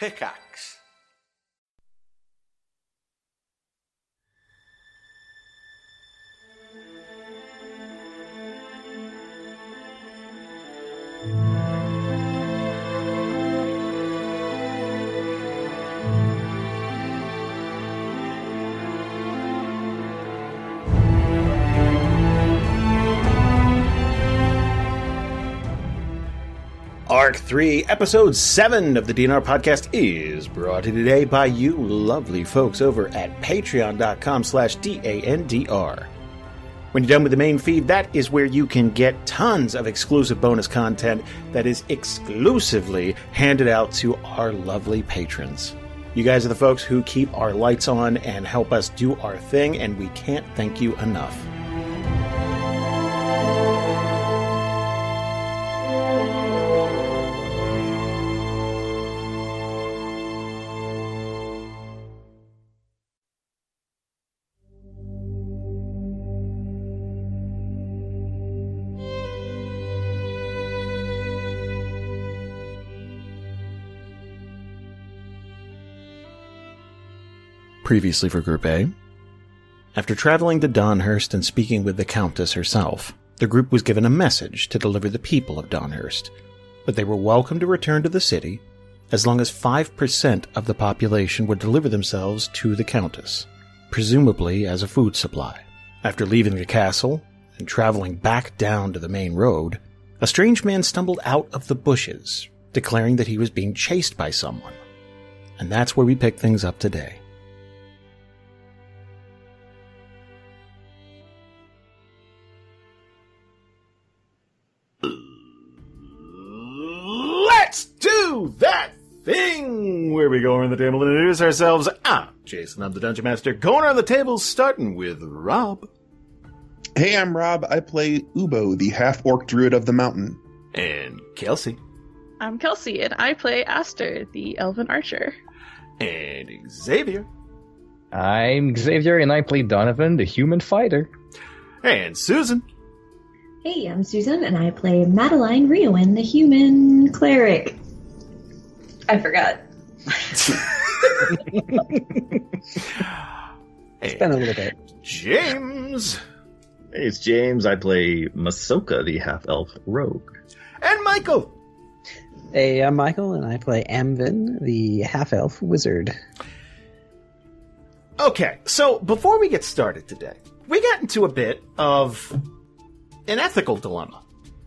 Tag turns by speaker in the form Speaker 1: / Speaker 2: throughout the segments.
Speaker 1: Pickaxe.
Speaker 2: Arc 3, Episode 7 of the DNR Podcast is brought to you today by you lovely folks over at patreon.com slash D-A-N-D-R. When you're done with the main feed, that is where you can get tons of exclusive bonus content that is exclusively handed out to our lovely patrons. You guys are the folks who keep our lights on and help us do our thing, and we can't thank you enough. previously for Group A. After traveling to Donhurst and speaking with the Countess herself, the group was given a message to deliver the people of Donhurst, but they were welcome to return to the city as long as 5% of the population would deliver themselves to the Countess, presumably as a food supply. After leaving the castle and traveling back down to the main road, a strange man stumbled out of the bushes, declaring that he was being chased by someone. And that's where we pick things up today. Let's do that thing where we go around the table and introduce ourselves. I'm Jason, I'm the Dungeon Master. Going around the table, starting with Rob
Speaker 3: Hey, I'm Rob. I play Ubo, the half orc druid of the mountain.
Speaker 1: And Kelsey.
Speaker 4: I'm Kelsey, and I play Aster, the elven archer.
Speaker 1: And Xavier.
Speaker 5: I'm Xavier, and I play Donovan, the human fighter.
Speaker 1: And Susan.
Speaker 6: Hey, I'm Susan, and I play Madeline Riowin, the human cleric. I forgot.
Speaker 1: And
Speaker 7: a little bit.
Speaker 1: James.
Speaker 8: Hey, it's James. I play Masoka, the half elf rogue.
Speaker 1: And Michael.
Speaker 7: Hey, I'm Michael, and I play Amvin, the half elf wizard.
Speaker 2: Okay, so before we get started today, we got into a bit of an ethical dilemma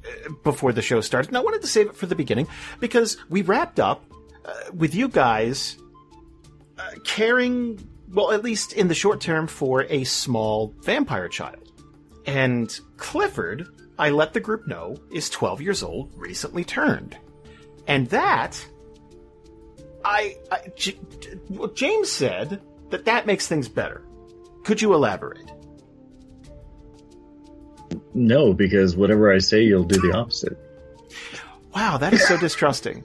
Speaker 2: uh, before the show started, and I wanted to save it for the beginning because we wrapped up uh, with you guys uh, caring, well, at least in the short term, for a small vampire child. And Clifford, I let the group know, is 12 years old, recently turned. And that I, I J- J- well, James said that that makes things better. Could you elaborate?
Speaker 8: No, because whatever I say, you'll do the opposite.
Speaker 2: Wow, that is so distrusting.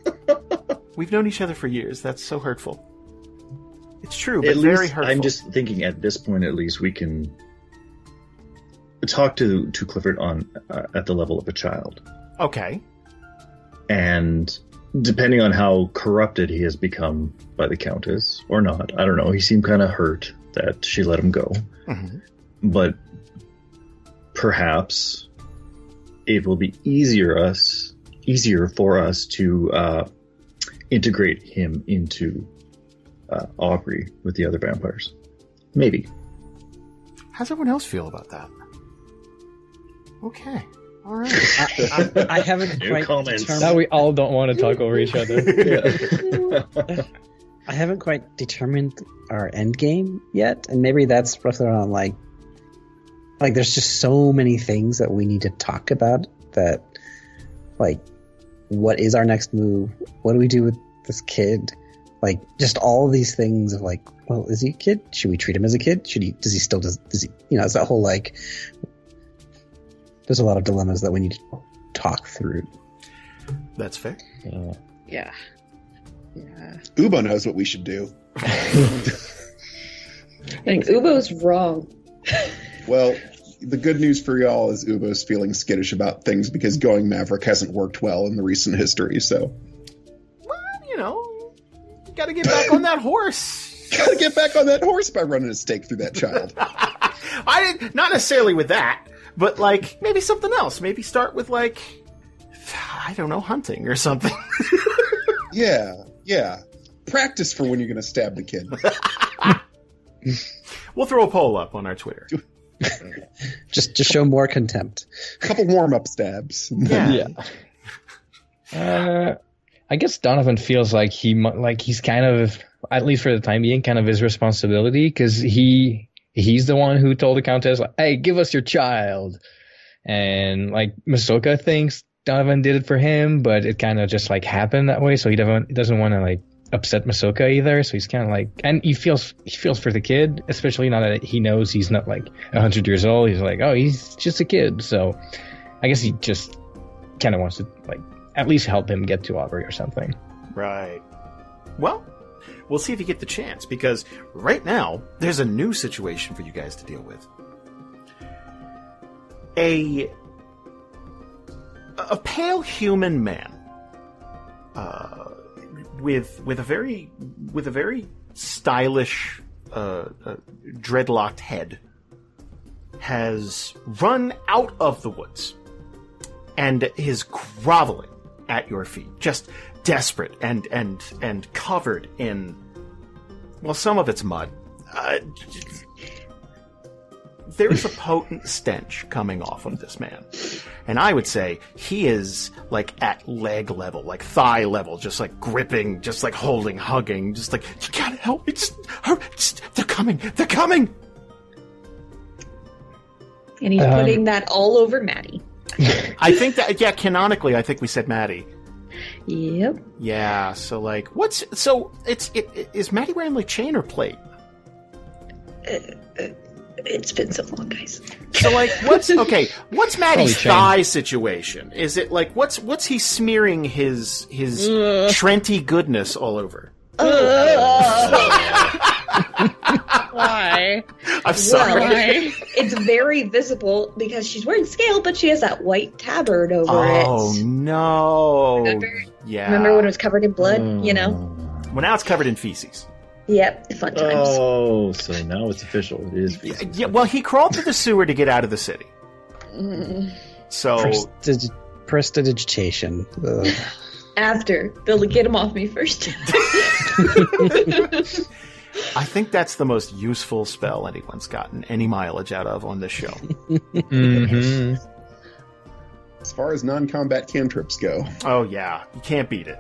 Speaker 2: We've known each other for years. That's so hurtful. It's true, but
Speaker 8: at
Speaker 2: very
Speaker 8: least,
Speaker 2: hurtful.
Speaker 8: I'm just thinking at this point, at least we can talk to to Clifford on uh, at the level of a child,
Speaker 2: okay.
Speaker 8: and depending on how corrupted he has become by the Countess or not, I don't know. He seemed kind of hurt that she let him go,
Speaker 2: Mhm.
Speaker 8: but perhaps it will be easier us easier for us to uh, integrate him into uh, Aubrey with the other vampires. Maybe.
Speaker 2: How's everyone else feel about that? Okay. All right.
Speaker 7: I, I, I haven't
Speaker 8: No
Speaker 7: quite
Speaker 8: comments.
Speaker 7: determined.
Speaker 5: Now we all don't want to talk over each other.
Speaker 7: I haven't quite determined our end game yet, and maybe that's roughly around like, like there's just so many things that we need to talk about. That, like, what is our next move? What do we do with this kid? Like, just all these things of like, well, is he a kid? Should we treat him as a kid? Should he? Does he still? Does, does he? You know, it's that whole like. There's a lot of dilemmas that we need to talk through.
Speaker 2: That's fair.
Speaker 5: Yeah.
Speaker 4: Yeah. Yeah.
Speaker 3: Ubo knows what we should do.
Speaker 9: And Ubo's wrong.
Speaker 3: Well, the good news for y'all is Ubo's feeling skittish about things because going Maverick hasn't worked well in the recent history, so
Speaker 2: Well, you know, Gotta get back on that horse.
Speaker 3: Gotta get back on that horse by running a stake through that child.
Speaker 2: I didn't, not necessarily with that, but like maybe something else. Maybe start with like I don't know, hunting or something.
Speaker 3: yeah, yeah. Practice for when you're gonna stab the kid.
Speaker 2: we'll throw a poll up on our Twitter.
Speaker 7: Just to show more contempt.
Speaker 3: couple warm up stabs.
Speaker 2: Yeah.
Speaker 5: Uh, I guess Donovan feels like he mu- like he's kind of at least for the time being kind of his responsibility because he he's the one who told the countess like, "Hey, give us your child," and like Masoka thinks Donovan did it for him, but it kind of just like happened that way, so he doesn't doesn't want to like upset Masoka either. So he's kind of like, and he feels he feels for the kid, especially now that he knows he's not like hundred years old. He's like, oh, he's just a kid, so I guess he just kind of wants to like at least help him get to Aubrey or something.
Speaker 2: Right. Well, we'll see if you get the chance because right now there's a new situation for you guys to deal with. A a pale human man uh, with with a very with a very stylish uh, uh, dreadlocked head has run out of the woods and is groveling at your feet, just desperate and and and covered in well, some of it's mud. Uh, there is a potent stench coming off of this man, and I would say he is like at leg level, like thigh level, just like gripping, just like holding, hugging, just like you gotta help me, just, hurry, just they're coming, they're coming.
Speaker 9: And he's
Speaker 5: Um,
Speaker 9: putting that all over Maddie.
Speaker 2: I think that yeah, canonically, I think we said Maddie.
Speaker 9: Yep.
Speaker 2: Yeah, so like, what's so it's it, it is Maddie wearing like chain or plate?
Speaker 9: It's been so long, guys.
Speaker 2: So like, what's okay? What's
Speaker 5: Probably
Speaker 2: Maddie's
Speaker 5: chain.
Speaker 2: thigh situation? Is it like what's what's he smearing his his Trenty goodness all over?
Speaker 9: Oh.
Speaker 10: Why?
Speaker 2: I'm sorry.
Speaker 10: Why?
Speaker 9: It's very visible because she's wearing scale, but she has that white tabard over
Speaker 2: Oh
Speaker 9: it.
Speaker 2: no!
Speaker 9: Remember-
Speaker 2: yeah.
Speaker 9: Remember when it was covered in blood? You know?
Speaker 2: Well, now it's covered in feces.
Speaker 9: Yep. Fun times.
Speaker 11: Oh, so now it's official. It is.
Speaker 2: Yeah, yeah, well, he crawled through the sewer to get out of the city.
Speaker 9: Mm.
Speaker 2: So
Speaker 7: Prestigi- prestidigitation. Ugh.
Speaker 9: After Billy, get him off me first.
Speaker 2: I think that's the most useful spell anyone's gotten any mileage out of on this show.
Speaker 11: Mhm.
Speaker 3: As far as non combat cantrips go.
Speaker 2: oh yeah, you can't beat it.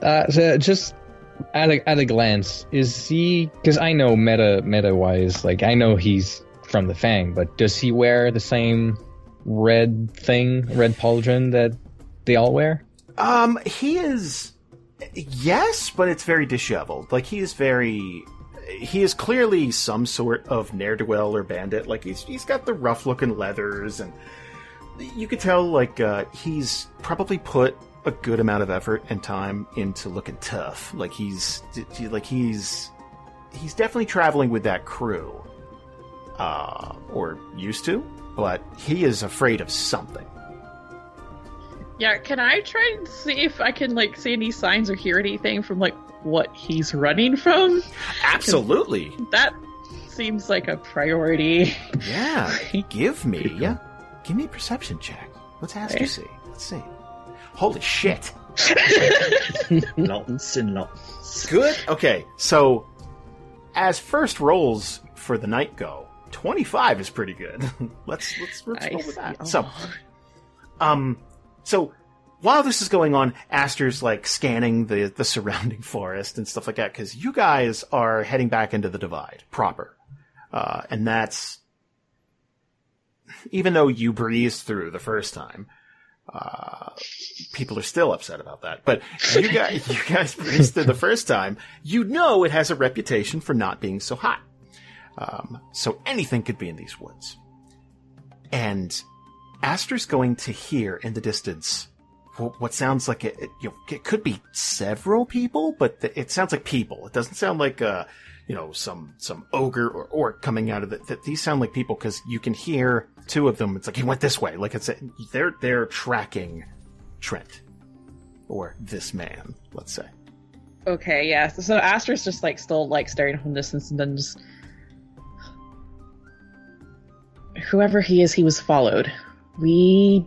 Speaker 5: Uh, so just at a at a glance, is he? Because I know meta meta wise, like I know he's from the Fang, but does he wear the same red thing, red pauldron that they all wear?
Speaker 2: Um, he is yes, but it's very disheveled. Like he is very he is clearly some sort of ne'er do well or bandit. Like he's he's got the rough looking leathers, and you could tell like uh, he's probably put a good amount of effort and time into looking tough. Like he's he- like he's he's definitely traveling with that crew, uh, or used to. But he is afraid of something.
Speaker 10: Yeah, can I try and see if I can like see any signs or hear anything from like what he's running from?
Speaker 2: Absolutely,
Speaker 10: That seems like a priority.
Speaker 2: Yeah, give me. Yeah, give me a perception check. Let's ask
Speaker 10: Okay.
Speaker 2: you see. Let's see. Holy shit!
Speaker 11: Lots and lots.
Speaker 2: Good. Okay, so as first rolls for the night go, twenty-five is pretty good. let's let's, let's roll with
Speaker 10: Nice.
Speaker 4: Oh,
Speaker 2: that. So, um, so while this is going on, Aster's like scanning the the surrounding forest and stuff like that because you guys are heading back into the divide proper, uh, and that's even though you breezed through the first time. Uh, people are still upset about that, but you guys, you guys breezed through the first time. You know it has a reputation for not being so hot, um, so anything could be in these woods. And Aster's going to hear in the distance wh- what sounds like it, it, you know, it could be several people, but th- it sounds like people. It doesn't sound like, uh, you know, some, some ogre or orc coming out of the, th- these sound like people because you can hear two of them. It's like, he went this way. Like it's, a, they're, they're tracking Trent. or this man, let's say.
Speaker 4: Okay, yeah. So, so Astra's just like still like staring from distance and then just whoever he is, he was followed. We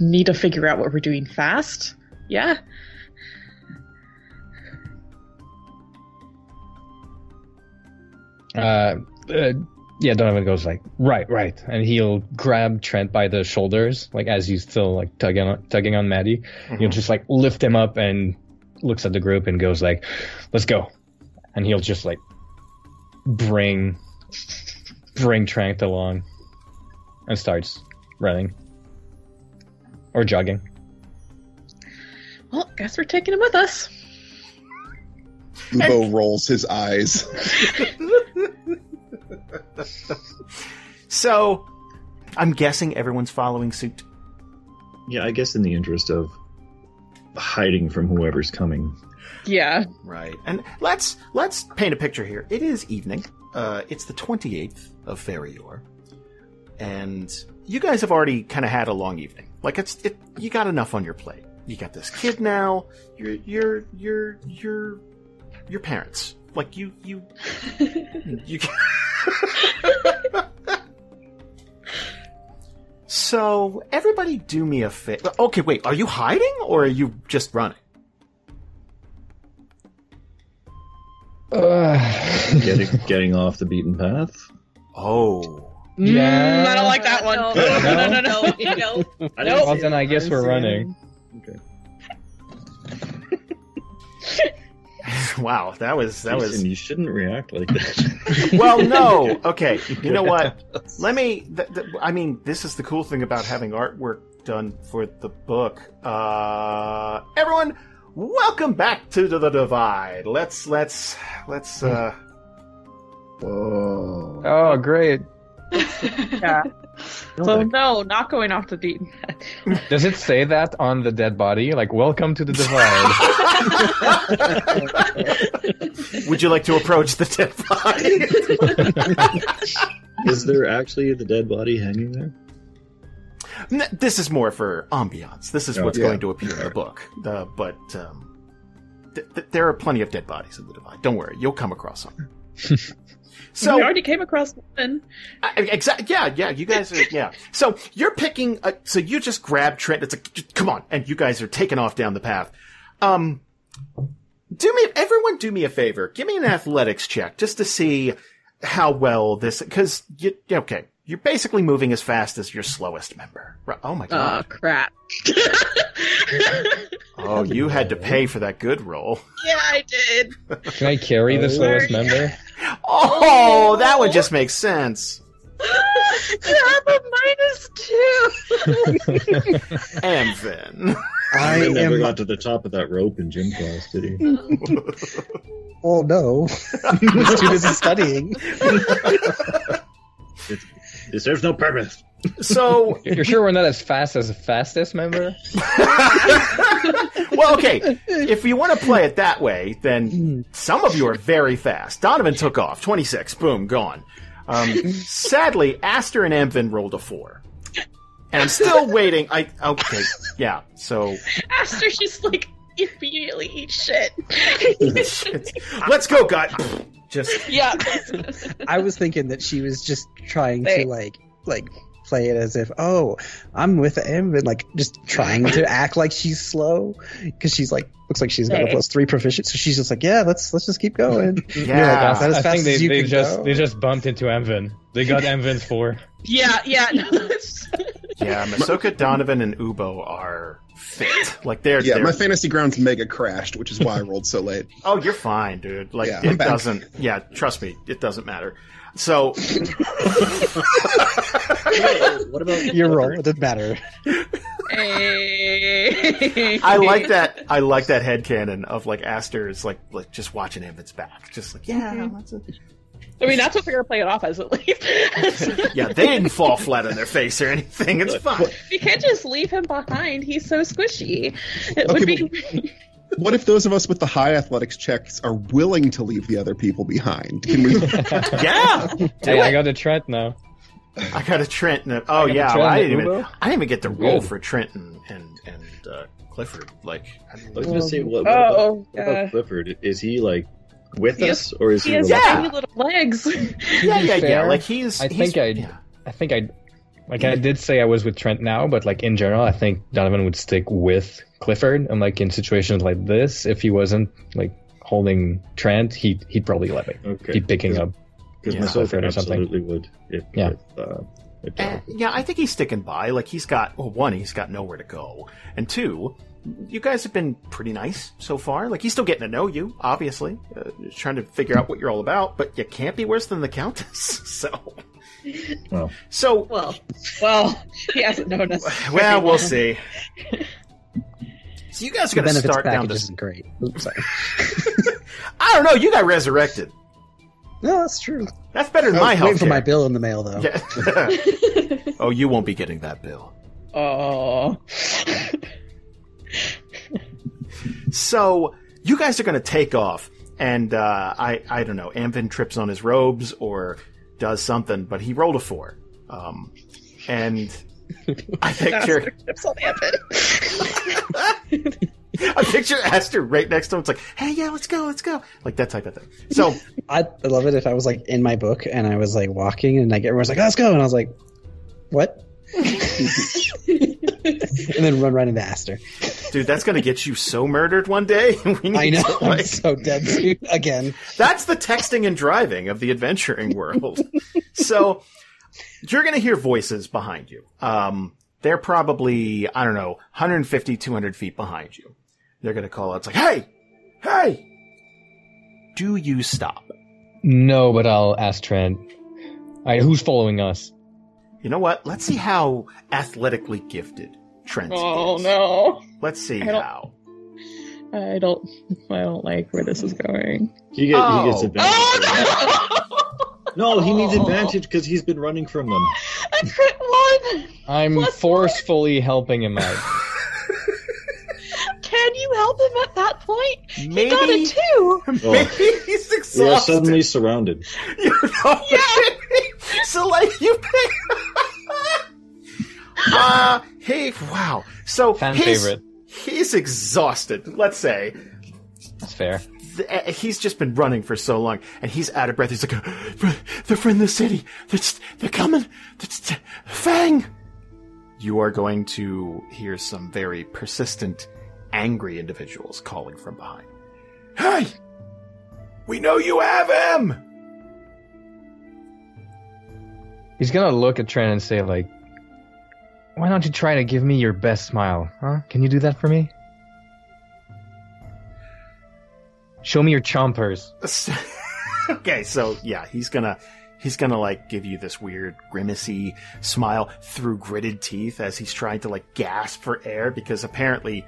Speaker 4: need to figure out what we're doing fast. Yeah.
Speaker 5: Uh, uh, yeah, Donovan goes like, right, right, and he'll grab Trent by the shoulders, like as he's still like tugging on, tugging on Maddie. He'll just like lift him up and looks at the group and goes like, "Let's go," and he'll just like bring bring Trent along and starts running or jogging.
Speaker 4: Well, guess we're taking him with us.
Speaker 3: Ubo rolls his eyes.
Speaker 2: So, I'm guessing everyone's following suit.
Speaker 8: Yeah, I guess in the interest of hiding from whoever's coming.
Speaker 4: Yeah.
Speaker 2: Right. And let's let's paint a picture here. It is evening. Uh, it's the 28th of Ferior. And you guys have already kind of had a long evening. Like it's it, you got enough on your plate. You got this kid now. Your your your your your parents. Like you you you So, everybody do me a favor. Okay, wait. Are you hiding or are you just running?
Speaker 5: Uh,
Speaker 8: Getting, getting off the beaten path.
Speaker 2: Oh.
Speaker 5: Yeah.
Speaker 4: Mm, I don't like that one.
Speaker 6: No,
Speaker 5: No?
Speaker 4: no, no, no.
Speaker 6: no, no.
Speaker 8: I
Speaker 4: Nope.
Speaker 5: well, then I guess we're running.
Speaker 2: Wow, that was that was
Speaker 8: Jason, you shouldn't react like that.
Speaker 2: Well, no. Okay. You know what? Let me. Th- th- I mean, this is the cool thing about having artwork done for the book. Uh, everyone, welcome back to the, the divide. Let's let's let's. Uh,
Speaker 3: Whoa.
Speaker 5: Oh, great!
Speaker 4: Yeah. So no, not going off the beaten path.
Speaker 5: Does it say that on the dead body? Like, welcome to the divide.
Speaker 2: would you like to approach the divide?
Speaker 8: Is there actually the dead body hanging there?
Speaker 2: N- this is more for ambiance. This is
Speaker 8: Oh,
Speaker 2: what's
Speaker 3: yeah.
Speaker 2: going to appear in the book. Uh, but um, th- th- there are plenty of dead bodies in the divide. Don't worry, you'll come across some.
Speaker 4: we already came across one.
Speaker 2: Exactly. Yeah, yeah. You guys are. Yeah. So you're picking. A, so you just grab Trent. It's like, "Just come on, and you guys are taking off down the path. Um, do me everyone. Do me a favor. Give me an athletics check just to see how well this. Because you okay. You're basically moving as fast as your slowest member. Ri- Oh my
Speaker 4: Oh
Speaker 2: god!
Speaker 4: crap.
Speaker 2: oh, you had to pay for that good roll.
Speaker 4: Yeah, I did.
Speaker 5: Can I carry the slowest member?
Speaker 2: Oh, that would just make sense.
Speaker 4: I have a minus two.
Speaker 2: And then,
Speaker 7: I
Speaker 8: He never
Speaker 7: am.
Speaker 8: got to the top of that rope in gym class, did he?
Speaker 7: Oh no, he's too busy studying.
Speaker 8: This serves no purpose.
Speaker 2: so
Speaker 5: You're sure we're not as fast as the fastest member?
Speaker 2: well, okay. If you want to play it that way, then some of you are very fast. Donovan took off, 26, boom, gone. Um, sadly, Aster and Amvin rolled a four. And I'm still waiting. I okay, yeah. So
Speaker 4: Aster just like immediately eat shit.
Speaker 2: let's go, guys. Just
Speaker 4: yeah.
Speaker 7: I was thinking that she was just trying
Speaker 4: They-
Speaker 7: to like like play it as if oh I'm with him and like just trying to act like she's slow because she's like looks like she's got a
Speaker 4: They-
Speaker 7: plus three proficient so she's just like yeah let's let's just keep going
Speaker 2: yeah.
Speaker 7: That's- Not as
Speaker 5: I
Speaker 7: fast
Speaker 5: think they,
Speaker 7: as you
Speaker 5: they
Speaker 7: can
Speaker 5: just
Speaker 7: go.
Speaker 5: they just bumped into Amvin. They got Amvin's four.
Speaker 4: Yeah, yeah. No, that's-
Speaker 2: yeah, Masoka, Donovan, and Ubo are fit. Like they're,
Speaker 3: Yeah,
Speaker 2: they're
Speaker 3: my fantasy grounds mega crashed, which is why I rolled so late.
Speaker 2: Oh, you're fine, dude. Like
Speaker 3: Yeah, I'm
Speaker 2: it
Speaker 3: back.
Speaker 2: doesn't. Yeah, trust me, it doesn't matter. So
Speaker 8: What about
Speaker 7: your roll it doesn't matter
Speaker 4: Hey.
Speaker 2: I like that. I like that headcanon of like Aster is like like just watching him. It's back, just like yeah, that's it.
Speaker 4: I mean, that's what they're gonna play it off as at least.
Speaker 2: yeah. They didn't fall flat on their face or anything. It's fine.
Speaker 4: you can't just leave him behind. He's so squishy. It would
Speaker 3: Okay,
Speaker 4: be.
Speaker 3: What if those of us with the high athletics checks are willing to leave the other people behind? Can we?
Speaker 2: Yeah,
Speaker 5: Hey, I got a Trent now.
Speaker 2: I got a Trent and a, oh
Speaker 5: got a
Speaker 2: yeah,
Speaker 5: Trent
Speaker 2: well, I
Speaker 5: and a
Speaker 2: didn't even
Speaker 5: Ubo?
Speaker 2: I didn't even get to roll
Speaker 5: Good.
Speaker 2: for Trent and and, and uh, Clifford. Like I didn't
Speaker 11: I was gonna say, what, what about,
Speaker 10: Oh,
Speaker 11: what about
Speaker 10: uh,
Speaker 11: Clifford? Is he like with
Speaker 10: Yes.
Speaker 11: us, or is
Speaker 10: he
Speaker 11: he?
Speaker 10: has
Speaker 11: reluctant?
Speaker 10: tiny little legs.
Speaker 2: yeah, yeah, yeah.
Speaker 5: fair,
Speaker 2: Like he's.
Speaker 5: I
Speaker 2: he's-
Speaker 5: think I-
Speaker 2: yeah.
Speaker 5: I think I, like I did say I was with Trent now, but like in general, I think Donovan would stick with Clifford, and like in situations like this, if he wasn't like holding Trent, he he'd probably let me
Speaker 11: Okay,
Speaker 5: keep picking up.
Speaker 11: because
Speaker 2: Yeah,
Speaker 11: my
Speaker 5: Clifford
Speaker 11: Clifford
Speaker 5: or something.
Speaker 11: absolutely would. If,
Speaker 5: Yeah.
Speaker 11: If, uh, if
Speaker 2: Uh, yeah, I think he's sticking by. Like he's got well, one, he's got nowhere to go, and two, you guys have been pretty nice so far. Like he's still getting to know you, obviously, uh, just trying to figure out what you're all about. But you can't be worse than the Countess. So,
Speaker 11: Well.
Speaker 2: so
Speaker 9: Well,
Speaker 10: well, he hasn't known us.
Speaker 2: well, we'll see. So you guys are
Speaker 7: The
Speaker 2: going to
Speaker 7: benefits
Speaker 2: start down
Speaker 7: package
Speaker 2: this.
Speaker 7: isn't great. Oops, sorry.
Speaker 2: I don't know. You got resurrected.
Speaker 7: No, that's true.
Speaker 2: That's better than
Speaker 7: I
Speaker 2: my
Speaker 7: was waiting
Speaker 2: health.
Speaker 7: Oh, for my bill in the mail though.
Speaker 2: Yeah. oh, you won't be getting that bill.
Speaker 10: Oh.
Speaker 2: So you guys are going to take off, and uh, I I don't know. Amvin trips on his robes or does something, but he rolled a four, um, and I picture I picture Aster right next to him. It's like, hey, yeah, let's go, let's go, like that type of thing. So
Speaker 7: I'd love it if I was like in my book and I was like walking and like everyone's like, let's go. And I was like, what? and then run right into Aster.
Speaker 2: dude, that's going to get you so murdered one day. we need
Speaker 7: I know.
Speaker 2: to,
Speaker 7: I'm
Speaker 2: like-
Speaker 7: so dead dude. again.
Speaker 2: That's the texting and driving of the adventuring world. so you're going to hear voices behind you. Um, they're probably, I don't know, 150, 200 feet behind you. They're going to call out, it's like, hey, hey, do you stop?
Speaker 5: No, but I'll ask Trent. All right, who's following us?
Speaker 2: You know what? Let's see how athletically gifted Trent
Speaker 10: oh
Speaker 2: is.
Speaker 10: no.
Speaker 2: Let's see
Speaker 10: I don't-
Speaker 2: how.
Speaker 10: I don't. I don't like where this is going.
Speaker 11: He, get, he gets
Speaker 2: Oh.
Speaker 11: advantage. no! he needs
Speaker 10: Oh.
Speaker 11: advantage because he's been running from them.
Speaker 10: I crit one.
Speaker 5: I'm
Speaker 10: Plus
Speaker 5: forcefully helping him out.
Speaker 10: Can you help him at that point?
Speaker 2: Maybe,
Speaker 10: Got a two.
Speaker 11: Oh,
Speaker 2: maybe he's
Speaker 11: we are
Speaker 2: exhausted.
Speaker 11: suddenly surrounded.
Speaker 2: You know? so like you pick Uh he wow. So
Speaker 5: Fan
Speaker 2: he's,
Speaker 5: favorite.
Speaker 2: He's exhausted, let's say.
Speaker 5: That's fair.
Speaker 2: Th- uh, He's just been running for so long, and he's out of breath. He's like, "They're from the city. They're, just- they're coming. That's Fang." You are going to hear some very persistent, angry individuals calling from behind. Hey, we know you have him.
Speaker 5: He's gonna look at Trent and say like, "Why don't you try to give me your best smile? Huh? Can you do that for me? Show me your chompers."
Speaker 2: okay, so yeah, he's gonna he's gonna like give you this weird grimacy smile through gritted teeth as he's trying to like gasp for air because apparently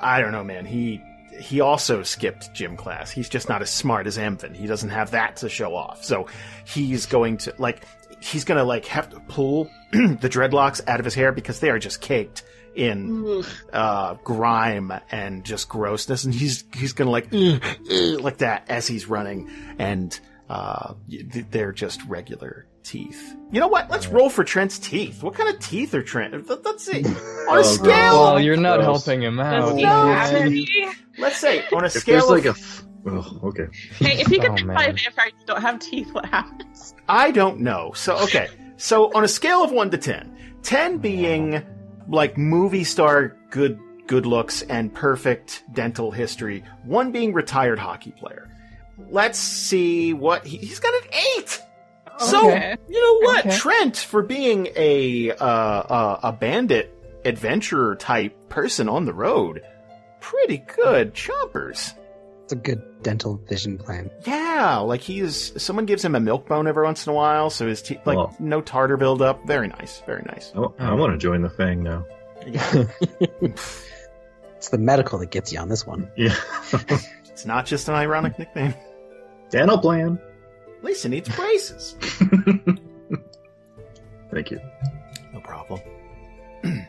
Speaker 2: I don't know, man, he he also skipped gym class. He's just not as smart as Amvin. He doesn't have that to show off. So he's going to like he's gonna like have to pull the dreadlocks out of his hair because they are just caked in uh, grime and just grossness, and he's he's gonna like "Ugh, ugh," like that as he's running, and uh, y- th- they're just regular teeth. You know what? Let's roll for Trent's teeth. What kind of teeth are Trent? let- Let's see. On a
Speaker 11: Oh,
Speaker 2: scale,
Speaker 11: God.
Speaker 5: Well, you're not
Speaker 11: Gross.
Speaker 5: helping him
Speaker 10: Does
Speaker 5: out.
Speaker 10: he
Speaker 2: no.
Speaker 10: have
Speaker 5: man.
Speaker 10: any?
Speaker 2: let's say on a
Speaker 11: If there's
Speaker 2: scale.
Speaker 11: like a,
Speaker 2: of,
Speaker 11: f- oh, okay.
Speaker 10: Hey, if you
Speaker 5: Oh,
Speaker 10: can try
Speaker 5: man.
Speaker 10: an vampire you don't have teeth, what happens?
Speaker 2: I don't know. So okay. So on a scale of one to ten, ten being like movie star good good looks and perfect dental history, one being retired hockey player. Let's see what he, he's got an eight. So
Speaker 10: Okay.
Speaker 2: you know what,
Speaker 10: Okay.
Speaker 2: Trent, for being a uh, uh, a bandit adventurer type person on the road, pretty good choppers.
Speaker 7: It's a good dental vision plan.
Speaker 2: Yeah, like he's someone gives him a milk bone every once in a while, so his teeth like
Speaker 11: Oh.
Speaker 2: no tartar buildup. Very nice, very nice.
Speaker 11: I,
Speaker 5: Oh.
Speaker 11: want to join the Fang now.
Speaker 7: It's the medical that gets you on this one.
Speaker 11: Yeah.
Speaker 2: It's not just an ironic nickname.
Speaker 11: Dental plan.
Speaker 2: Lisa needs braces.
Speaker 11: Thank you.
Speaker 2: No problem.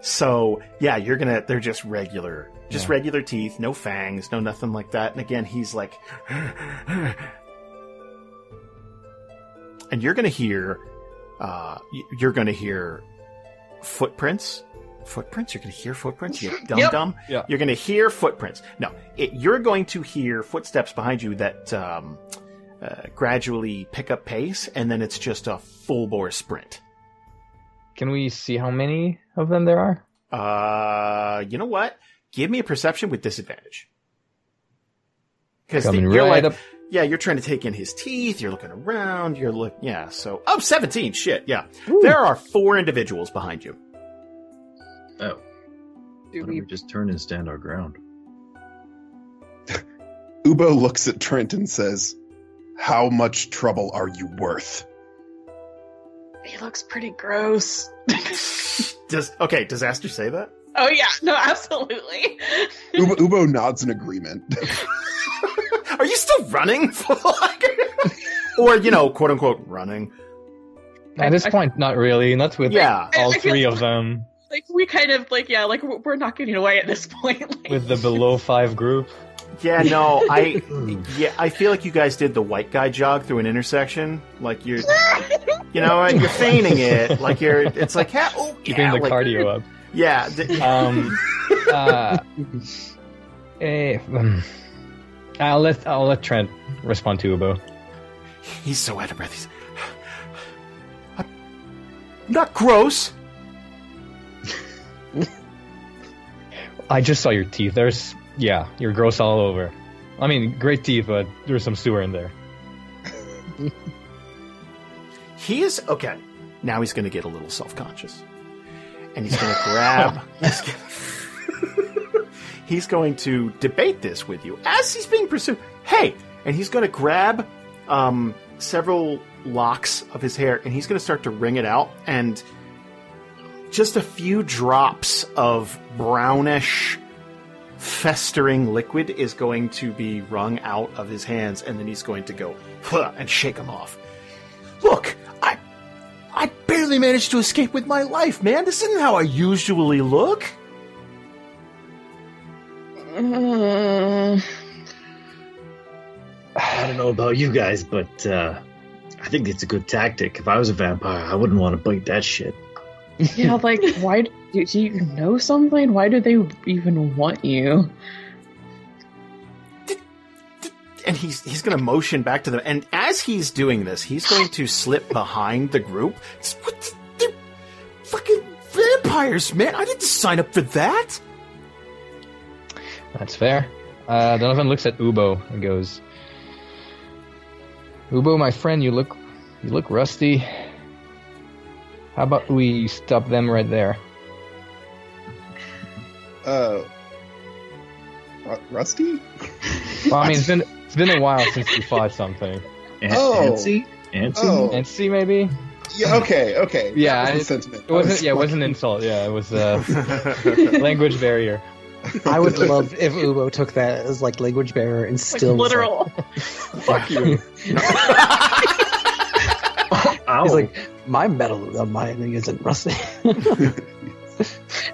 Speaker 2: so yeah, you're gonna. They're just regular, just
Speaker 5: Yeah.
Speaker 2: regular teeth, no fangs, no nothing like that. And again, he's like, and you're gonna hear uh, y- you're going to hear footprints. Footprints? You're going to hear footprints? You dumb
Speaker 10: Yep.
Speaker 2: dumb?
Speaker 5: Yeah.
Speaker 2: You're going to hear footprints. No, it, you're going to hear footsteps behind you that um, uh, gradually pick up pace, and then it's just a full bore sprint.
Speaker 5: Can we see how many of them there are?
Speaker 2: Uh, you know what? Give me a perception with disadvantage. Because
Speaker 5: Coming
Speaker 2: you're
Speaker 5: right
Speaker 2: like,
Speaker 5: up.
Speaker 2: yeah, you're trying to take in his teeth. You're looking around. You're look, yeah. So, oh, 17. Shit, yeah. There are four individuals behind you.
Speaker 11: Oh,
Speaker 10: Do
Speaker 11: why don't we
Speaker 10: we?
Speaker 11: just turn and stand our ground?
Speaker 3: Ubo looks at Trent and says, How much trouble are you worth?
Speaker 10: He looks pretty gross.
Speaker 2: Does okay? Disaster say that?
Speaker 10: oh yeah, no, absolutely.
Speaker 3: Ubo, Ubo nods in agreement.
Speaker 2: Are you still running, Flock? or you know, quote unquote running?
Speaker 5: At this
Speaker 10: I-
Speaker 5: point, not really. Not with
Speaker 2: Yeah.
Speaker 5: all
Speaker 10: I- I feel
Speaker 5: three of
Speaker 10: like-
Speaker 5: them.
Speaker 10: like we kind of like yeah, like we're we're not getting away at this point. Like,
Speaker 5: With the below five group.
Speaker 2: Yeah, no, I yeah, I feel like you guys did the white guy jog through an intersection. Like you're, you know, and you're feigning it. Like you're, it's like, yeah, oh,
Speaker 5: Keeping
Speaker 2: yeah,
Speaker 5: the
Speaker 2: like-
Speaker 5: cardio up.
Speaker 2: Yeah, th-
Speaker 5: Um, uh, eh, um, I'll let I'll let Trent respond to Ubo.
Speaker 2: he's so out of breath. He's I'm not gross.
Speaker 5: I just saw your teeth. There's yeah, you're gross all over. I mean, great teeth, but there's some sewer in there.
Speaker 2: He is okay. Now he's going to get a little self-conscious, and he's going to grab. he's gonna- he's going to debate this with you as he's being pursued. Hey, and he's going to grab um, several locks of his hair, and he's going to start to wring it out, and just a few drops of brownish. Festering liquid is going to be wrung out of his hands, and then he's going to go "Huh," and shake them off. Look, I I barely managed to escape with my life, man. This isn't how I usually look.
Speaker 10: Mm.
Speaker 11: I don't know about you guys, but uh, I think it's a good tactic. If I was a vampire, I wouldn't want to bite that shit.
Speaker 10: Yeah, like why do, do you know something? Why do they even want you?
Speaker 2: And he's he's going to motion back to them. And as he's doing this, he's going to slip behind the group. It's- What the, they're fucking vampires, man! I didn't sign up for that.
Speaker 5: That's fair. Uh, Donovan looks at Ubo and goes, "Ubo, my friend, you look you look rusty. How about we stop them right there?"
Speaker 3: Uh, Ru- Rusty?
Speaker 5: Well, I mean, it's been it's been a while since we fought something.
Speaker 11: An-
Speaker 3: Oh.
Speaker 11: Antsy? Antsy?
Speaker 3: Oh,
Speaker 5: And see, maybe
Speaker 3: yeah, okay, okay. That
Speaker 5: Yeah,
Speaker 3: was the sentiment.
Speaker 5: it wasn't. Yeah, it wasn't an insult. Yeah, it was uh, language barrier.
Speaker 7: I would love if Ubo took that as like language barrier and
Speaker 10: Like
Speaker 7: still was
Speaker 10: literal.
Speaker 11: Fuck you. Ow.
Speaker 8: Oh.
Speaker 7: He's like, my metal on my thing isn't rusty.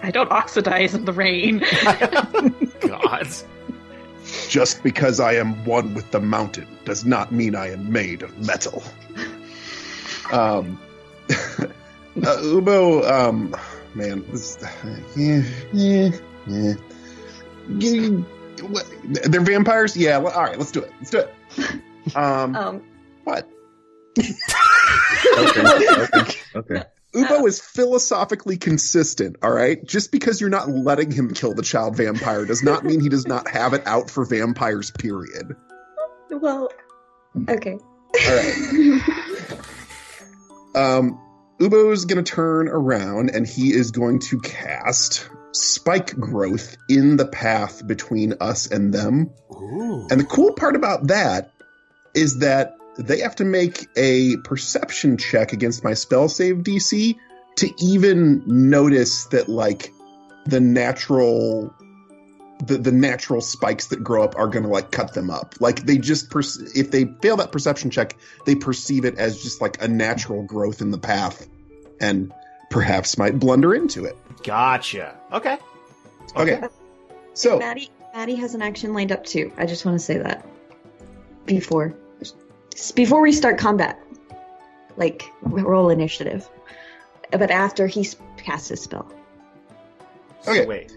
Speaker 10: I don't oxidize in the rain.
Speaker 2: God,
Speaker 3: Just because I am one with the mountain does not mean I am made of metal. Um, uh, Ubo, um, man, this, yeah, yeah, yeah. G- what- They're vampires? Yeah, well, all right, let's do it. Let's do it. Um,
Speaker 6: Oh.
Speaker 9: Um,
Speaker 3: but
Speaker 11: okay, okay, okay.
Speaker 3: Ubo is philosophically consistent, all right? Just because you're not letting him kill the child vampire does not mean he does not have it out for vampires, period.
Speaker 9: well, okay.
Speaker 3: All right. Um, Ubo's going to turn around and he is going to cast spike growth in the path between us and them. And the cool part about that is that they have to make a perception check against my spell save DC to even notice that like the natural the, the natural spikes that grow up are going to like cut them up. Like they just perce- if they fail that perception check, they perceive it as just like a natural growth in the path and perhaps might blunder into it.
Speaker 2: gotcha. Okay,
Speaker 3: Okay. So,
Speaker 9: Maddie, Maddie has an action lined up too. I just want to say that before, before we start combat. like roll initiative. But after he s- casts his spell.
Speaker 3: Okay.
Speaker 2: Wait.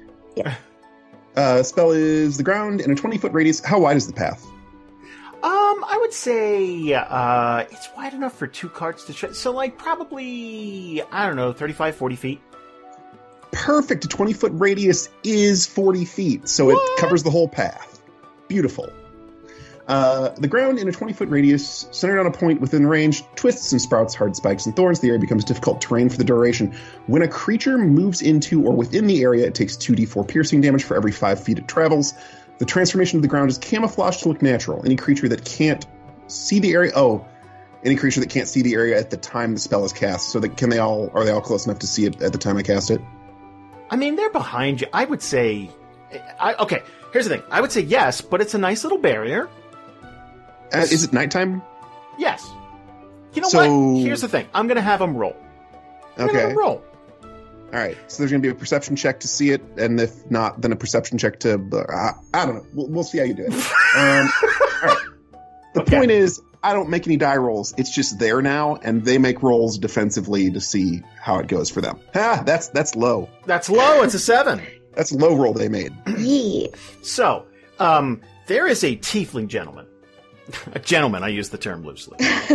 Speaker 3: Uh, spell is the ground in a 20 foot radius. How wide is the path?
Speaker 2: Um, I would say uh, it's wide enough for two carts to tra- so like probably I don't know 35, 40 feet.
Speaker 3: Perfect. A 20 foot radius is 40 feet, so it covers the whole path. Beautiful. Uh, the ground in a 20 foot radius, centered on a point within range, twists and sprouts hard spikes and thorns. The area becomes difficult terrain for the duration. When a creature moves into or within the area, it takes 2d4 piercing damage for every 5 feet it travels. The transformation of the ground is camouflaged to look natural. Any creature that can't see the area. Oh, any creature that can't see the area at the time the spell is cast. So that can they all are they all close enough to see it at the time I cast it?
Speaker 2: I mean, they're behind you. I would say, I, okay. Here's the thing. I would say yes, but it's a nice little barrier.
Speaker 3: Uh, is it nighttime?
Speaker 2: Yes. You know
Speaker 3: So-
Speaker 2: what? Here's the thing. I'm gonna have them roll. I'm gonna have
Speaker 3: Okay.
Speaker 2: 'em roll.
Speaker 3: All right. So there's going to be a perception check to see it, and if not, then a perception check to. Uh, I don't know. We'll, we'll see how you do it. Um, all right. The
Speaker 2: Okay.
Speaker 3: point is, I don't make any die rolls. It's just there now, and they make rolls defensively to see how it goes for them. Ha! That's that's low.
Speaker 2: That's low. It's a seven.
Speaker 3: That's a low roll they made.
Speaker 9: Yeah.
Speaker 2: So, um, there is a tiefling gentleman. a gentleman. I use the term loosely.
Speaker 3: Ah.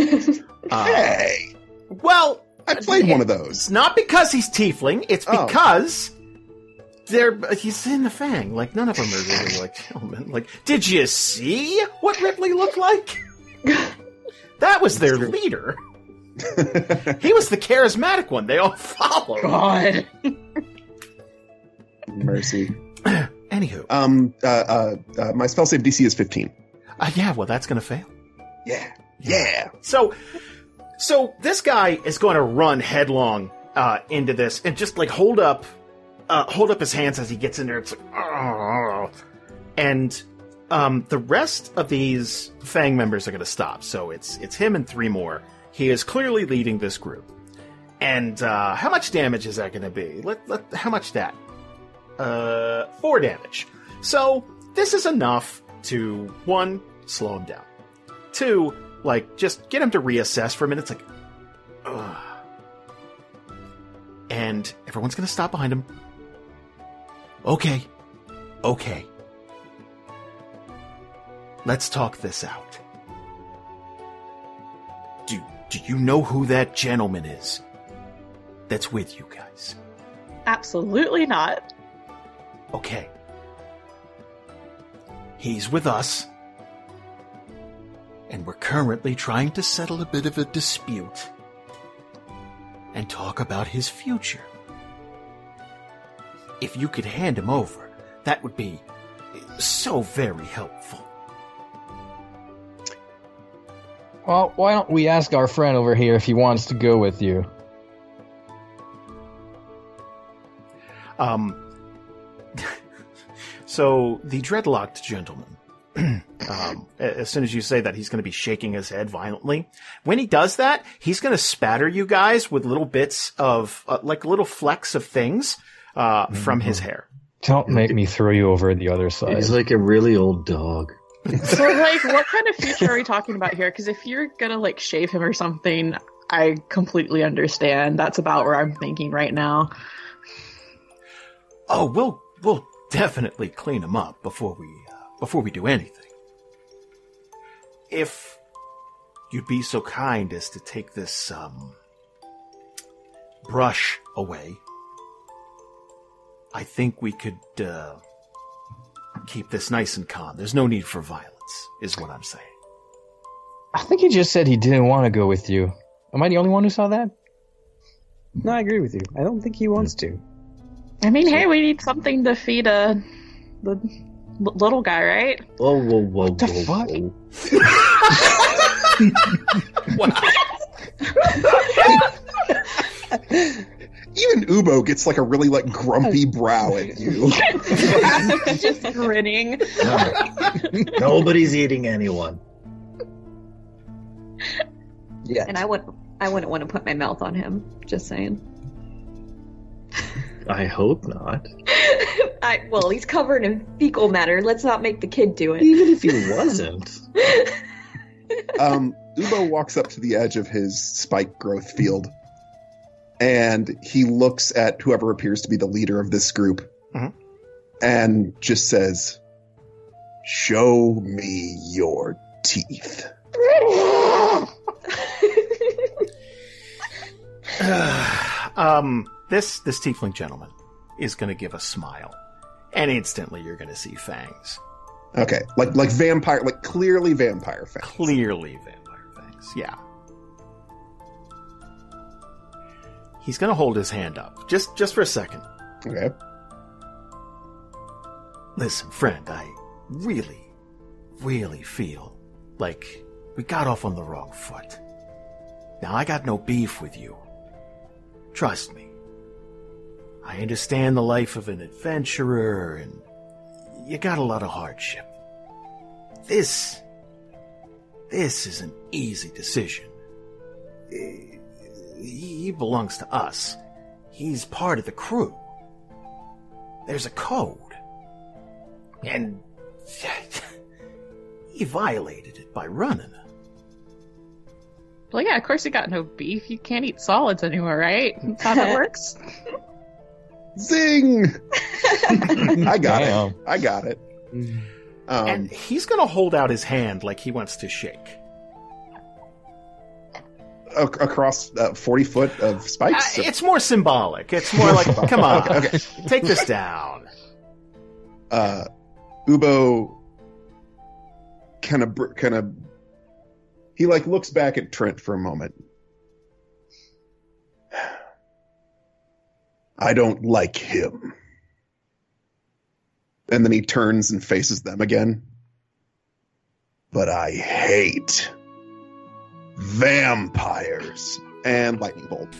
Speaker 2: Uh,
Speaker 3: hey,
Speaker 2: well,
Speaker 3: I played one of those.
Speaker 2: It's not because he's tiefling. It's
Speaker 3: Oh.
Speaker 2: because they're he's in the fang. Like none of them are really like gentlemen. Like, did you see what Ripley looked like? that was their leader. He was the charismatic one. They all followed.
Speaker 10: God.
Speaker 3: Mercy.
Speaker 2: Anywho,
Speaker 3: Um. Uh, uh, uh. My spell save DC is 15.
Speaker 2: uh, yeah. Well, that's gonna fail.
Speaker 3: Yeah. Yeah.
Speaker 2: So, so this guy is going to run headlong uh, into this and just like hold up, uh, hold up his hands as he gets in there. It's like, "Argh." and um, the rest of these Fang members are going to stop. So it's it's him and three more. He is clearly leading this group. And uh, how much damage is that going to be? Let, let, how much that? Uh, four damage. So this is enough to one slow him down two, like just get him to reassess for a minute. It's like, ugh. And everyone's gonna stop behind him. Okay, okay. Let's talk this out. Do do you know who that gentleman is? That's with you guys.
Speaker 10: Absolutely not.
Speaker 2: Okay. He's with us. And we're currently trying to settle a bit of a dispute and talk about his future. If you could hand him over, that would be so very helpful.
Speaker 5: Well, why don't we ask our friend over here if he wants to go with you?
Speaker 2: Um, so the dreadlocked gentleman, um, a- as soon as you say that, he's going to be shaking his head violently. When he does that, he's going to spatter you guys with little bits of, uh, like little flecks of things, uh, from his hair.
Speaker 5: Don't make me throw you over the other side.
Speaker 11: He's like a really old dog.
Speaker 10: So, like, what kind of future are we talking about here? Because if you're gonna like shave him or something, I completely understand. That's about where I'm thinking right now.
Speaker 2: Oh, we'll, we'll definitely clean him up before we, uh, before we do anything. If you'd be so kind as to take this, um, brush away, I think we could, uh, keep this nice and calm. There's no need for violence, is what I'm saying.
Speaker 5: I think he just said he didn't want to go with you. Am I the only one who saw that?
Speaker 7: No, I agree with you. I don't think he wants to.
Speaker 10: I mean, hey, we need something to feed uh, the l- little guy, right?
Speaker 11: Whoa, whoa, whoa,
Speaker 5: the
Speaker 11: whoa,
Speaker 5: fuck?
Speaker 11: whoa.
Speaker 3: Even Ubo gets like a really like grumpy brow at you.
Speaker 10: Just grinning.
Speaker 11: Nobody's eating anyone.
Speaker 7: Yeah.
Speaker 9: And I wouldn't I wouldn't want to put my mouth on him. Just saying.
Speaker 11: I hope not.
Speaker 9: I well, he's covered in fecal matter. Let's not make the kid do it.
Speaker 11: Even if he wasn't.
Speaker 3: Um, Ubo walks up to the edge of his spike growth field and he looks at whoever appears to be the leader of this group
Speaker 2: Mhm.
Speaker 3: and just says, Show me your teeth.
Speaker 2: um, this this tiefling gentleman is going to give a smile, and instantly you're going to see fangs.
Speaker 3: Okay, like like vampire, like clearly vampire fan.
Speaker 2: Clearly, vampire fangs. Yeah. He's going to hold his hand up just just for a second.
Speaker 3: Okay,
Speaker 2: Listen, friend, I really, really feel like we got off on the wrong foot. Now, I got no beef with you. Trust me. I understand the life of an adventurer, and you got a lot of hardship. This. This is an easy decision. Eh, He he belongs to us. He's part of the crew. There's a code. And he violated it by running.
Speaker 10: Well, yeah, of course you got no beef. You can't eat solids anymore, right? That's how that works.
Speaker 3: zing! I got it.
Speaker 5: Damn.
Speaker 3: I got it. Um,
Speaker 2: and he's going to hold out his hand like he wants to shake.
Speaker 3: ac- across uh, forty foot of
Speaker 2: Uh,
Speaker 3: spikes.
Speaker 2: it's more symbolic. It's more like, come on,
Speaker 3: Okay, okay.
Speaker 2: take this down.
Speaker 3: uh, Ubo kind of br- kind of he like looks back at Trent for a moment. I don't like him. And then he turns and faces them again. But I hate vampires and lightning bolt.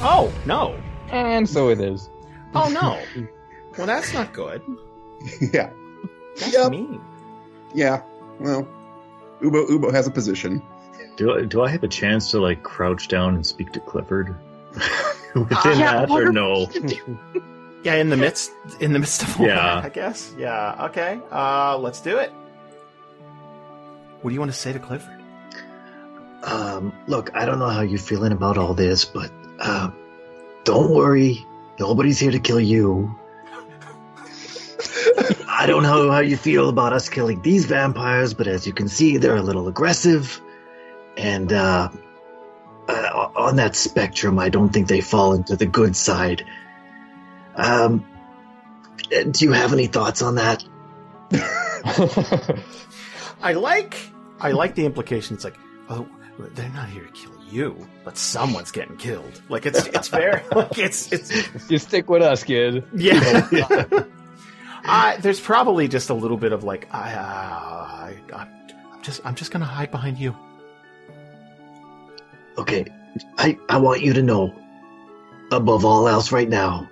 Speaker 2: Oh, no.
Speaker 5: And so it is.
Speaker 2: Oh, no. Well, that's not good.
Speaker 3: yeah.
Speaker 2: That's
Speaker 3: Yep.
Speaker 2: mean.
Speaker 3: Yeah. Well, Ubo Ubo has a position.
Speaker 11: Do I, do I have a chance to like crouch down and speak to Clifford within
Speaker 10: yeah,
Speaker 11: that or
Speaker 10: wonderful.
Speaker 11: no?
Speaker 2: Yeah, in the midst, in the midst of all
Speaker 11: Yeah.
Speaker 2: that, I guess. Yeah, okay. Uh, let's do it. What do you want to say to Clifford?
Speaker 8: Um, look, I don't know how you're feeling about all this, but uh, don't worry. Nobody's here to kill you. I don't know how you feel about us killing these vampires, but as you can see, they're a little aggressive. And uh, uh, on that spectrum, I don't think they fall into the good side. Um, uh, do you have any thoughts on that?
Speaker 2: I like I like the implication. It's like, oh, they're not here to kill you, but someone's getting killed. Like it's it's fair. like it's it's
Speaker 5: you stick with us, kid.
Speaker 2: yeah. I, there's probably just a little bit of like I, uh, I, I I'm just I'm just gonna hide behind you.
Speaker 8: Okay, I, I want you to know, above all else right now,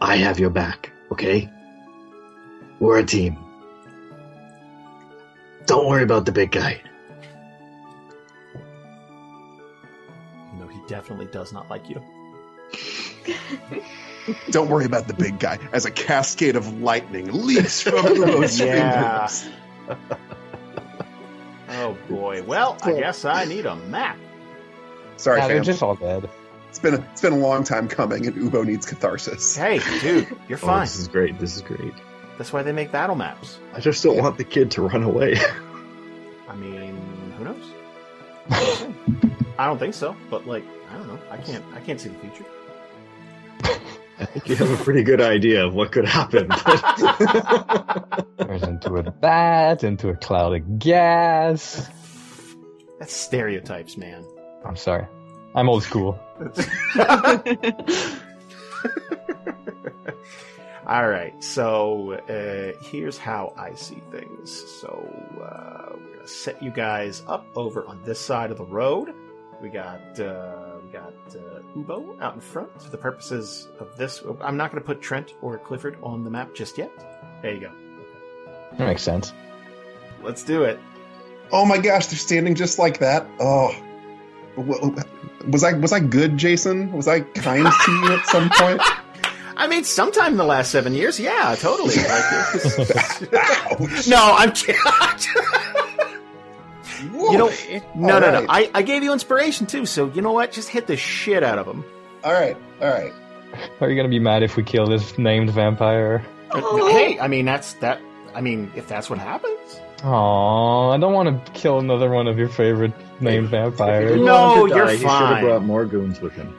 Speaker 8: I have your back, okay? We're a team. Don't worry about the big guy.
Speaker 2: You know he definitely does not like you.
Speaker 3: Don't worry about the big guy. As a cascade of lightning leaps from Ubo's
Speaker 2: Yeah.
Speaker 3: fingers.
Speaker 2: Oh boy. Well, I guess I need a map.
Speaker 3: Sorry,
Speaker 5: Nah, they're
Speaker 3: fam.
Speaker 5: just all dead.
Speaker 3: It's been a, it's been a long time coming, and Ubo needs catharsis.
Speaker 2: Hey, dude, you're
Speaker 11: Oh,
Speaker 2: fine.
Speaker 11: this is great. This is great.
Speaker 2: That's why they make battle maps.
Speaker 11: I just don't want the kid to run away.
Speaker 2: I mean, who knows? I don't think so, but like, I don't know. I can't. I can't see the future.
Speaker 11: I think you have a pretty good idea of what could happen.
Speaker 5: There's into a bat, into a cloud of gas.
Speaker 2: That's stereotypes, man.
Speaker 5: I'm sorry. I'm old school.
Speaker 2: All right, so uh, here's how I see things. So uh, we're gonna set you guys up over on this side of the road. We got uh, we got uh, Ubo out in front for the purposes of this. I'm not gonna put Trent or Clifford on the map just yet. There you go.
Speaker 5: That makes sense.
Speaker 2: Let's do it.
Speaker 3: Oh my gosh, they're standing just like that. Oh, W- was I was I good, Jason? Was I kind to you at some point?
Speaker 2: I mean, sometime in the last seven years, yeah, totally. Like, it was-
Speaker 3: Ouch.
Speaker 2: no, I'm kidding. You know,
Speaker 4: Why?
Speaker 2: no,
Speaker 3: All
Speaker 2: no, no.
Speaker 3: right.
Speaker 2: I, I gave you inspiration too, so you know what? Just hit the shit out of him.
Speaker 3: All right, all right.
Speaker 5: Are you gonna be mad if we kill this named vampire?
Speaker 6: Oh.
Speaker 2: Hey, I mean that's that. I mean, if that's what happens.
Speaker 5: Aw, I don't want to kill another one of your favorite named vampires.
Speaker 2: No,
Speaker 8: wanted to
Speaker 2: you're
Speaker 8: die, He should
Speaker 2: fine.
Speaker 8: have brought more goons with him.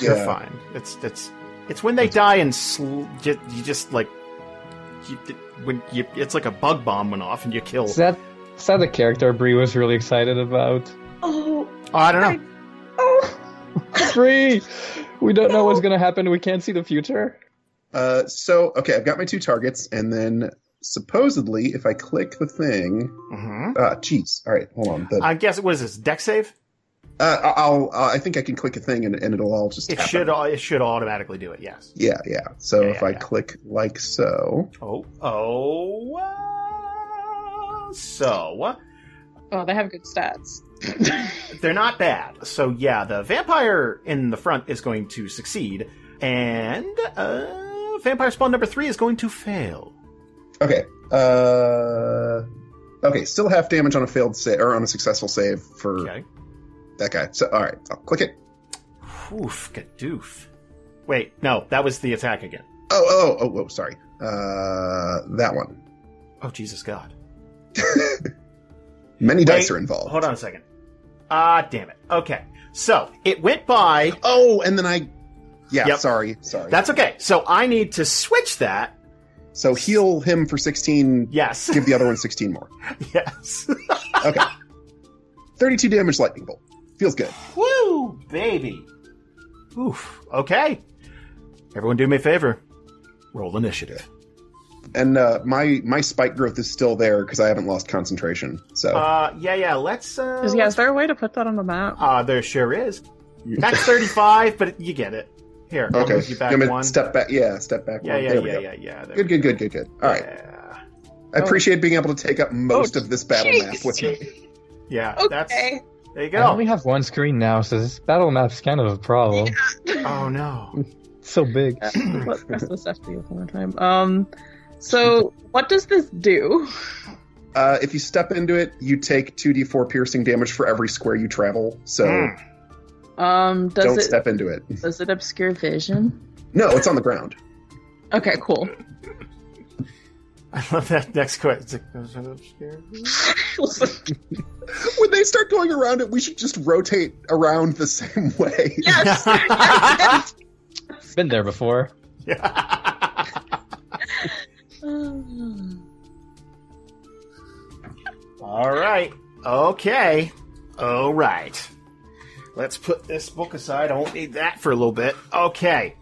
Speaker 2: You're
Speaker 3: Yeah.
Speaker 2: fine. It's it's it's when they die and sl- you, you just like you, when you it's like a bug bomb went off and you kill.
Speaker 5: Is that is that the character Bree was really excited about?
Speaker 6: Oh,
Speaker 2: oh, I don't know.
Speaker 6: oh.
Speaker 5: Bree, we don't know what's gonna happen. We can't see the future.
Speaker 3: Uh, so okay, I've got my two targets, and then supposedly, if I click the thing,
Speaker 2: hmm
Speaker 3: ah, jeez. All right, hold on. The,
Speaker 2: I guess what is this deck save?
Speaker 3: uh, I'll, I'll. I think I can click a thing, and, and it'll all just.
Speaker 2: It
Speaker 3: happen.
Speaker 2: should au- it should automatically do it. Yes.
Speaker 3: Yeah, yeah. So
Speaker 2: Yeah,
Speaker 3: if
Speaker 2: yeah,
Speaker 3: I
Speaker 2: yeah.
Speaker 3: click like so,
Speaker 2: Oh oh. uh, so uh,
Speaker 4: Oh, they have good stats.
Speaker 2: they're not bad. So yeah, the vampire in the front is going to succeed, and uh, vampire spawn number three is going to fail.
Speaker 3: okay. Uh, okay, still half damage on a failed save or on a successful save for
Speaker 2: Okay.
Speaker 3: that guy. So all right, I'll click it.
Speaker 2: Oof, gadoof. Wait, no, that was the attack again.
Speaker 3: Oh, oh, oh, whoa, sorry. Uh, that one.
Speaker 2: Oh, Jesus God.
Speaker 3: Many dice
Speaker 2: Wait,
Speaker 3: are involved.
Speaker 2: Hold on a second. Ah, damn it. Okay. So, it went by.
Speaker 3: Oh, and then I. Yeah,
Speaker 2: Yep.
Speaker 3: sorry, sorry.
Speaker 2: That's okay. So, I need to switch that.
Speaker 3: so heal him for sixteen.
Speaker 2: Yes.
Speaker 3: Give the other one sixteen more.
Speaker 2: yes.
Speaker 3: Okay. Thirty-two damage lightning bolt. Feels good.
Speaker 2: Woo, baby. Oof. Okay. Everyone do me a favor. Roll initiative.
Speaker 3: And uh, my my spike growth is still there because I haven't lost concentration. So
Speaker 2: Uh, yeah, yeah, let's, uh...
Speaker 4: Yeah, is there a way to put that on the map?
Speaker 2: Uh, there sure is. That's 35, but you get it. Here, I'll
Speaker 3: okay,
Speaker 2: move you back
Speaker 3: I'm gonna
Speaker 2: one.
Speaker 3: step back. Yeah, step back.
Speaker 2: yeah,
Speaker 3: one.
Speaker 2: yeah,
Speaker 3: There we
Speaker 2: yeah,
Speaker 3: go.
Speaker 2: yeah, yeah. There
Speaker 3: Good,
Speaker 2: we
Speaker 3: good, good, good, good. All right.
Speaker 2: Yeah.
Speaker 3: I appreciate being able to take up most
Speaker 4: Oh,
Speaker 3: of this battle map
Speaker 4: jeez.
Speaker 3: with me.
Speaker 2: Yeah, that's
Speaker 6: Okay.
Speaker 2: there you
Speaker 5: I only
Speaker 2: go.
Speaker 5: have one screen now, so this battle map's kind of a problem.
Speaker 2: Oh no.
Speaker 5: It's so big.
Speaker 4: Let's press this FD one more time. Um, so what does this do?
Speaker 3: Uh, if you step into it, you take 2d4 piercing damage for every square you travel. So
Speaker 2: Mm.
Speaker 4: Um, does
Speaker 3: don't
Speaker 4: it
Speaker 3: step into it.
Speaker 4: does it obscure vision?
Speaker 3: No, it's on the ground.
Speaker 4: Okay, cool.
Speaker 2: I love that next question. Is it obscure?
Speaker 3: When they start going around it, we should just rotate around the same way.
Speaker 6: Yes.
Speaker 5: Been there before.
Speaker 2: All right. Okay. All right. Let's put this book aside. I won't need that for a little bit. Okay.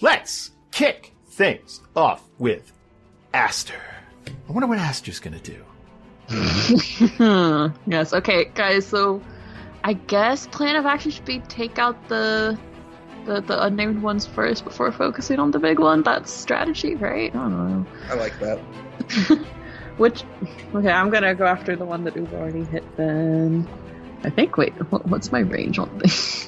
Speaker 2: Let's kick things off with Aster. I wonder what Aster's going to do.
Speaker 4: Hmm. Yes. Okay, guys. So, I guess plan of action should be take out the, the the unnamed ones first before focusing on the big one. That's strategy, right? I don't know.
Speaker 3: I like that.
Speaker 4: Which, okay, I'm gonna go after the one that we've already hit. Then, I think. Wait, what, what's my range on this?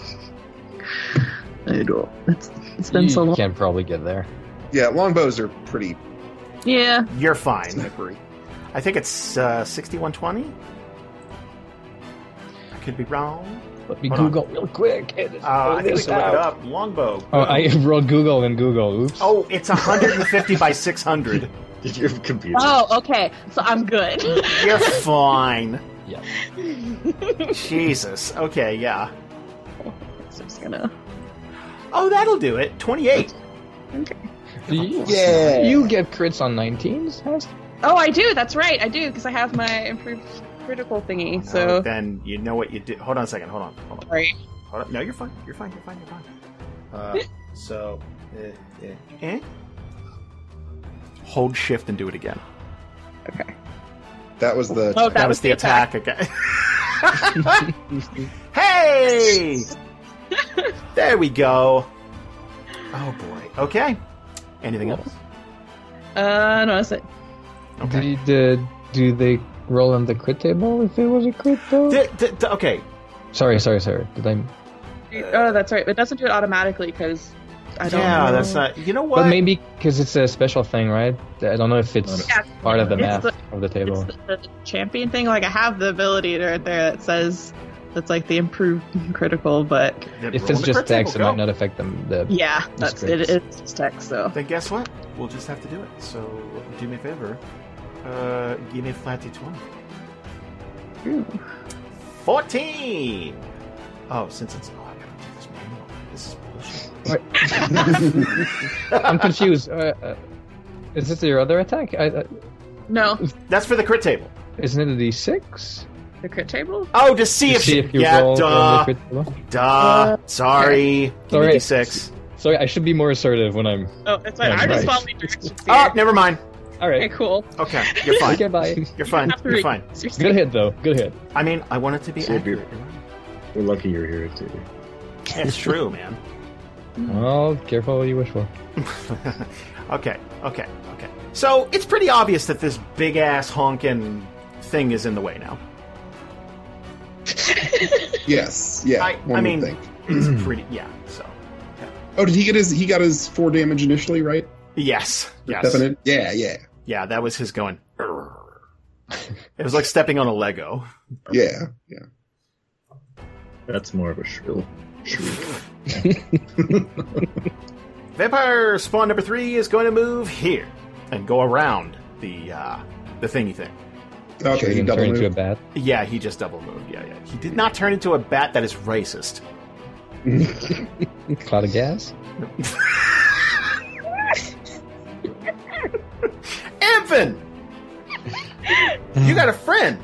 Speaker 4: I don't. It's it's been so
Speaker 5: You
Speaker 4: long.
Speaker 5: can probably get there.
Speaker 3: Yeah, longbows are pretty
Speaker 4: Yeah.
Speaker 2: You're fine.
Speaker 3: slippery.
Speaker 2: I think it's uh, 6120. I could be wrong.
Speaker 5: Let me
Speaker 2: Hold on.
Speaker 5: Google real quick. It is-
Speaker 2: Uh,
Speaker 5: oh,
Speaker 2: I think we
Speaker 5: this
Speaker 2: can look
Speaker 5: out.
Speaker 2: it up. Longbow.
Speaker 5: Oh, I wrote Google and Google. Oops.
Speaker 2: Oh, it's 150 by 600.
Speaker 8: Did your computer?
Speaker 4: Oh, okay. So I'm good.
Speaker 2: You're fine.
Speaker 5: Yeah.
Speaker 2: Jesus. Okay, yeah.
Speaker 4: so I'm just gonna.
Speaker 2: Oh, that'll do it. 28.
Speaker 5: yeah. You get crits on 19s? Hest?
Speaker 4: Oh, I do. That's right. I do because I have my improved critical thingy.
Speaker 2: Oh,
Speaker 4: So
Speaker 2: then you know what you did. Hold on a second. Hold on. Hold on.
Speaker 4: sorry.
Speaker 2: Hold on. No, you're fine. You're fine. You're fine. You're fine. Uh, so, eh, eh, eh. Hold shift and do it again.
Speaker 3: That was the.
Speaker 4: Oh, that, was,
Speaker 2: the attack, again. hey! there we go. Oh boy. Okay. Anything
Speaker 5: Cool.
Speaker 2: else?
Speaker 4: Uh, no, that's it.
Speaker 2: Okay.
Speaker 5: Did, uh, do they roll on the crit table if it was a crit though?
Speaker 2: D- d- d- okay.
Speaker 5: sorry, sorry, sorry. Did I?
Speaker 4: oh, that's right. It doesn't do it automatically because
Speaker 9: I don't
Speaker 2: yeah,
Speaker 9: know.
Speaker 2: that's not. You know what?
Speaker 5: But maybe because it's a special thing, right? I don't know if it's
Speaker 10: Yeah.
Speaker 5: part of the
Speaker 10: It's
Speaker 5: math
Speaker 10: the-
Speaker 5: of the table.
Speaker 10: It's the, the champion thing. Like I have the ability right there that says that's like the improved critical, but
Speaker 2: Then
Speaker 5: If
Speaker 2: roll
Speaker 5: it's
Speaker 2: the
Speaker 5: just
Speaker 2: crit table,
Speaker 5: text, it
Speaker 2: go.
Speaker 5: might not affect them. The
Speaker 10: yeah,
Speaker 5: That's
Speaker 10: that's
Speaker 5: great.
Speaker 10: it. It's just text. So
Speaker 2: Then guess what? We'll just have to do it. So do me a favor. Uh, give me a flat d20.
Speaker 10: Ooh.
Speaker 2: 14! Oh, since it's. Oh, I gotta do this manual. This is bullshit.
Speaker 5: I'm confused. Uh, uh, is this your other attack? I, uh,
Speaker 10: no,
Speaker 2: That's for the crit table.
Speaker 5: isn't it a d6?
Speaker 10: the crit table.
Speaker 2: Oh, to see
Speaker 5: To
Speaker 2: if.
Speaker 5: see
Speaker 2: she-
Speaker 5: if you
Speaker 2: yeah,
Speaker 5: roll on the
Speaker 2: duh.
Speaker 5: crit table?
Speaker 2: Duh. Sorry. Give me a
Speaker 5: Sorry.
Speaker 2: d6.
Speaker 5: Sorry, I should be more assertive when I'm.
Speaker 10: Oh, it's like
Speaker 5: Yeah,
Speaker 10: I'm just
Speaker 5: right.
Speaker 10: following directions here.
Speaker 2: Oh, never mind.
Speaker 5: All
Speaker 10: okay,
Speaker 5: right.
Speaker 10: cool.
Speaker 2: Okay, you're fine.
Speaker 5: Okay, bye.
Speaker 2: You're fine.
Speaker 10: have to
Speaker 2: You're
Speaker 10: read.
Speaker 2: fine.
Speaker 5: Good hit though. Good hit.
Speaker 2: I mean, I want it to be
Speaker 11: So be-
Speaker 2: accurate. You're right.
Speaker 11: We're lucky you're here, too.
Speaker 2: It's true, man.
Speaker 5: Well, careful what you wish for.
Speaker 2: okay, okay, okay. So it's pretty obvious that this big ass honkin' thing is in the way now.
Speaker 3: Yes. Yeah.
Speaker 2: I-
Speaker 3: one
Speaker 2: I
Speaker 3: would
Speaker 2: mean-
Speaker 3: think.
Speaker 7: Mm.
Speaker 2: It's pretty, yeah. So
Speaker 3: Oh, did he get his? He got his four damage initially, right?
Speaker 2: yes, yes,
Speaker 3: Definite. Yeah. Yeah.
Speaker 2: yeah. That was his going. "Urgh." It was like stepping on a Lego.
Speaker 3: Yeah. Yeah.
Speaker 11: That's more of a shrill.
Speaker 2: Vampire spawn number three is going to move here and go around the uh, the thingy thing.
Speaker 5: Sure,
Speaker 3: Okay.
Speaker 5: you
Speaker 3: He
Speaker 5: can
Speaker 3: double
Speaker 5: turn
Speaker 3: moved.
Speaker 5: into a bat.
Speaker 2: Yeah, he just double moved. Yeah, yeah. He did not turn into a bat. That is racist.
Speaker 5: Cloud of gas.
Speaker 2: Evan,
Speaker 7: Mm.
Speaker 2: you got a friend.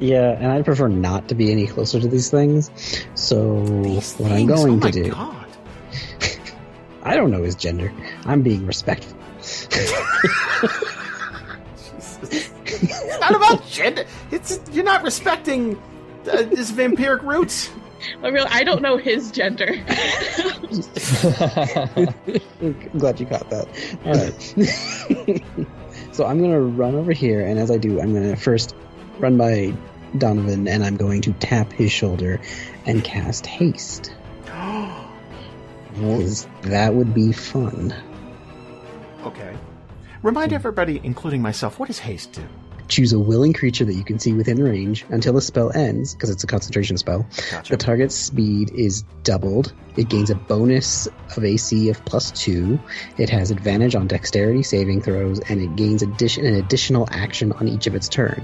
Speaker 7: Yeah, and I'd prefer not to be any closer to these things. So
Speaker 2: These
Speaker 7: what I'm
Speaker 2: things,
Speaker 7: going
Speaker 2: oh my
Speaker 7: to do,
Speaker 2: God.
Speaker 7: I don't know his gender. I'm being respectful.
Speaker 2: It's not about gender. It's you're not respecting uh, his vampiric roots.
Speaker 10: I real I don't know his gender.
Speaker 7: I'm glad you caught that. All right. so I'm going to run over here, and as I do, I'm going to first run by Donovan, and I'm going to tap his shoulder and cast haste. 'Cause That would be fun.
Speaker 2: okay. Remind everybody, including myself, what does haste do?
Speaker 7: Choose a willing creature that you can see within range until the spell ends, because it's a concentration spell.
Speaker 2: Gotcha.
Speaker 7: The target's speed is doubled. It gains a bonus of AC of plus two. It has advantage on dexterity saving throws, and it gains addition, an additional action on each of its turn.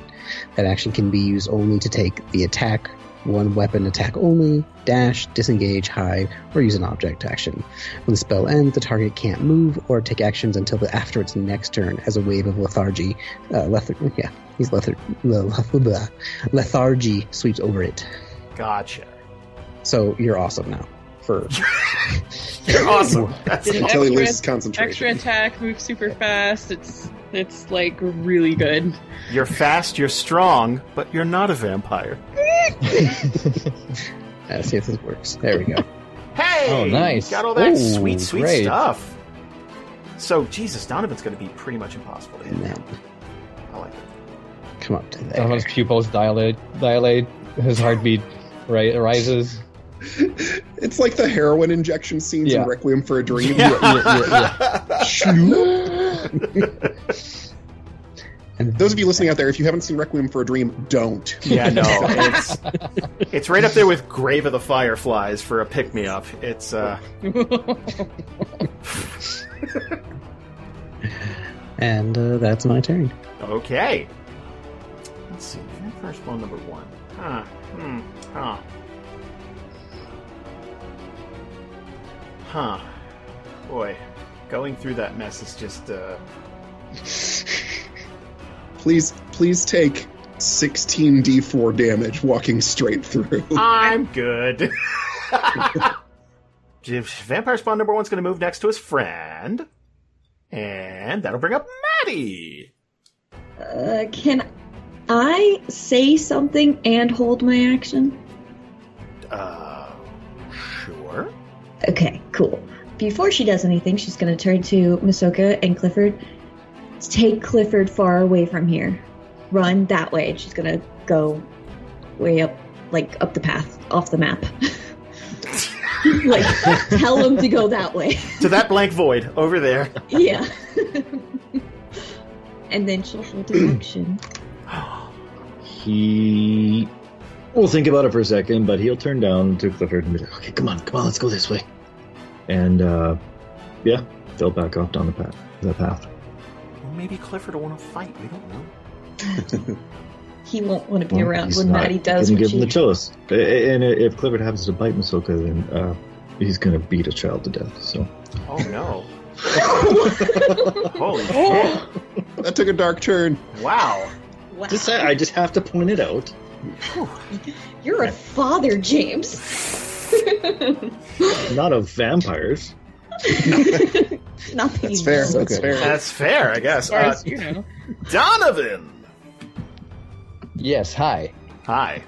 Speaker 7: That action can be used only to take the attack, one weapon attack only, dash, disengage, hide, or use an object action. When the spell ends, the target can't move or take actions until the, after its next turn as a wave of lethargy. Uh, lethar- yeah, he's lethar- le- le- blah. lethargy sweeps over it.
Speaker 2: Gotcha.
Speaker 7: So you're awesome now. For
Speaker 2: You're awesome. That's
Speaker 10: Did
Speaker 3: Until he
Speaker 10: extra-
Speaker 3: loses concentration.
Speaker 10: Extra attack, move super fast. It's it's like really good.
Speaker 2: You're fast. You're strong, but you're not a vampire.
Speaker 7: uh, see if this works. There we go.
Speaker 2: Hey!
Speaker 5: Oh, nice.
Speaker 2: Got all that
Speaker 5: Ooh,
Speaker 2: sweet, sweet
Speaker 5: great.
Speaker 2: stuff. So, Jesus, Donovan's going to be pretty much impossible. to
Speaker 7: And
Speaker 2: hit.
Speaker 7: then
Speaker 2: I like it.
Speaker 7: come up to there.
Speaker 5: Donovan's pupils dilate. Dilate. His heartbeat ri- rises.
Speaker 3: It's like the heroin injection scenes
Speaker 5: Yeah.
Speaker 3: in Requiem for a Dream.
Speaker 7: And
Speaker 3: Those of you listening out there, if you haven't seen Requiem for a Dream, don't.
Speaker 2: Yeah, no, it's it's right up there with Grave of the Fireflies for a pick me up. It's uh,
Speaker 7: and uh, that's my turn.
Speaker 2: Okay. Let's see. First one, number one. Huh. Hmm. Huh. Huh. Boy, going through that mess is just. Uh...
Speaker 3: Please, please take 16d4 damage walking straight through.
Speaker 2: I'm good. Vampire spawn number one's going to move next to his friend, and that'll bring up Maddie.
Speaker 6: Uh, can I say something and hold my action?
Speaker 2: Uh, sure.
Speaker 6: Okay, cool. Before she does anything, she's going to turn to Masoka and Clifford. Take Clifford far away from here. Run that way. She's going to go way up, like up the path, off the map. like tell him to go that way.
Speaker 2: to that blank void over there.
Speaker 6: yeah. and then she'll hold an action.
Speaker 11: He will think about it for a second, but he'll turn down to Clifford and be like,
Speaker 8: Okay, come on, come on, let's go this way.
Speaker 11: and uh, yeah, they'll back off down the path. The path.
Speaker 2: Well, maybe Clifford will want to fight. We don't know.
Speaker 6: He won't want to be
Speaker 11: Well,
Speaker 6: around
Speaker 11: he's
Speaker 6: when
Speaker 11: not
Speaker 6: Maddie does.
Speaker 11: Gonna
Speaker 6: When
Speaker 11: give him
Speaker 6: she...
Speaker 11: the chillest. A- a- And if Clifford happens to bite Masoka, then uh, he's gonna beat a child to death. So
Speaker 2: Oh no! Holy
Speaker 6: Oh.
Speaker 3: That took a dark turn.
Speaker 2: shit! Wow.
Speaker 6: Wow.
Speaker 11: just I just have to point it out.
Speaker 6: You're a father, James.
Speaker 11: Not of vampires.
Speaker 6: Not that
Speaker 3: That's
Speaker 6: you
Speaker 3: fair.
Speaker 6: know.
Speaker 3: That's
Speaker 11: Okay.
Speaker 3: fair.
Speaker 2: That's fair, I guess. Uh,
Speaker 5: you know.
Speaker 2: Donovan.
Speaker 5: Yes, hi.
Speaker 2: Hi.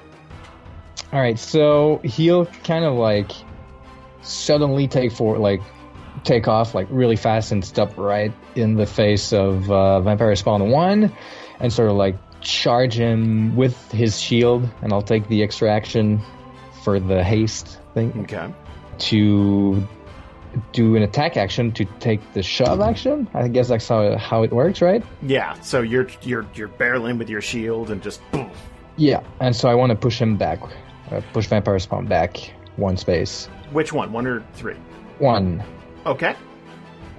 Speaker 5: All right, so he'll kind of like suddenly take for like take off like really fast and step right in the face of uh, Vampire Spawn One, and sort of like charge him with his shield. And I'll take the extra action for the haste thing
Speaker 2: Okay.
Speaker 5: to do an attack action to take the shove action. I guess that's how how it works, right?
Speaker 2: Yeah. So you're you're you're barreling with your shield and just boom.
Speaker 5: Yeah, and so I want to push him back, uh, push Vampire Spawn back one space.
Speaker 2: Which one? One or three?
Speaker 5: One.
Speaker 2: Okay.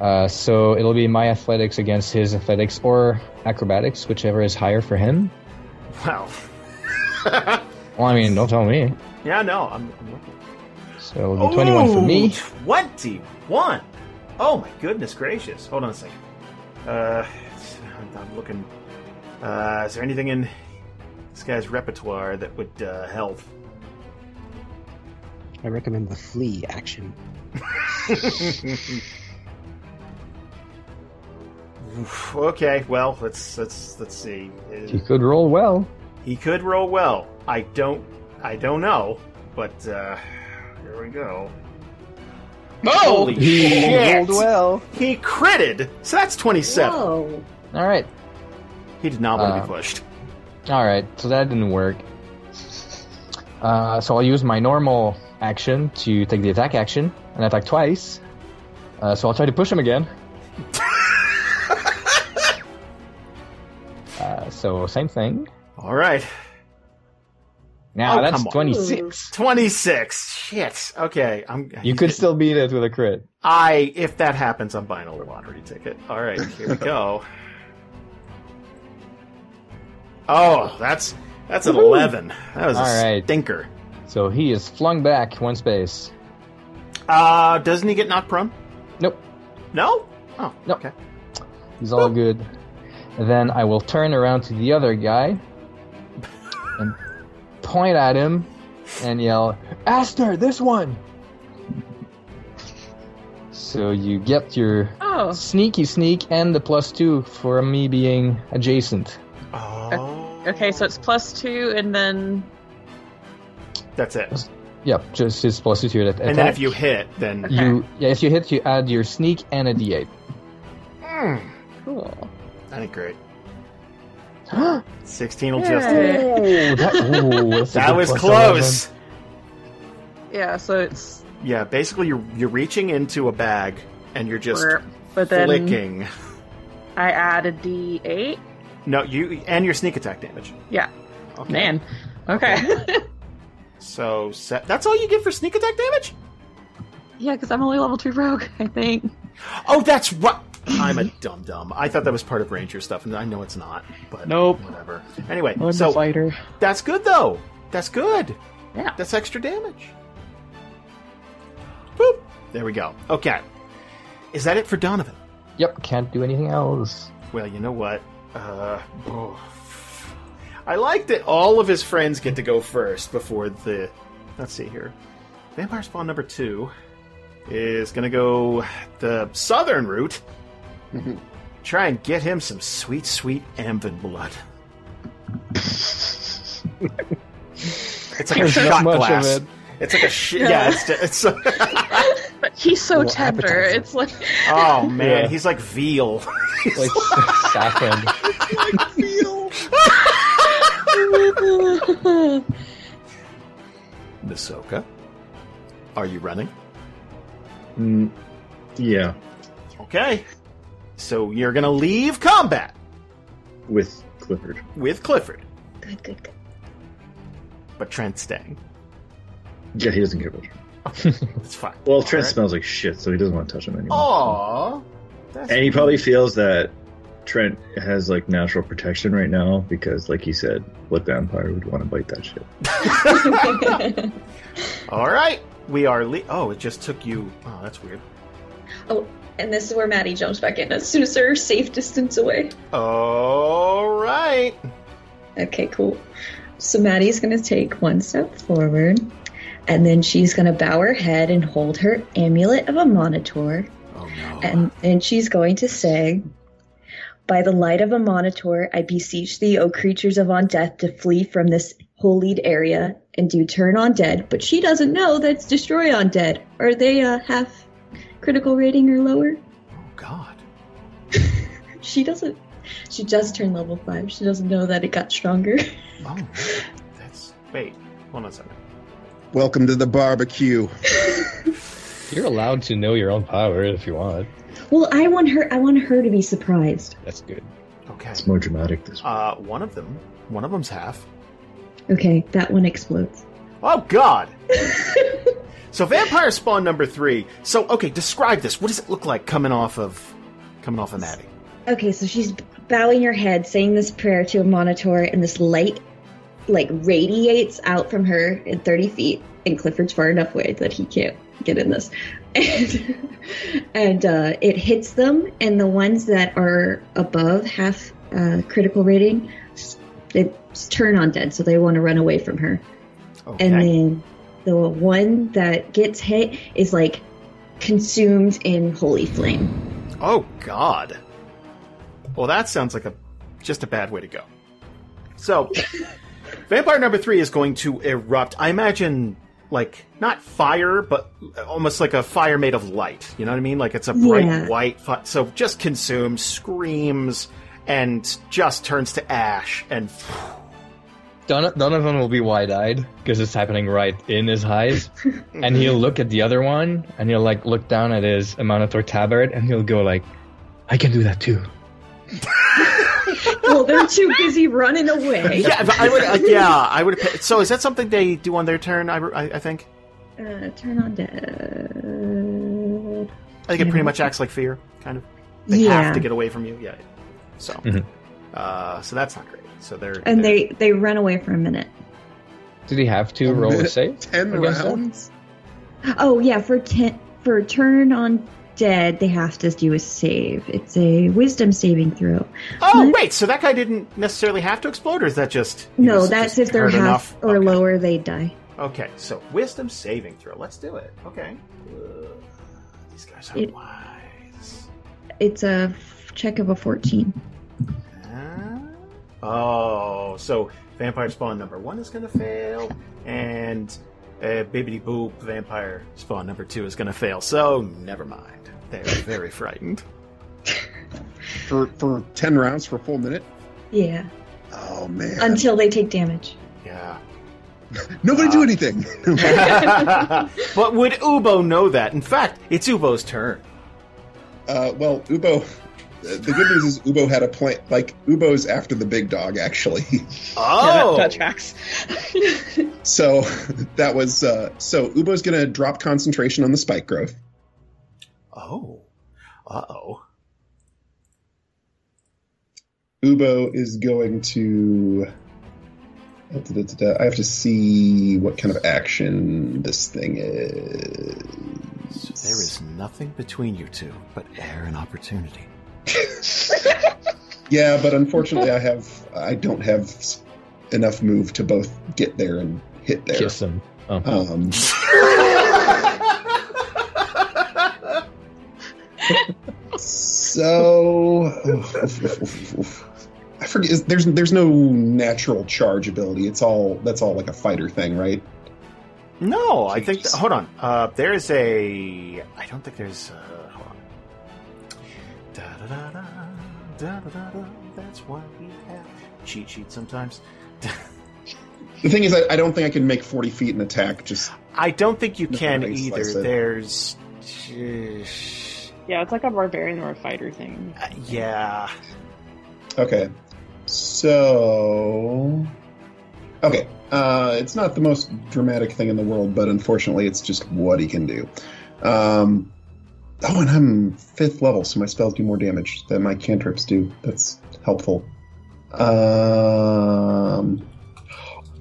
Speaker 5: Uh, so it'll be my athletics against his athletics or acrobatics, whichever is higher for him.
Speaker 2: Wow.
Speaker 5: Well, I mean, don't tell me.
Speaker 2: Yeah. No. I'm. I'm looking.
Speaker 5: So it'll be 21 for me.
Speaker 2: Ooh, 21. Oh my goodness gracious. Hold on a second. Uh, I'm- I'm looking. Uh, is there anything in this guy's repertoire that would uh, help?
Speaker 7: I recommend the flee action.
Speaker 2: Oof, okay, well, let's let's let's see.
Speaker 5: He
Speaker 2: Uh,
Speaker 5: could roll well.
Speaker 2: He could roll well. I don't I don't know, but uh, here we go. Holy shit!
Speaker 5: well.
Speaker 2: He critted, so that's twenty-seven.
Speaker 6: Whoa.
Speaker 5: All right.
Speaker 2: He did not want to
Speaker 5: Uh,
Speaker 2: be pushed.
Speaker 5: All right. So that didn't work. Uh, so I'll use my normal action to take the attack action and attack twice. Uh, so I'll try to push him again. uh, so same thing.
Speaker 2: All right,
Speaker 5: Now
Speaker 2: Oh,
Speaker 5: that's
Speaker 2: come on.
Speaker 5: 26.
Speaker 2: twenty-six. Shit. Okay, I'm.
Speaker 5: You could still beat it with a crit.
Speaker 2: I if that happens, I'm buying a lottery ticket. All right, here we go. Oh, that's that's an eleven. That was
Speaker 5: All
Speaker 2: a
Speaker 5: right.
Speaker 2: stinker.
Speaker 5: So he is flung back one space.
Speaker 2: Uh, doesn't he get knocked prone?
Speaker 5: Nope.
Speaker 2: No. Oh,
Speaker 5: Nope.
Speaker 2: okay.
Speaker 5: He's all good. And then I will turn around to the other guy and point at him and yell, Aster, this one! So you get your
Speaker 10: Oh,
Speaker 5: sneaky sneak and the plus two for me being adjacent.
Speaker 2: Oh.
Speaker 10: Uh, okay. So it's plus two, and then
Speaker 2: that's it.
Speaker 5: Yep, just his plus two to your attack.
Speaker 2: And then if you hit, then
Speaker 10: Okay.
Speaker 5: you yeah, if you hit, you add your sneak and a d8.
Speaker 2: Mm,
Speaker 10: cool.
Speaker 2: that ain't great.
Speaker 5: oh,
Speaker 2: Sixteen will just.
Speaker 10: Yay.
Speaker 2: hit.
Speaker 5: that, ooh, that's a
Speaker 2: That
Speaker 5: good
Speaker 2: was
Speaker 5: plus 11.
Speaker 2: close.
Speaker 10: Yeah. So it's
Speaker 2: Yeah, basically you're you're reaching into a bag and you're just
Speaker 10: but then
Speaker 2: flicking.
Speaker 10: I add a D eight.
Speaker 2: No, you and your sneak attack damage.
Speaker 10: Yeah.
Speaker 2: Okay.
Speaker 10: Man. Okay.
Speaker 2: So se- that's all you get for sneak attack damage?
Speaker 10: yeah, because I'm only level two rogue. I think.
Speaker 2: Oh, that's what. I'm a dum dum. I thought that was part of ranger stuff, and I know it's not. But
Speaker 5: Nope.
Speaker 2: whatever. Anyway,
Speaker 5: I'm a
Speaker 2: so
Speaker 5: fighter.
Speaker 2: that's good though. That's good.
Speaker 10: Yeah.
Speaker 2: That's extra damage. Boop. There we go. Okay. Is that it for Donovan?
Speaker 5: Yep, can't do anything else.
Speaker 2: Well, you know what? Uh, oh. I like that all of his friends get to go first before the. Let's see here. Vampire Spawn number two is going to go the southern route.
Speaker 5: Mm-hmm.
Speaker 3: Mhm.
Speaker 2: Try and get him some sweet, sweet Amvin blood. it's like a
Speaker 5: There's not
Speaker 2: shot
Speaker 5: much of
Speaker 2: glass.
Speaker 5: it.
Speaker 2: It's like a shit. Yeah, it's, it's
Speaker 10: But he's so
Speaker 7: Little
Speaker 10: tender.
Speaker 7: appetizer.
Speaker 10: It's like
Speaker 2: oh man,
Speaker 5: Yeah.
Speaker 2: he's like veal.
Speaker 5: Like saffron.
Speaker 2: Misoka, are you running?
Speaker 11: Mm, yeah,
Speaker 2: Okay. So you're going to leave combat
Speaker 11: with Clifford.
Speaker 2: with Clifford,
Speaker 9: Good, good, good.
Speaker 2: but Trent's staying.
Speaker 11: Yeah, he doesn't give a
Speaker 2: It's fine.
Speaker 11: Well,
Speaker 2: Alright.
Speaker 11: Trent
Speaker 2: Oh,
Speaker 11: smells like shit, so he doesn't want to touch him anymore.
Speaker 2: Aww. That's
Speaker 11: And he probably feels that Trent has like natural protection right now because, like he said, what vampire would want to bite that shit?
Speaker 2: All right. We are. Le- oh, it just took you. Oh, that's weird.
Speaker 6: Oh,
Speaker 9: And this is where Maddie jumps back in as soon as they're safe distance away.
Speaker 2: All right.
Speaker 6: Okay, cool. So Maddie's going to take one step forward, and then she's going to bow her head and hold her amulet of a monitor,
Speaker 2: Oh no.
Speaker 6: and and she's going to say, "By the light of a monitor, I beseech thee, O creatures of undeath, to flee from this holied area and do turn on dead." But she doesn't know that's destroy undead, or they uh, have critical rating or lower.
Speaker 2: oh God.
Speaker 6: She doesn't. She just turned level five. She doesn't know that it got stronger.
Speaker 2: Oh, that's. Wait. Hold on a second.
Speaker 3: Welcome to the barbecue.
Speaker 5: You're allowed to know your own power if you want.
Speaker 6: Well, I want her. I want her to be surprised.
Speaker 5: That's good.
Speaker 2: Okay.
Speaker 11: It's more dramatic this way.
Speaker 2: Uh, one of them. One of them's half.
Speaker 6: Okay, that one explodes.
Speaker 2: Oh God. so vampire spawn number three. So okay, describe this. What does it look like coming off of, coming off of Maddie?
Speaker 6: Okay, so she's bowing her head, saying this prayer to a monitor, and this light, like, radiates out from her in 30 feet. And Clifford's far enough away that he can't get in this. And, and uh, it hits them, and the ones that are above half uh, critical rating, s- they s- turn on dead, so they want to run away from her.
Speaker 2: Okay.
Speaker 6: and then the one that gets hit is like consumed in holy flame.
Speaker 2: Oh God. Well, that sounds like a just a bad way to go. So, vampire number three is going to erupt. I imagine, like not fire, but almost like a fire made of light. You know what I mean? Like it's a bright
Speaker 6: Yeah.
Speaker 2: white. Fi- so just consumes, screams, and just turns to ash. And
Speaker 5: Don- Donovan will be wide-eyed because it's happening right in his eyes, and he'll look at the other one, and he'll like look down at his Minotaur tabard, and he'll go like, "I can do that too."
Speaker 6: well, they're too busy running away.
Speaker 2: yeah, I would. Uh, yeah, I would. So is that something they do on their turn? I, I, I think.
Speaker 6: Uh, turn on dead.
Speaker 2: I think it pretty much acts like fear, kind of. They
Speaker 6: Mm-hmm. yeah,
Speaker 2: have to get away from you. Yeah. So,
Speaker 5: Mhm.
Speaker 2: uh, so that's not great. So they're
Speaker 6: and they they run away for a minute.
Speaker 5: Did he have to
Speaker 3: A
Speaker 5: roll a
Speaker 3: minute.
Speaker 5: save?
Speaker 3: Ten
Speaker 5: Against them?
Speaker 3: rounds.
Speaker 6: Oh yeah, for ten for turn on dead, they have to do a save. It's a wisdom saving throw. Mm-hmm.
Speaker 2: oh wait, so that guy didn't necessarily have to explode, or is that just he
Speaker 6: No,
Speaker 2: was
Speaker 6: that's
Speaker 2: just
Speaker 6: if they're
Speaker 2: hurt
Speaker 6: half
Speaker 2: enough?
Speaker 6: or
Speaker 2: okay.
Speaker 6: lower, they die.
Speaker 2: Okay, so wisdom saving throw. Let's do it. Okay. Uh, these guys are
Speaker 6: It-
Speaker 2: wise.
Speaker 6: It's a f- check of a fourteen.
Speaker 2: Huh? Oh, so vampire spawn number one is going to fail, and uh, bibbity boop vampire spawn number two is going to fail. So never mind. They're very frightened.
Speaker 3: for for 10 rounds for a full minute
Speaker 6: Yeah,
Speaker 3: oh man
Speaker 6: until they take damage.
Speaker 2: Yeah.
Speaker 3: nobody do anything
Speaker 2: but would Ubo know that? In fact, it's Ubo's turn.
Speaker 3: uh, well ubo the good news is ubo had a plan like ubo's after the big dog actually
Speaker 2: Oh,
Speaker 7: that, that tracks.
Speaker 3: so that was uh, so ubo's gonna drop concentration on the spike growth
Speaker 2: oh, uh oh.
Speaker 3: ubo is going to I have to see what kind of action this thing is.
Speaker 2: There is nothing between you two but air and opportunity.
Speaker 3: Yeah, but unfortunately, I have I don't have s- enough move to both get there and hit there.
Speaker 5: Kiss him. Oh.
Speaker 3: Um, so I forget. Is, there's there's no natural charge ability. It's all that's all like a fighter thing, right?
Speaker 2: No, I think. Th- hold on. Uh, there is a. I don't think there's. Uh, hold on. Da-da-da-da, da-da-da-da, that's why we have cheat sheets sometimes.
Speaker 3: The thing is, I, I don't think I can make forty feet and attack. Just
Speaker 2: I don't think you
Speaker 3: No,
Speaker 2: can
Speaker 3: nice,
Speaker 2: either.
Speaker 3: like I said.
Speaker 2: There's Sheesh.
Speaker 4: Yeah, it's like a barbarian or a fighter thing.
Speaker 2: Uh, Yeah.
Speaker 3: Okay. So. Okay. Uh, it's not the most dramatic thing in the world, but unfortunately, it's just what he can do. Um, oh, and I'm fifth level, so my spells do more damage than my cantrips do. That's helpful. Um.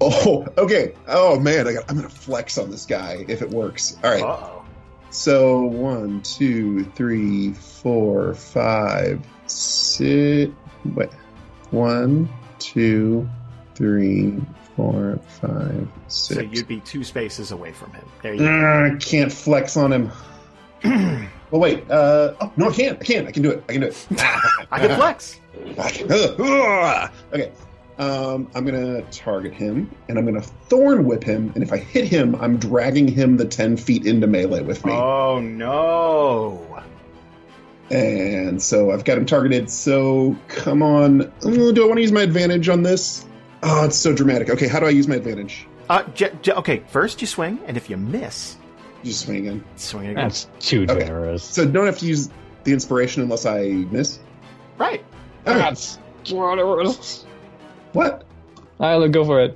Speaker 3: Oh, okay. Oh man, I got, I'm gonna flex on this guy if it works. All right.
Speaker 2: Uh-oh.
Speaker 3: So one, two, three, four, five, six. Wait. One, two, three, four, five, six.
Speaker 2: So you'd be two spaces away from him. There you go.
Speaker 3: Mm, I can't flex on him. well, wait. Uh, oh no, I can. I can. I can do it. I can do it.
Speaker 2: I can flex.
Speaker 3: Ah, okay. Um, I'm gonna target him, and I'm gonna thorn whip him. And if I hit him, I'm dragging him the ten feet into melee with me.
Speaker 2: Oh no.
Speaker 3: And so I've got him targeted. So come on. Uh, do I want to use my advantage on this? Oh, it's so dramatic. Okay, how do I use my advantage?
Speaker 2: Uh, j- j- okay, first you swing, and if you miss,
Speaker 3: Just swing again.
Speaker 2: swing again.
Speaker 5: That's too
Speaker 3: Okay.
Speaker 5: generous.
Speaker 3: So don't have to use the inspiration unless I miss.
Speaker 2: Right. Ah.
Speaker 3: Okay.
Speaker 5: That's generous.
Speaker 3: What?
Speaker 5: I will go for it.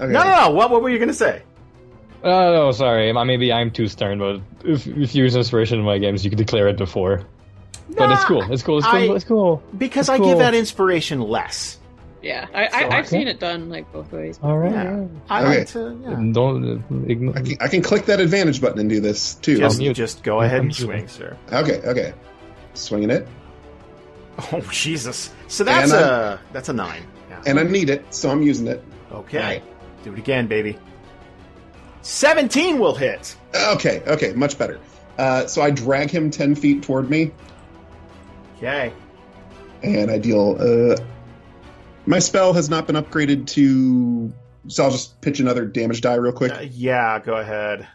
Speaker 3: Okay.
Speaker 2: No, no, no. What, what were you going to say?
Speaker 5: Oh, no, sorry. Ma- Maybe I'm too stern, but if, if you use inspiration in my games, you can declare it before. but it's
Speaker 2: Nah,
Speaker 5: cool. It's cool. It's cool.
Speaker 2: I-
Speaker 5: it's cool.
Speaker 2: Because
Speaker 5: That's
Speaker 2: I give
Speaker 5: cool.
Speaker 2: that inspiration less.
Speaker 4: Yeah, I,
Speaker 2: So
Speaker 4: I,
Speaker 2: I- Oh.
Speaker 4: I've seen it done like both ways.
Speaker 5: All right.
Speaker 2: Yeah.
Speaker 5: all
Speaker 2: I
Speaker 3: Okay.
Speaker 2: like to.
Speaker 5: right.
Speaker 2: Yeah.
Speaker 5: Don't uh, ignore.
Speaker 3: I can, I can click that advantage button and do this too.
Speaker 2: Just,
Speaker 5: mute.
Speaker 2: just go ahead and
Speaker 5: Unmute.
Speaker 2: swing, sir.
Speaker 3: Okay, okay. Swinging it.
Speaker 2: Oh Jesus! So that's
Speaker 3: And I-
Speaker 2: a that's a nine. Yeah.
Speaker 3: And I need it, so I'm using it.
Speaker 2: Okay,
Speaker 3: Right.
Speaker 2: do it again, baby. Seventeen will hit.
Speaker 3: Okay, okay, much better. Uh, so I drag him 10 feet toward me,
Speaker 2: Okay.
Speaker 3: and I deal. Uh, my spell has not been upgraded to. So I'll just pitch another damage die real quick.
Speaker 2: Uh, yeah, go ahead.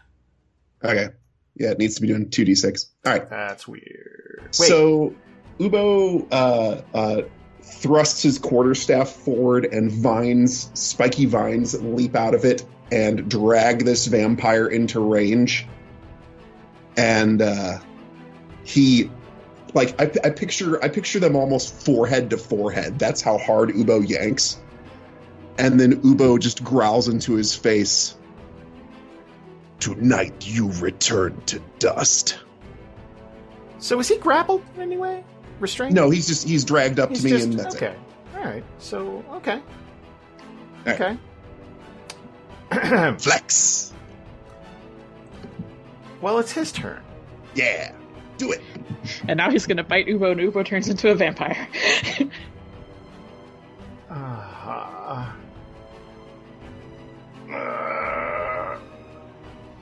Speaker 3: Okay. Yeah, it needs to be doing 2d6. All right.
Speaker 2: That's weird. Wait,
Speaker 3: So Ubo uh, uh, thrusts his quarterstaff forward, and vines, spiky vines, leap out of it and drag this vampire into range. And uh, he, like, I, I picture, I picture them almost forehead to forehead. That's how hard Ubo yanks. And then Ubo just growls into his face. Tonight you return to dust.
Speaker 2: so is he grappled in any way? Restrained?
Speaker 3: No, he's just he's dragged up
Speaker 2: He's
Speaker 3: to me
Speaker 2: just-
Speaker 3: and that's
Speaker 2: okay. All right. So okay.
Speaker 3: All
Speaker 2: Okay.
Speaker 3: it. Flex.
Speaker 2: well, it's his turn.
Speaker 3: Yeah. Do it.
Speaker 4: And now he's gonna bite Ubo, and Ubo turns into a vampire.
Speaker 2: Uh, uh,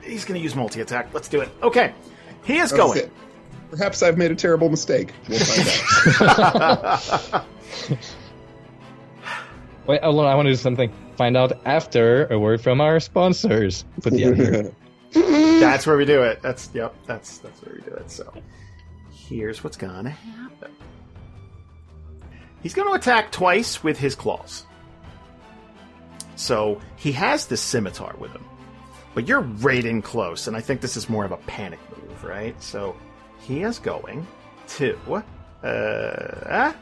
Speaker 2: he's going to use multi attack. Let's do it. Okay. He is
Speaker 3: Oh,
Speaker 2: going.
Speaker 3: shit. Perhaps I've made a terrible mistake. We'll find out.
Speaker 5: Wait, hold on, I want to do something. Find out after a word from our sponsors. Put the end here.
Speaker 2: that's where we do it. That's yep. That's that's where we do it. So here's what's going to happen. He's going to attack twice with his claws. So he has this scimitar with him, but you're right in close, and I think this is more of a panic move, right? So he is going to uh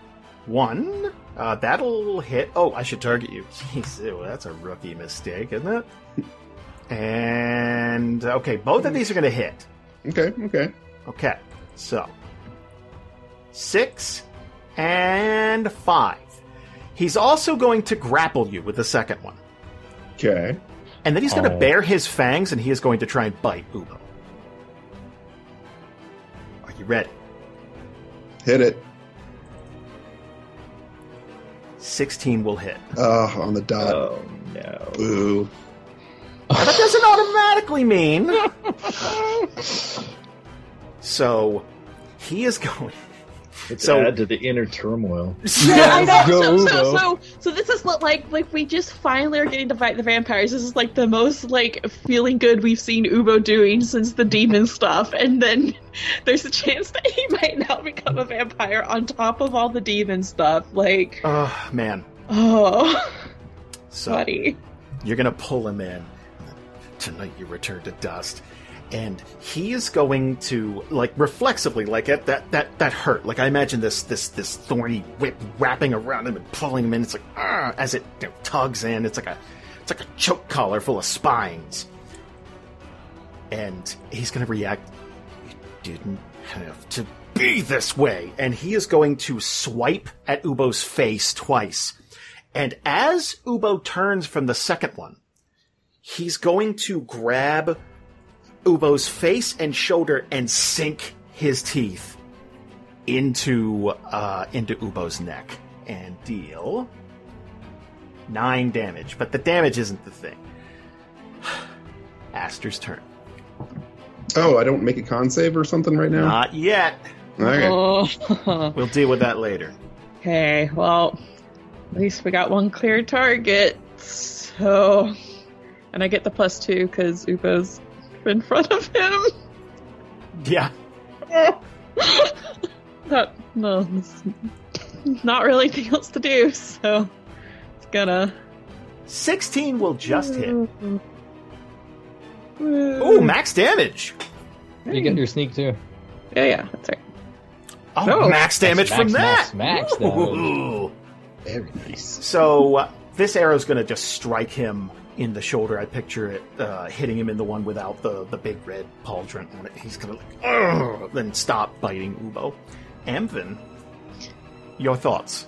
Speaker 2: one. Uh, that'll hit. Oh, I should target you. Jeez, ew, that's a rookie mistake, isn't it? And okay, both of these are going to hit.
Speaker 3: okay, okay.
Speaker 2: Okay, so six and five. He's also going to grapple you with the second one,
Speaker 3: Okay.
Speaker 2: and then he's going to
Speaker 5: Oh.
Speaker 2: bare his fangs and he is going to try and bite Ubo. Are you ready?
Speaker 3: Hit it.
Speaker 2: Sixteen will hit.
Speaker 3: Uh on the dot.
Speaker 11: Oh no.
Speaker 3: Boo.
Speaker 2: Now, that doesn't automatically mean. so he is going.
Speaker 11: Let's
Speaker 2: So-
Speaker 11: add to the inner turmoil.
Speaker 4: I know.
Speaker 5: go,
Speaker 4: so, so,
Speaker 5: Ubo.
Speaker 4: so, so this is what, like like we just finally are getting to fight the vampires. This is like the most like feeling good we've seen Ubo doing since the demon stuff. And then there's a chance that he might now become a vampire on top of all the demon stuff. Like
Speaker 2: Oh man.
Speaker 4: oh,
Speaker 2: So
Speaker 4: buddy.
Speaker 2: You're gonna pull him in. Tonight you return to dust. and he is going to like reflexively like at that that that hurt like i imagine this this this thorny whip wrapping around him and pulling him in it's like ah, as it you know, tugs in it's like a it's like a choke collar full of spines and he's going to react it didn't have to be this way and he is going to swipe at ubo's face twice and as ubo turns from the second one he's going to grab Ubo's face and shoulder and sink his teeth into uh, into Ubo's neck and deal nine damage. But the damage isn't the thing. Aster's turn.
Speaker 3: Oh, I don't make a con save or something right now.
Speaker 2: Not yet.
Speaker 3: okay.
Speaker 10: Oh.
Speaker 2: We'll deal with that later.
Speaker 10: okay, well,
Speaker 4: At least we got one clear target. So, and I get the plus two because Ubo's in front of him.
Speaker 2: Yeah.
Speaker 4: That no, there's not really anything else to do. So, it's gonna.
Speaker 2: Sixteen will just hit.
Speaker 4: Mm.
Speaker 2: Ooh, max damage.
Speaker 5: You get your sneak too.
Speaker 4: Yeah, yeah, that's right.
Speaker 2: Oh,
Speaker 4: No.
Speaker 2: max damage
Speaker 5: Max,
Speaker 2: from
Speaker 5: max,
Speaker 2: that.
Speaker 5: max damage.
Speaker 2: Ooh.
Speaker 8: Very nice.
Speaker 2: So uh, this arrow's going to just strike him in the shoulder. I picture it uh, hitting him in the one without the, the big red pauldron on it. He's going to like, "Ugh," then stop biting Ubo. Amvin, your thoughts?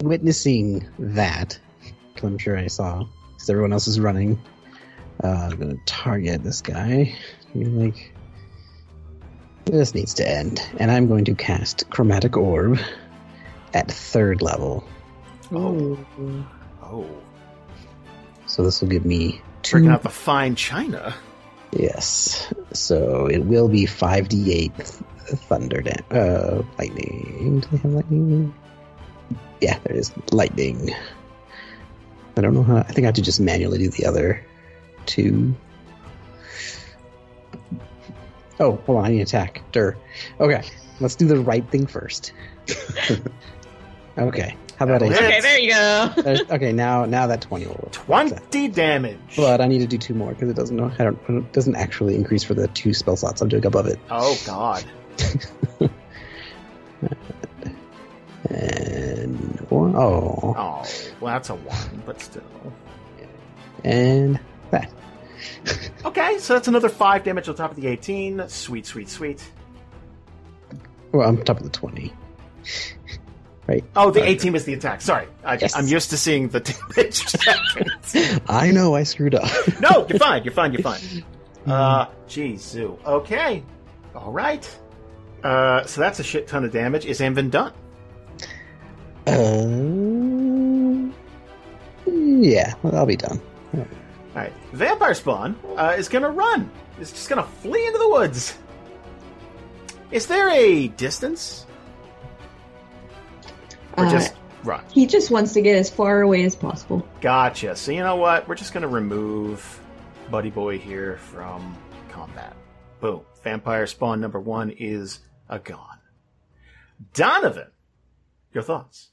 Speaker 7: witnessing that, 'cause I'm sure I saw, because everyone else is running, uh, I'm going to target this guy. Be like, this needs to end. And I'm going to cast Chromatic Orb at third level.
Speaker 2: Oh,
Speaker 7: So this will give me
Speaker 2: breaking
Speaker 7: two.
Speaker 2: out the fine china.
Speaker 7: Yes. So it will be 5d8 th- thunder damage. Uh, lightning. Do they have lightning? Yeah, there it is. Lightning. I don't know how. I think I have to just manually do the other two. Oh, hold on. I need to attack. Dur. Okay. Let's do the right thing first. okay. How about
Speaker 2: That'll
Speaker 7: I?
Speaker 2: hit.
Speaker 4: Okay, there you go.
Speaker 7: There's- Okay, now now that 20 will work.
Speaker 2: Twenty damage.
Speaker 7: But I need to do two more because it doesn't know. I don't. It doesn't actually increase for the two spell slots I'm doing above it.
Speaker 2: Oh God.
Speaker 7: And one, oh,
Speaker 2: Oh, well that's a one, but still.
Speaker 7: and that.
Speaker 2: Okay, so that's another five damage on top of the eighteen. Sweet, sweet, sweet.
Speaker 7: Well, I'm top of the twenty.
Speaker 2: Oh, the eighteen was the attack. Sorry, I,
Speaker 7: Yes.
Speaker 2: I'm used to seeing the damage.
Speaker 7: I know I screwed up.
Speaker 2: no, you're fine. You're fine. You're fine. Uh, geez, Zoo. Okay. All right. Uh, so that's a shit ton of damage. Is Anvin done?
Speaker 7: Uh, Um, yeah, well, I'll be done.
Speaker 2: All right. Vampire Spawn uh, is going to run. It's just going to flee into the woods. Is there a distance? Or
Speaker 6: Uh,
Speaker 2: just run?
Speaker 6: He just wants to get as far away as possible.
Speaker 2: Gotcha. So you know what? We're just going to remove Buddy Boy here from combat. Boom. Vampire Spawn number one is a gone. Donovan, your thoughts?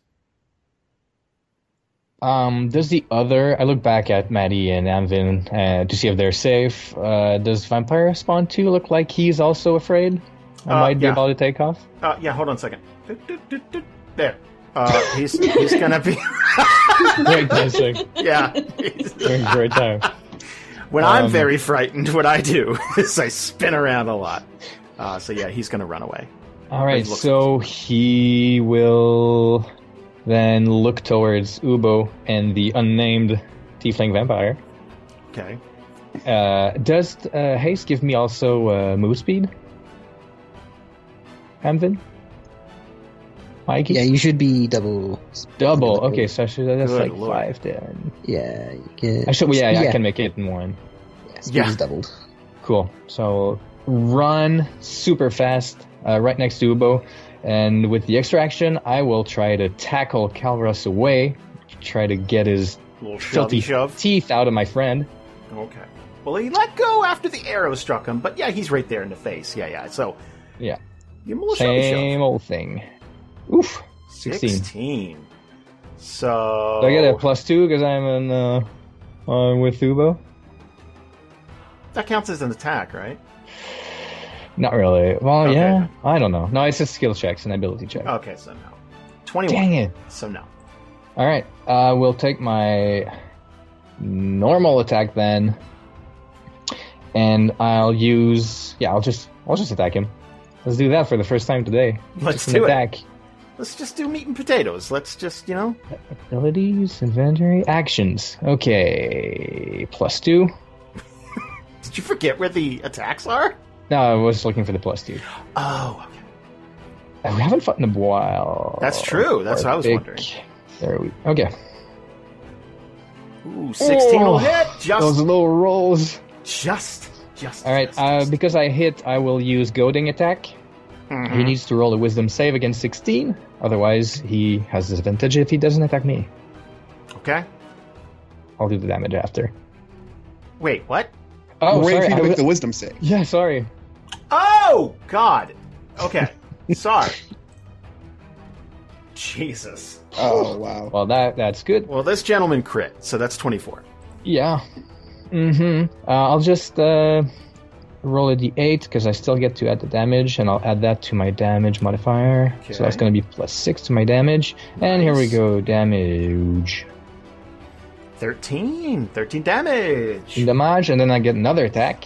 Speaker 5: Um, does the other? I look back at Maddie and Anvin uh, to see if they're safe. Uh, does Vampire Spawn Two look like he's also afraid and
Speaker 2: Uh,
Speaker 5: might be
Speaker 2: yeah.
Speaker 5: about to take off?
Speaker 2: Uh, yeah, hold on a second. Doot, doot, doot, doot. There. Uh, he's he's gonna be
Speaker 5: Great dancing,
Speaker 2: yeah. He's-
Speaker 5: great time.
Speaker 2: When I'm
Speaker 5: Um,
Speaker 2: very frightened, what I do is I spin around a lot. Uh, so yeah, he's gonna run away.
Speaker 5: All right,
Speaker 2: He looks-
Speaker 5: so he will then look towards Ubo and the unnamed tiefling vampire.
Speaker 2: Okay.
Speaker 5: Uh, does uh, haste give me also uh, move speed? Hamden? Mikey?
Speaker 7: Yeah, you should be double.
Speaker 5: Double. Okay, so I should, that's
Speaker 2: Good
Speaker 5: like
Speaker 2: lord.
Speaker 5: five then.
Speaker 7: Yeah, you get,
Speaker 5: I should. Well, yeah,
Speaker 7: yeah,
Speaker 5: I can make it in one.
Speaker 7: yeah, speed
Speaker 2: yeah.
Speaker 7: is doubled.
Speaker 5: Cool. So run super fast uh, right next to Ubo, and with the extra action, I will try to tackle Calrus away, try to get his
Speaker 2: Little shove
Speaker 5: filthy
Speaker 2: shove.
Speaker 5: teeth out of my friend.
Speaker 2: Okay. Well, he let go after the arrow struck him, but yeah, he's right there in the face. Yeah, yeah. So
Speaker 5: Yeah.
Speaker 2: give him a little shove
Speaker 5: Same old thing. Oof.
Speaker 2: shove.
Speaker 5: 16.
Speaker 2: Sixteen. So
Speaker 5: Do I get a plus two because I'm in uh, uh, with Ubo?
Speaker 2: That counts as an attack, right?
Speaker 5: Not really. Well,
Speaker 2: Okay. Oh.
Speaker 5: yeah. I don't know. No, it's just skill checks and ability checks.
Speaker 2: Okay, so no. 21.
Speaker 5: Dang it.
Speaker 2: So no.
Speaker 5: All right. I will take my normal attack then, and I'll use. Yeah, I'll just I'll just attack him. Let's do that for the first time today.
Speaker 2: Let's
Speaker 5: Just an
Speaker 2: do it.
Speaker 5: attack.
Speaker 2: Let's just do meat and potatoes. Let's just, you know.
Speaker 5: Abilities, inventory, actions. Okay, plus two.
Speaker 2: Did you forget where the attacks are?
Speaker 5: No, I was looking for the plus two.
Speaker 2: Oh, okay.
Speaker 5: Uh, We haven't fought in a while.
Speaker 2: That's true. That's
Speaker 5: Or
Speaker 2: what I was
Speaker 5: big-
Speaker 2: wondering.
Speaker 5: There we. Okay.
Speaker 2: Ooh, 16 will
Speaker 5: Oh,
Speaker 2: hit.
Speaker 5: Those
Speaker 2: Just,
Speaker 5: low rolls.
Speaker 2: just, just.
Speaker 5: All right.
Speaker 2: just,
Speaker 5: Uh,
Speaker 2: just.
Speaker 5: because I hit, I will use goading attack. He
Speaker 2: Mhm.
Speaker 5: needs to roll a wisdom save against 16. Otherwise, he has disadvantage if he doesn't attack me.
Speaker 2: Okay.
Speaker 5: I'll do the damage after.
Speaker 2: Wait, what?
Speaker 5: Oh,
Speaker 3: Wait
Speaker 5: sorry.
Speaker 3: if you
Speaker 5: I
Speaker 3: make
Speaker 5: was-
Speaker 3: the wisdom save.
Speaker 5: Yeah, sorry.
Speaker 2: Oh, God. Okay. Sorry. Jesus.
Speaker 3: Oh wow.
Speaker 5: Well, that that's good.
Speaker 2: Well, this gentleman crit, so that's 24.
Speaker 5: Yeah. Mm-hmm. Uh, I'll just uh, roll a d8 because I still get to add the damage, and I'll add that to my damage modifier. So that's
Speaker 2: Okay.
Speaker 5: going to be plus six to my damage. And here we
Speaker 2: Nice.
Speaker 5: go, damage,
Speaker 2: 13. 13 damage.
Speaker 5: damage, and then I get another attack.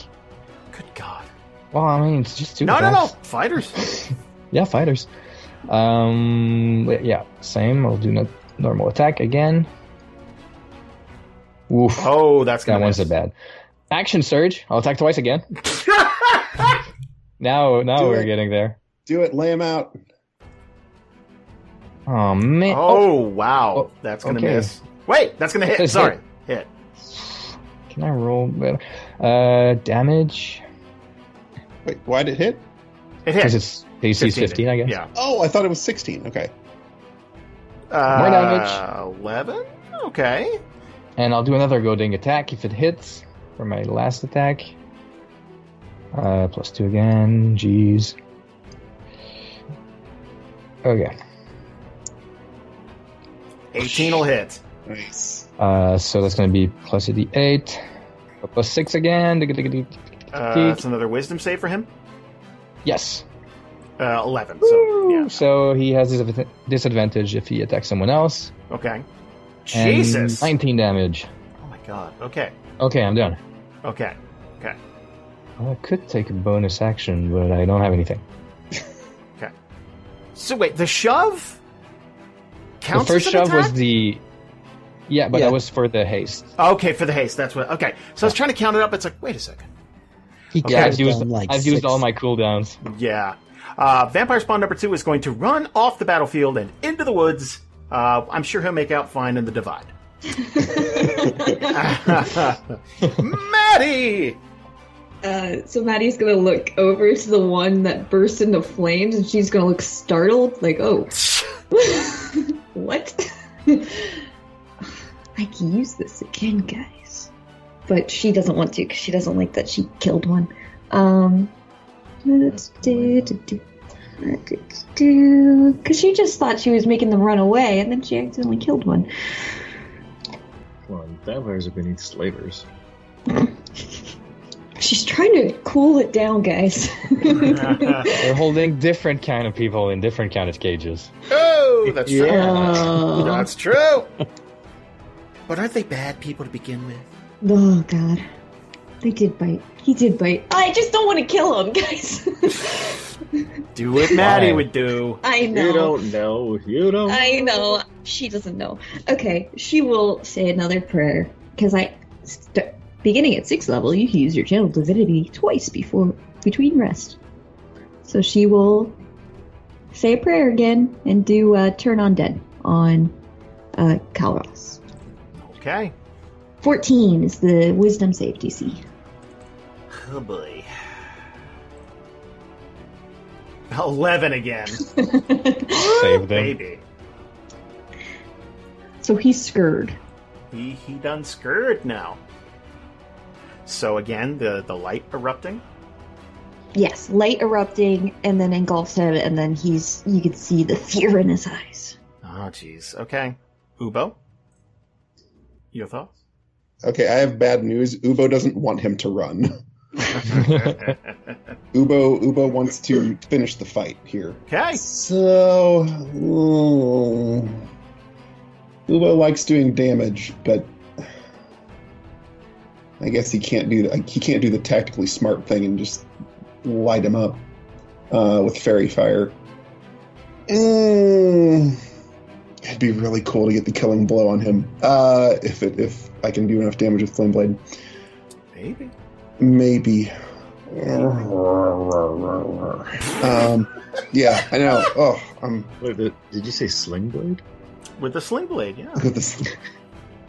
Speaker 2: Good God.
Speaker 5: Well, I mean, it's just two.
Speaker 2: No, no,
Speaker 5: attacks.
Speaker 2: no. Fighters.
Speaker 5: Yeah, fighters. Um, wait, yeah, same. I'll do not normal attack again. Woof,
Speaker 2: Oh, that's
Speaker 5: that
Speaker 2: gonna
Speaker 5: one's a
Speaker 2: miss.
Speaker 5: bad. Action surge. I'll attack twice again. now, now
Speaker 3: Do
Speaker 5: we're
Speaker 3: it.
Speaker 5: getting there.
Speaker 3: Do it. Lay him out.
Speaker 5: Oh man.
Speaker 2: Oh, wow.
Speaker 5: Oh,
Speaker 2: That's gonna
Speaker 5: okay.
Speaker 2: miss. Wait, that's gonna hit.
Speaker 5: It's
Speaker 2: Sorry. Hit.
Speaker 5: can I roll better? Uh, damage.
Speaker 3: Wait, why'd it hit?
Speaker 2: It
Speaker 5: Because
Speaker 2: hit.
Speaker 5: it's AC is 15, I guess.
Speaker 2: Yeah.
Speaker 3: Oh, I thought it was sixteen. Okay.
Speaker 2: Uh,
Speaker 5: More damage.
Speaker 2: 11? Okay.
Speaker 5: And I'll do another goading attack if it hits for my last attack. Uh, plus two again. Jeez. Okay.
Speaker 2: 18 will hit.
Speaker 3: Nice.
Speaker 5: Uh, so that's going to be plus a d8. Plus 6 again.
Speaker 2: Uh, that's another wisdom save for him.
Speaker 5: Yes.
Speaker 2: Uh, 11. So, yeah.
Speaker 5: So he has his advan- disadvantage if he attacks someone else.
Speaker 2: Okay.
Speaker 5: And
Speaker 2: Jesus.
Speaker 5: 19 damage.
Speaker 2: Oh my god. Okay.
Speaker 5: Okay, I'm done.
Speaker 2: Okay.
Speaker 5: Well, I could take a bonus action, but I don't have anything.
Speaker 2: So wait, the shove counts
Speaker 5: the first
Speaker 2: as an
Speaker 5: shove was
Speaker 2: attack?
Speaker 5: the. Yeah, but
Speaker 7: Yeah.
Speaker 5: that was for the haste.
Speaker 2: Okay, for the haste. That's what. Okay. So I was trying to count it up. It's like, wait a second.
Speaker 7: He
Speaker 5: Yeah,
Speaker 7: could've
Speaker 5: I've used,
Speaker 7: done, like,
Speaker 5: I've used
Speaker 7: six.
Speaker 5: all my cooldowns.
Speaker 2: Yeah. Uh, Vampire Spawn number two is going to run off the battlefield and into the woods. Uh, I'm sure he'll make out fine in the divide. Maddie!
Speaker 6: Uh, so Maddie's gonna look over to the one that burst into flames, and she's gonna look startled, like, "Oh, what? I can use this again, guys." But she doesn't want to because she doesn't like that she killed one. Um, let's do because she just thought she was making them run away, and then she accidentally killed one.
Speaker 11: Come on, vampires are beneath slavers.
Speaker 6: She's trying to cool it down, guys. Uh,
Speaker 5: They're holding different kind of people in different kind of cages.
Speaker 2: Oh, that's true.
Speaker 6: Oh.
Speaker 2: That's true. But aren't they bad people to begin with?
Speaker 6: Oh god. They did bite. He did bite. I just don't want to kill him, guys.
Speaker 2: Do what Maddie
Speaker 5: Why?
Speaker 2: would do.
Speaker 6: I
Speaker 11: You
Speaker 6: know.
Speaker 11: don't know. You don't.
Speaker 6: I know. She doesn't know. Okay, she will say another prayer because I st- beginning at 6th level, you can use your channel divinity twice before between rest. So she will say a prayer again and do uh, turn on dead on uh Kalros.
Speaker 2: Okay.
Speaker 6: 14 is the wisdom save DC.
Speaker 2: Oh boy. 11 again.
Speaker 5: Save them.
Speaker 2: Baby.
Speaker 6: So he's scared.
Speaker 2: He, he done scurred now. So again, the, the light erupting.
Speaker 6: Yes, light erupting and then engulfs him, and then he's you can see the fear in his eyes.
Speaker 2: Oh, jeez. Okay. Ubo? Your thoughts?
Speaker 3: Okay, I have bad news. Ubo doesn't want him to run. Ubo Ubo wants to finish the fight here.
Speaker 2: Okay.
Speaker 3: So mm, Ubo likes doing damage, but I guess he can't do the, he can't do the tactically smart thing and just light him up uh, with fairy fire. Mm, it'd be really cool to get the killing blow on him uh, if it, if I can do enough damage with flame blade.
Speaker 2: Maybe.
Speaker 3: Maybe. Um, yeah, I know. Oh, I'm
Speaker 11: Wait, the- did you say sling blade?
Speaker 2: With the sling blade, yeah.
Speaker 3: look at this.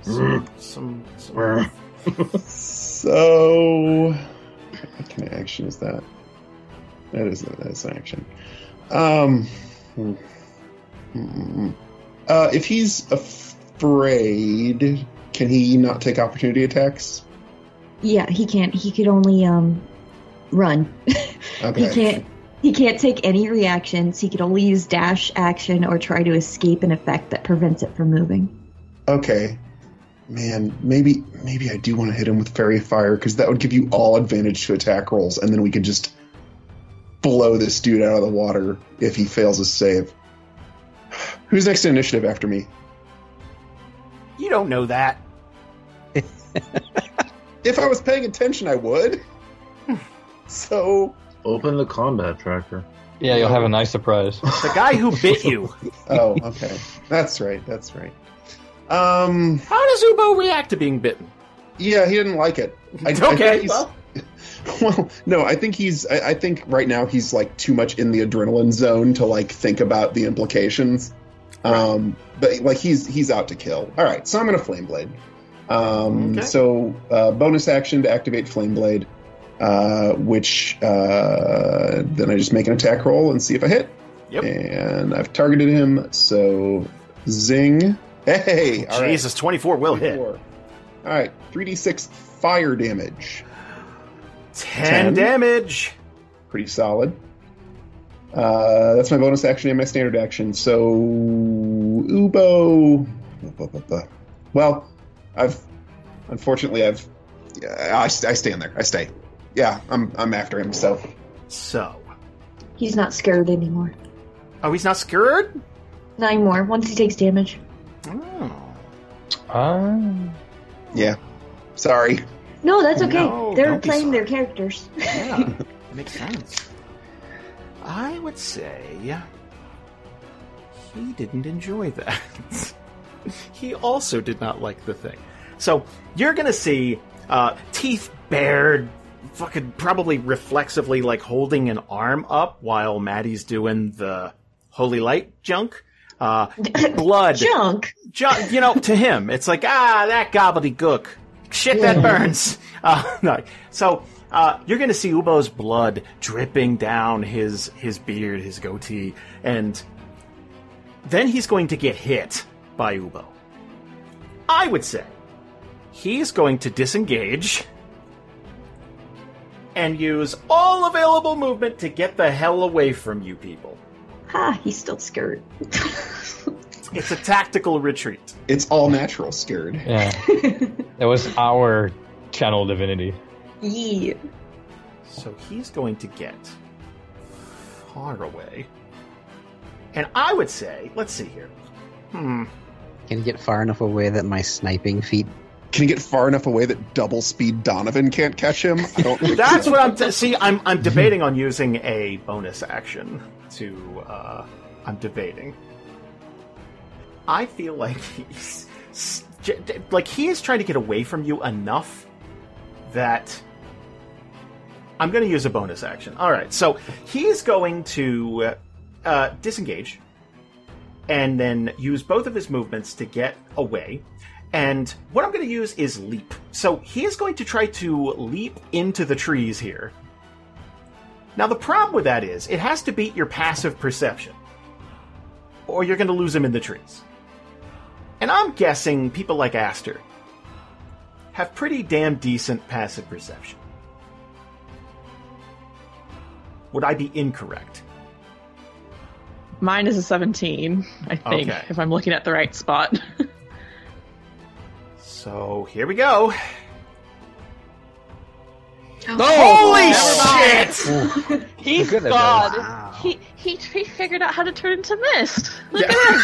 Speaker 2: Some, some, some
Speaker 3: So, what kind of action is that? That is that is an action. Um, hmm. Hmm. uh, if he's afraid, can he not take opportunity attacks?
Speaker 6: Yeah, he can't. He could only um run.
Speaker 3: Okay.
Speaker 6: He can't. He can't take any reactions. He could only use dash action or try to escape an effect that prevents it from moving.
Speaker 3: Okay. Man, maybe maybe I do want to hit him with fairy fire because that would give you all advantage to attack rolls, and then we could just blow this dude out of the water if he fails his save. Who's next in initiative after me?
Speaker 2: You don't know that.
Speaker 3: If I was paying attention, I would. so
Speaker 11: Open the combat tracker.
Speaker 5: Yeah, you'll have a nice surprise.
Speaker 2: The guy who bit you.
Speaker 3: Oh, okay. That's right. That's right. Um,
Speaker 2: How does Ubo react to being bitten?
Speaker 3: yeah, he didn't like it. I, I think
Speaker 2: Okay,
Speaker 3: he's-
Speaker 2: well.
Speaker 3: well, no, I think he's. I, I think right now he's like too much in the adrenaline zone to like think about the implications. Um, but like he's he's out to kill. All right, so I'm gonna flame blade. Um,
Speaker 2: Okay.
Speaker 3: so uh, bonus action to activate flame blade, uh, which uh, then I just make an attack roll and see if I hit.
Speaker 2: Yep.
Speaker 3: And I've targeted him, so zing. Hey, all right.
Speaker 2: Jesus, 24 will hit.
Speaker 3: All right, 3d6 fire damage.
Speaker 2: 10
Speaker 3: Ten.
Speaker 2: damage.
Speaker 3: Pretty solid. Uh, that's my bonus action and my standard action. So, Ubo. Well, I've. Unfortunately, I've. yeah, I, I stand there. I stay. Yeah, I'm, I'm after him, so.
Speaker 2: So.
Speaker 6: He's not scared anymore.
Speaker 2: Oh, he's not scared?
Speaker 6: Nine more. Once he takes damage,
Speaker 2: Oh.
Speaker 5: Ah.
Speaker 3: Yeah. Sorry.
Speaker 6: no, that's okay.
Speaker 2: No,
Speaker 6: They're
Speaker 2: don't be
Speaker 6: playing
Speaker 2: sorry.
Speaker 6: their characters.
Speaker 2: Yeah, makes sense. I would say he didn't enjoy that. he also did not like the thing. So you're gonna see uh, teeth bared, fucking probably reflexively like holding an arm up while Maddie's doing the holy light junk. Uh, blood,
Speaker 6: Junk.
Speaker 2: Ju- you know, to him, it's like, ah, that gobbledygook. Shit, that burns. Uh, no. So, uh, you're gonna see Ubo's blood dripping down his, his beard, his goatee, and then he's going to get hit by Ubo. I would say he's going to disengage and use all available movement to get the hell away from you people.
Speaker 6: Ha! He's still scared.
Speaker 2: It's a tactical retreat.
Speaker 3: It's all natural scared.
Speaker 5: Yeah. that was our channel divinity.
Speaker 6: yeah.
Speaker 2: So he's going to get far away. And I would say, let's see here. Hmm.
Speaker 7: Can you get far enough away that my sniping feet?
Speaker 3: Can he get far enough away that double speed Donovan can't catch him? I don't think
Speaker 2: That's
Speaker 3: so.
Speaker 2: what I'm. T- see, I'm I'm debating on using a bonus action to. Uh, I'm debating. I feel like he's s- j- d- like he is trying to get away from you enough that I'm going to use a bonus action. All right, so he is going to uh, disengage and then use both of his movements to get away. And what I'm going to use is leap. So he is going to try to leap into the trees here. Now, the problem with that is it has to beat your passive perception, or you're going to lose him in the trees. And I'm guessing people like Aster have pretty damn decent passive perception. Would I be incorrect?
Speaker 4: Mine is a 17, I think,
Speaker 2: Okay.
Speaker 4: if I'm looking at the right spot.
Speaker 2: So here we go.
Speaker 1: Holy shit!
Speaker 4: He's
Speaker 7: Look at it, though.
Speaker 4: God. He, he he figured out how to turn into mist. Look at him.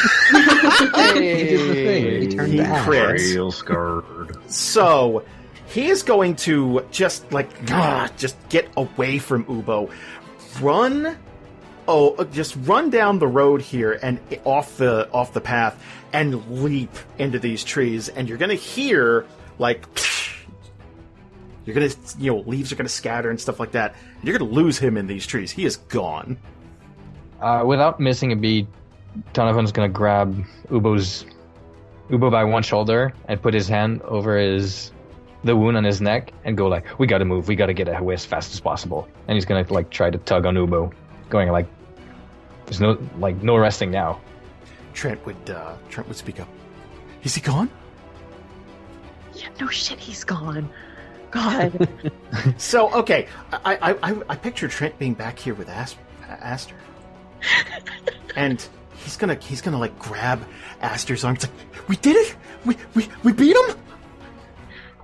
Speaker 7: He did the thing. He turned
Speaker 2: He
Speaker 7: back.
Speaker 2: crit.
Speaker 11: Trail scarred.
Speaker 2: So he is going to just like ah, just get away from Ubo, run, oh, uh, just run down the road here and i- off the off the path and leap into these trees, and you're gonna hear like. You're gonna, you know, leaves are gonna scatter and stuff like that. You're gonna lose him in these trees. He is gone.
Speaker 5: Uh, without missing a beat, Donovan's gonna grab Ubo's Ubo by one shoulder and put his hand over his the wound on his neck and go like, "We gotta move. We gotta get away as fast as possible." And he's gonna like try to tug on Ubo, going like, "There's no like no resting now."
Speaker 2: Trent would, uh, Trent would speak up. Is he gone?
Speaker 4: yeah, no shit, he's gone. God.
Speaker 2: So okay, I I, I, I picture Trent being back here with Ast- Aster, and he's gonna he's gonna like grab Aster's arm. It's like we did it. We we we beat him.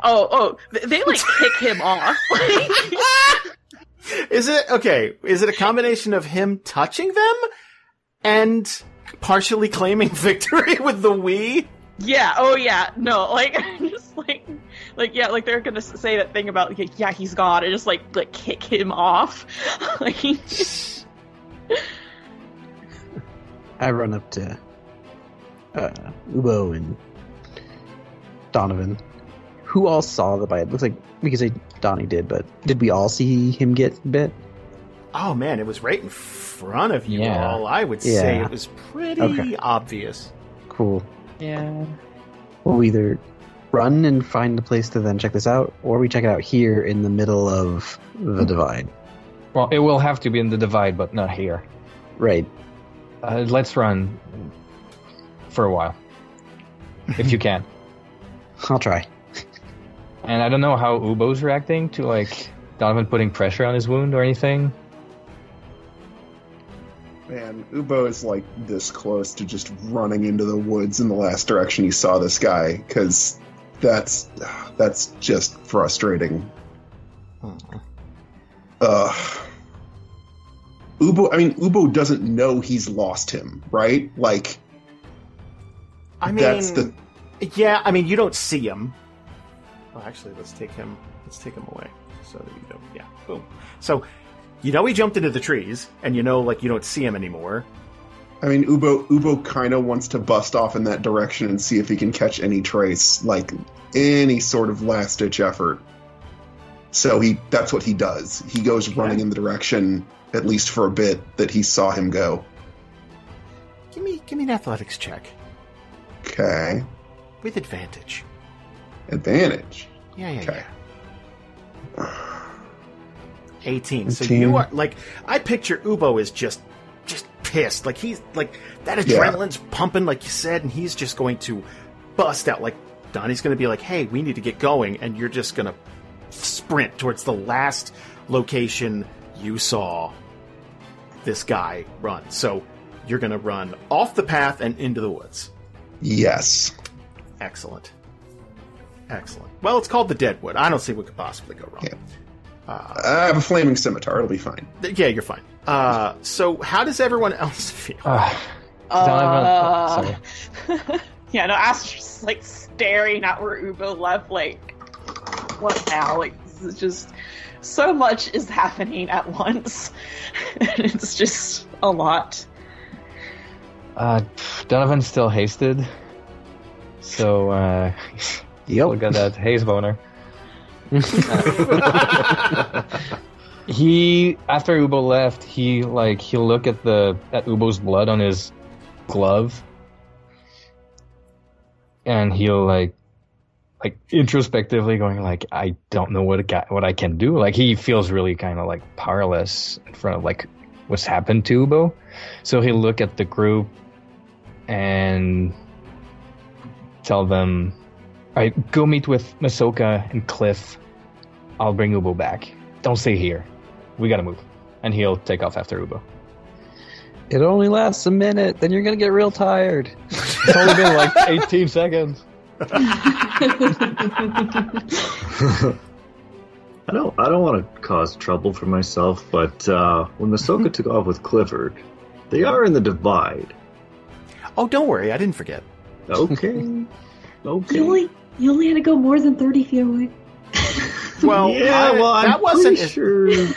Speaker 4: Oh, oh, th- they like kick him off.
Speaker 2: Is it okay? Is it a combination of him touching them and partially claiming victory with the we?
Speaker 4: yeah, oh yeah, no, like I'm just like, like yeah, like they're gonna s- say that thing about like, yeah, he's God, and just like like kick him off. like,
Speaker 7: I run up to uh, Ubo and Donovan, who all saw the bite. It looks like we could say Donnie did, but did we all see him get bit?
Speaker 2: Oh man, it was right in front of you
Speaker 5: Yeah.
Speaker 2: all. I would say
Speaker 7: Yeah.
Speaker 2: it was pretty
Speaker 7: Okay.
Speaker 2: obvious.
Speaker 7: Cool.
Speaker 5: Yeah.
Speaker 7: We'll either run and find a place to then check this out, or we check it out here in the middle of the divide.
Speaker 5: Well, it will have to be in the divide, but not here.
Speaker 7: Right.
Speaker 5: Uh, let's run for a while, if you can.
Speaker 7: I'll try.
Speaker 5: And I don't know how Ubo's reacting to like Donovan putting pressure on his wound or anything.
Speaker 3: Man, Ubo is like this close to just running into the woods in the last direction he saw this guy because that's that's just frustrating.
Speaker 2: Hmm.
Speaker 3: Ugh. Ubo, I mean, Ubo doesn't know he's lost him, right? Like
Speaker 2: I mean,
Speaker 3: that's the
Speaker 2: Yeah, I mean, you don't see him. Well, actually, let's take him. Let's take him away so that you don't. Yeah, boom. So you know he jumped into the trees, and you know like you don't see him anymore.
Speaker 3: I mean, Ubo Ubo kind of wants to bust off in that direction and see if he can catch any trace, like any sort of last ditch effort. So he that's what he does. He goes running in the direction, at least for a bit, that he saw him go.
Speaker 2: Give me, give me an athletics check
Speaker 3: Okay,
Speaker 2: with advantage.
Speaker 3: advantage.
Speaker 2: Yeah, yeah,
Speaker 3: Okay.
Speaker 2: yeah. Eighteen. So
Speaker 7: 18.
Speaker 2: you are like I picture Ubo is just just pissed. Like he's like that
Speaker 3: Yeah.
Speaker 2: adrenaline's pumping, like you said, and he's just going to bust out. Like Donnie's going to be like, "Hey, we need to get going," and you're just going to sprint towards the last location you saw this guy run. So you're going to run off the path and into the woods.
Speaker 3: Yes.
Speaker 2: Excellent. Excellent. Well, it's called the Deadwood. I don't see what could possibly go wrong.
Speaker 3: Yeah. I have a flaming scimitar. It'll be fine.
Speaker 2: Th- Yeah, you're fine. Uh, so how does everyone else feel?
Speaker 5: Ah, Donovan,
Speaker 4: Uh,
Speaker 5: sorry.
Speaker 4: yeah, no, Astra's just like staring at where Ubo left, like, what now? Like, this is just so much is happening at once. it's just a lot.
Speaker 5: Uh, pff, Donovan's still hasted, so uh, still
Speaker 7: Yep.
Speaker 5: got that haze boner. he after Ubo left, he like he looked at the at Ubo's blood on his glove, and he'll like like introspectively going like I don't know what I, what I can do. Like he feels really kind of like powerless in front of like what's happened to Ubo. So he'll look at the group and tell them, "All right, go meet with Masoka and Cliff. I'll bring Ubo back. Don't stay here. We gotta move." And he'll take off after Ubo.
Speaker 7: It only lasts a minute, then you're gonna get real tired.
Speaker 5: It's only been like 18 seconds.
Speaker 11: I I don't I don't want to cause trouble for myself, but uh, when Masoka took off with Clifford, they are in the divide.
Speaker 2: Oh, don't worry, I didn't forget.
Speaker 11: Okay. okay.
Speaker 6: You only you only had to go more than thirty feet away.
Speaker 2: Well,
Speaker 11: yeah,
Speaker 2: I-
Speaker 11: well, I'm
Speaker 2: that wasn't
Speaker 11: pretty sure.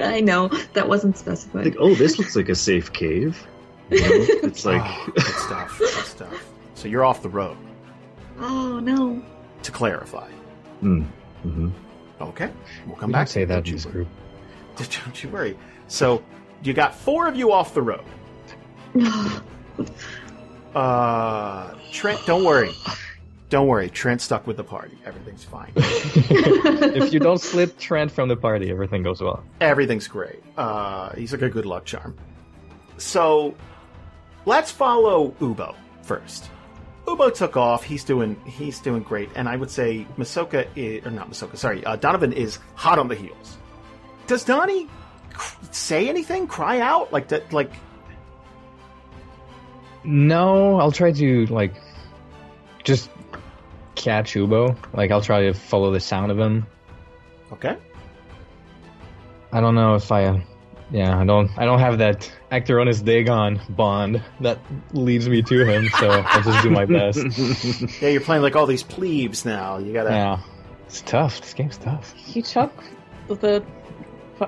Speaker 6: I know that wasn't specified.
Speaker 11: like, oh, this looks like a safe cave. You know, it's like
Speaker 2: Ah, good stuff. Good stuff. So you're off the road.
Speaker 6: Oh no.
Speaker 2: To clarify.
Speaker 11: mhm.
Speaker 2: Okay, we'll come
Speaker 5: We
Speaker 2: back.
Speaker 5: don't say that
Speaker 2: Don't you
Speaker 5: in this
Speaker 2: worry.
Speaker 5: group.
Speaker 2: Don't you worry. So you got four of you off the road.
Speaker 6: Oh,
Speaker 2: Uh, Trent, don't worry. Don't worry. Trent's stuck with the party. Everything's fine.
Speaker 5: if you don't slip Trent from the party, everything goes well.
Speaker 2: Everything's great. Uh, he's like a good luck charm. So let's follow Ubo first. Ubo took off. He's doing he's doing great, and I would say Masoka is, or not Masoka. Sorry, uh, Donovan is hot on the heels. Does Donnie cr- say anything? Cry out like that? Like
Speaker 5: No, I'll try to like just catch Ubo. Like I'll try to follow the sound of him.
Speaker 2: okay,
Speaker 5: I don't know if I, yeah, I don't, I don't have that Actoronus Dagon bond that leads me to him. So I'll just do my best.
Speaker 2: yeah, you're playing like all these plebes now. You gotta
Speaker 5: Yeah, it's tough. This game's tough.
Speaker 4: He took the, the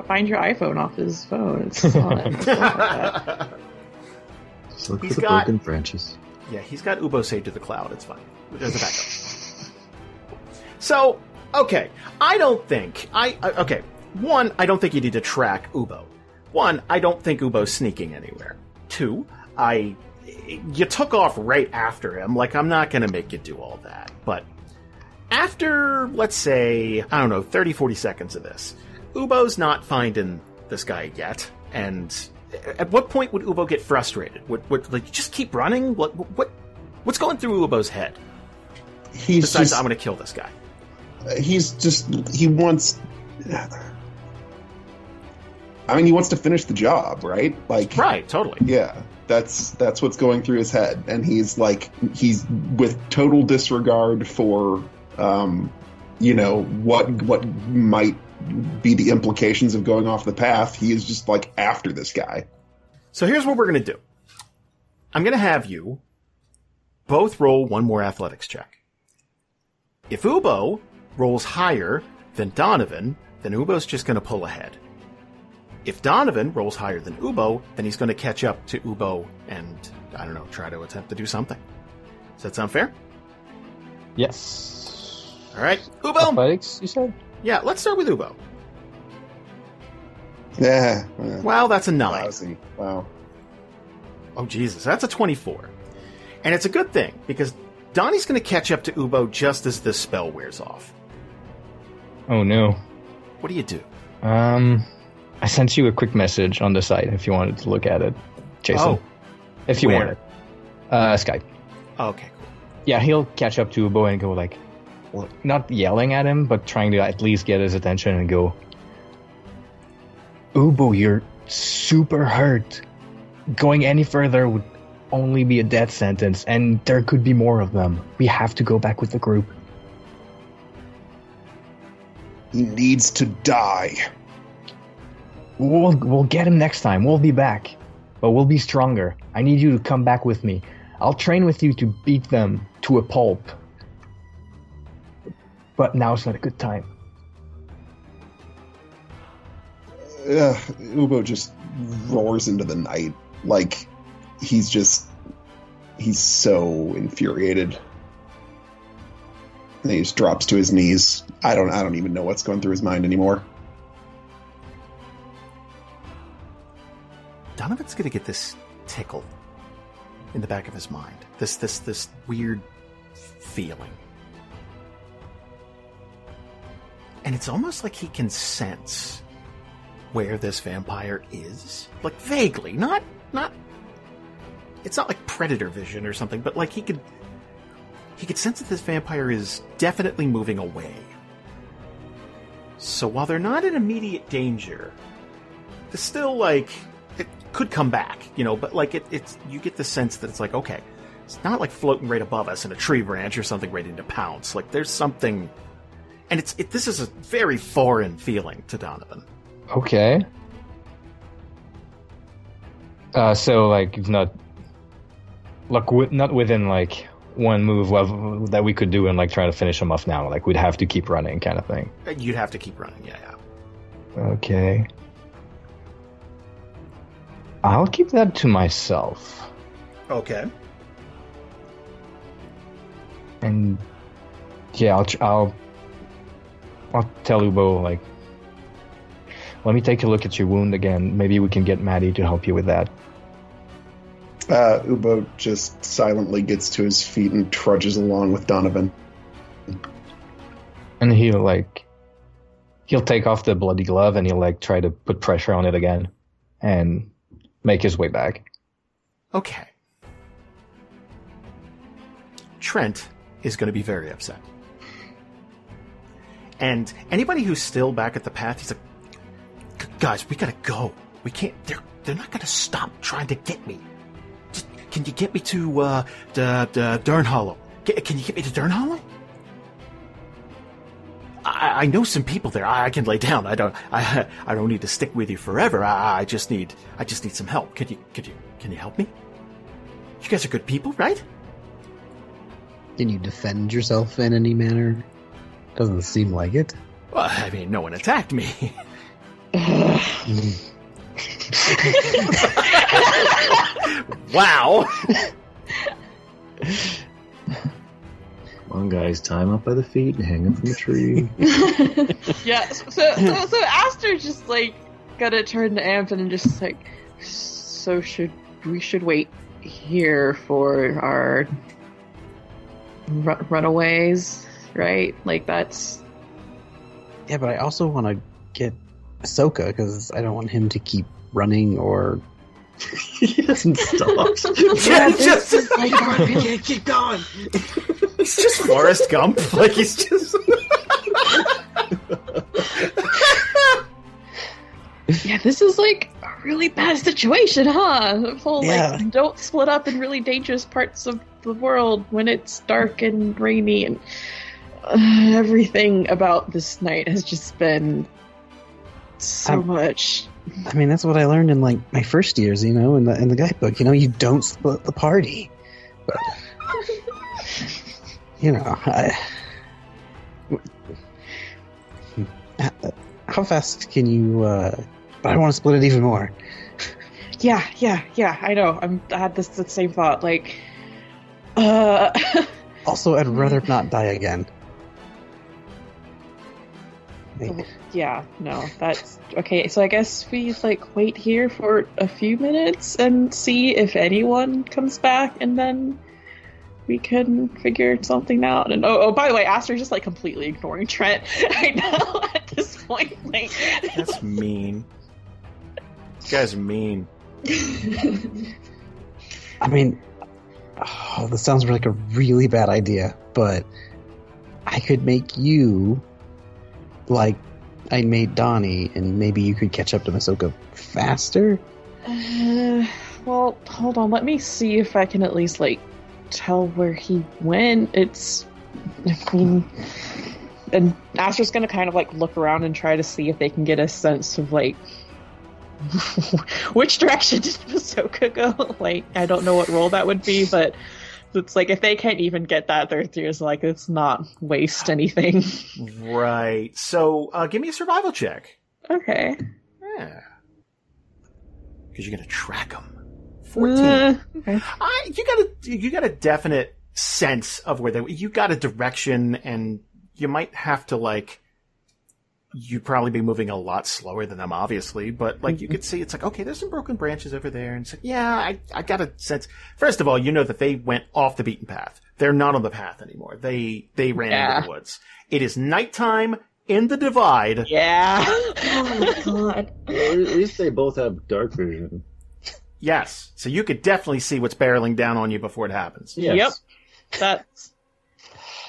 Speaker 4: find your iPhone off his phone. It's not-
Speaker 11: Just look
Speaker 2: He's
Speaker 11: for the
Speaker 2: got-
Speaker 11: broken branches.
Speaker 2: Yeah, he's got Ubo saved to the cloud. It's fine. There's a backup. so, okay. I don't think. I. I- Okay. One, I don't think you need to track Ubo. One, I don't think Ubo's sneaking anywhere. Two, I. You took off right after him. Like, I'm not going to make you do all that. But after, let's say, I don't know, 30, 40 seconds of this, Ubo's not finding this guy yet. And at what point would Ubo get frustrated? Would, would like just keep running? What what what's going through Ubo's head?
Speaker 3: He's
Speaker 2: Besides,
Speaker 3: just
Speaker 2: I'm going to kill this guy.
Speaker 3: he's just he wants I mean he wants to finish the job, right? Like
Speaker 2: Right, totally.
Speaker 3: yeah. That's that's what's going through his head and he's like he's with total disregard for um you know what what might be the implications of going off the path. He is just like after this guy.
Speaker 2: So here's what we're going to do. I'm going to have you both roll one more athletics check. If Ubo rolls higher than Donovan, then Ubo's just going to pull ahead. If Donovan rolls higher than Ubo, then he's going to catch up to Ubo and, I don't know, try to attempt to do something. Does that sound fair?
Speaker 5: Yes.
Speaker 2: All right. Ubo!
Speaker 5: Athletics, you said?
Speaker 2: Yeah, let's start with Ubo.
Speaker 3: Yeah. yeah.
Speaker 2: Wow, that's a nine.
Speaker 3: Lousy. Wow.
Speaker 2: Oh, Jesus. That's a 24. And it's a good thing, because Donnie's going to catch up to Ubo just as this spell wears off.
Speaker 5: Oh no.
Speaker 2: What do you do?
Speaker 5: Um, I sent you a quick message on the site if you wanted to look at it, Jason.
Speaker 2: Oh.
Speaker 5: if you
Speaker 2: where?
Speaker 5: wanted. Uh, Skype.
Speaker 2: Oh, Okay, cool.
Speaker 5: Yeah, he'll catch up to Ubo and go like, well, not yelling at him, but trying to at least get his attention and go, Ubo, you're super hurt. Going any further would only be a death sentence, and there could be more of them. We have to go back with the group.
Speaker 3: He needs to die.
Speaker 5: We'll we'll get him next time. We'll be back, but we'll be stronger. I need you to come back with me. I'll train with you to beat them to a pulp. But now's not a good time.
Speaker 3: Ugh, Ubo just roars into the night. Like, he's just. He's so infuriated. And he just drops to his knees. I don't I don't even know what's going through his mind anymore.
Speaker 2: Donovan's going to get this tickle in the back of his mind. This, this, this weird feeling. And it's almost like he can sense where this vampire is. Like, vaguely. Not, not, it's not like predator vision or something, but like he could, he could sense that this vampire is definitely moving away. So while they're not in immediate danger, it's still like it could come back, you know. But like it, it's you get the sense that it's like okay, it's not like floating right above us in a tree branch or something ready to pounce. Like there's something, and it's it, this is a very foreign feeling to Donovan.
Speaker 5: Okay. Uh, so like it's not like wi- not within like one move level that we could do and like try to finish him off now. Like we'd have to keep running, kind of thing.
Speaker 2: Uh, You'd have to keep running, yeah, yeah.
Speaker 5: Okay. I'll keep that to myself.
Speaker 2: Okay.
Speaker 5: And yeah, I'll tr- I'll I'll tell Ubo like, let me take a look at your wound again. Maybe we can get Maddie to help you with that.
Speaker 3: Uh, Ubo just silently gets to his feet and trudges along with Donovan.
Speaker 5: And he'll like, he'll take off the bloody glove and he'll like try to put pressure on it again, and make his way back.
Speaker 2: Okay. Trent is going to be very upset. And anybody who's still back at the path, he's like, "G- "Guys, we gotta go. We can't. They're they're not gonna stop trying to get me. Just, can you get me to uh, the the Dern Hollow? Ca- Can you get me to Dern Hollow? I, I know some people there. I, I can lay down. I don't. I I don't need to stick with you forever. I, I just need. I just need some help. Could you? Could you? Can you help me? You guys are good people, right?
Speaker 7: Can you defend yourself in any manner? Doesn't seem like it.
Speaker 2: Well, I mean, no one attacked me. wow.
Speaker 11: Come on, guys, tie him up by the feet and hang him from the tree.
Speaker 4: yeah. So, so, so Aster just like gotta turn to Anton and just like, so should we should wait here for our ru- runaways, right? Like that's
Speaker 7: Yeah, but I also want to get Ahsoka because I don't want him to keep running or.
Speaker 8: he doesn't stop.
Speaker 2: Yeah, just-
Speaker 8: keep going, PK, keep going.
Speaker 2: He's just Forrest Gump. Like he's just.
Speaker 4: yeah. This is like a really bad situation, huh? The whole
Speaker 7: Yeah.
Speaker 4: like don't split up in really dangerous parts of the world when it's dark and rainy and uh, everything about this night has just been so
Speaker 7: I'm-
Speaker 4: much.
Speaker 7: I mean, that's what I learned in like my first years, you know, in the in the guidebook. You know, you don't split the party. But you know, I, how fast can you? Uh, but I want to split it even more.
Speaker 4: Yeah, yeah, yeah. I know. I'm. I had this the same thought. Like, uh,
Speaker 7: Also, I'd rather not die again. Like,
Speaker 4: yeah. No, that's okay. So I guess we like wait here for a few minutes and see if anyone comes back, and then we can figure something out. And oh, oh by the way, Aster's just like completely ignoring Trent. I know at this point. Like,
Speaker 2: That's mean. You guys are mean.
Speaker 7: I mean, oh, this sounds like a really bad idea, but I could make you like I made Donnie, and maybe you could catch up to Masoka faster.
Speaker 4: Uh, well, hold on. Let me see if I can at least like tell where he went. It's, I mean, and Astra's gonna kind of like look around and try to see if they can get a sense of like which direction did Masoka go. like, I don't know what role that would be, but it's like if they can't even get that, they're just like it's not waste anything.
Speaker 2: Right. So, uh, give me a survival check.
Speaker 4: okay.
Speaker 2: Yeah. Because you're gonna track them.
Speaker 4: Uh,
Speaker 2: Fourteen.
Speaker 4: okay.
Speaker 2: I, you got a you got a definite sense of where they. You got a direction, and you might have to like. You'd probably be moving a lot slower than them, obviously, but like
Speaker 11: Mm-hmm.
Speaker 2: you could see, it's like okay, there's some broken branches over there, and it's like, yeah, I I got a sense. First of all, you know that they went off the beaten path. They're not on the path anymore. They they ran
Speaker 4: Yeah.
Speaker 2: into the woods. It is nighttime in the divide.
Speaker 4: Yeah.
Speaker 6: Oh my god.
Speaker 11: Well, at least they both have dark vision.
Speaker 2: Yes. So you could definitely see what's barreling down on you before it happens.
Speaker 11: Yes.
Speaker 4: Yep. That's.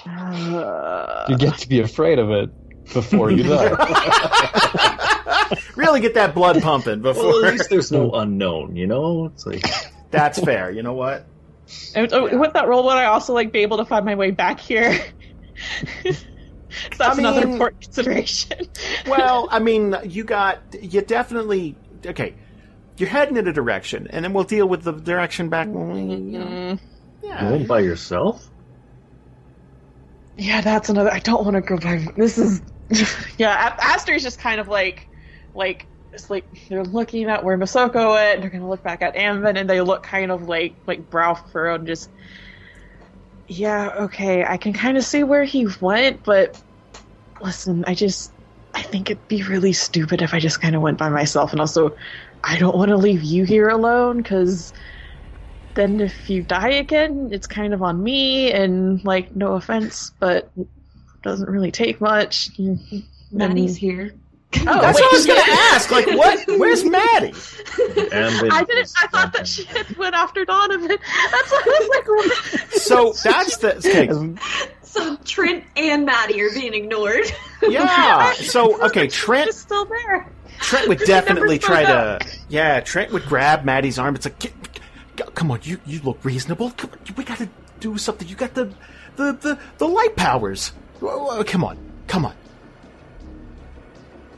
Speaker 4: Uh,
Speaker 5: You get to be afraid of it before you die.
Speaker 2: Really get that blood pumping
Speaker 11: Well,
Speaker 2: before.
Speaker 11: at least there's no unknown, you know? It's like,
Speaker 2: That's fair. You know what?
Speaker 4: and- oh, With that roll, would I also like be able to find my way back here? So that's another important consideration.
Speaker 2: well, I mean, you got you definitely okay. You're heading in a direction, and then we'll deal with the direction back when we, you
Speaker 4: Mm-hmm.
Speaker 2: know.
Speaker 11: You went by yourself?
Speaker 4: Yeah, that's another. I don't want to go back. This is. yeah, A- Aster's just kind of like, like it's like they're looking at where Masoko went. They're gonna look back at Amvin, and they look kind of like like brow furrowed, and just. Yeah, okay, I can kind of see where he went, but listen, I just I think it'd be really stupid if I just kind of went by myself, and also I don't want to leave you here alone because then if you die again, it's kind of on me. And like, no offense, but it doesn't really take much.
Speaker 10: Maddie's here.
Speaker 4: Oh,
Speaker 2: That's what I was
Speaker 4: wait,
Speaker 2: gonna
Speaker 4: yeah.
Speaker 2: ask. Like, what? Where's Maddie?
Speaker 4: I didn't. I thought that she had went after Donovan. That's why I was like, what?
Speaker 2: So that's the okay.
Speaker 9: So Trent and Maddie are being ignored.
Speaker 2: Yeah. So okay, Trent.
Speaker 4: still there.
Speaker 2: Trent would
Speaker 9: They
Speaker 2: definitely
Speaker 9: never
Speaker 2: try
Speaker 9: showed
Speaker 2: to. Yeah, Trent would grab Maddie's arm. It's like, "Get- g- come on, you you look reasonable. Come on, we got to do something. You got the the the, the light powers. Whoa, whoa, Come on, come on.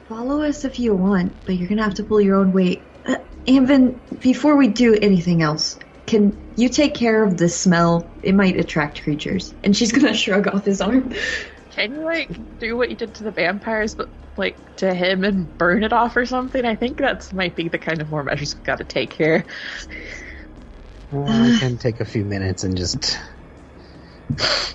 Speaker 6: Follow us if you want, but you're gonna have to pull your own weight. Uh, Anvin, before we do anything else, can you take care of the smell? It might attract creatures. And she's gonna shrug off his arm.
Speaker 4: Can you like do what you did to the vampires, but like to him and burn it off or something? I think that's might be the kind of more measures we've got to take here.
Speaker 7: Well, I Uh, can take a few minutes and just.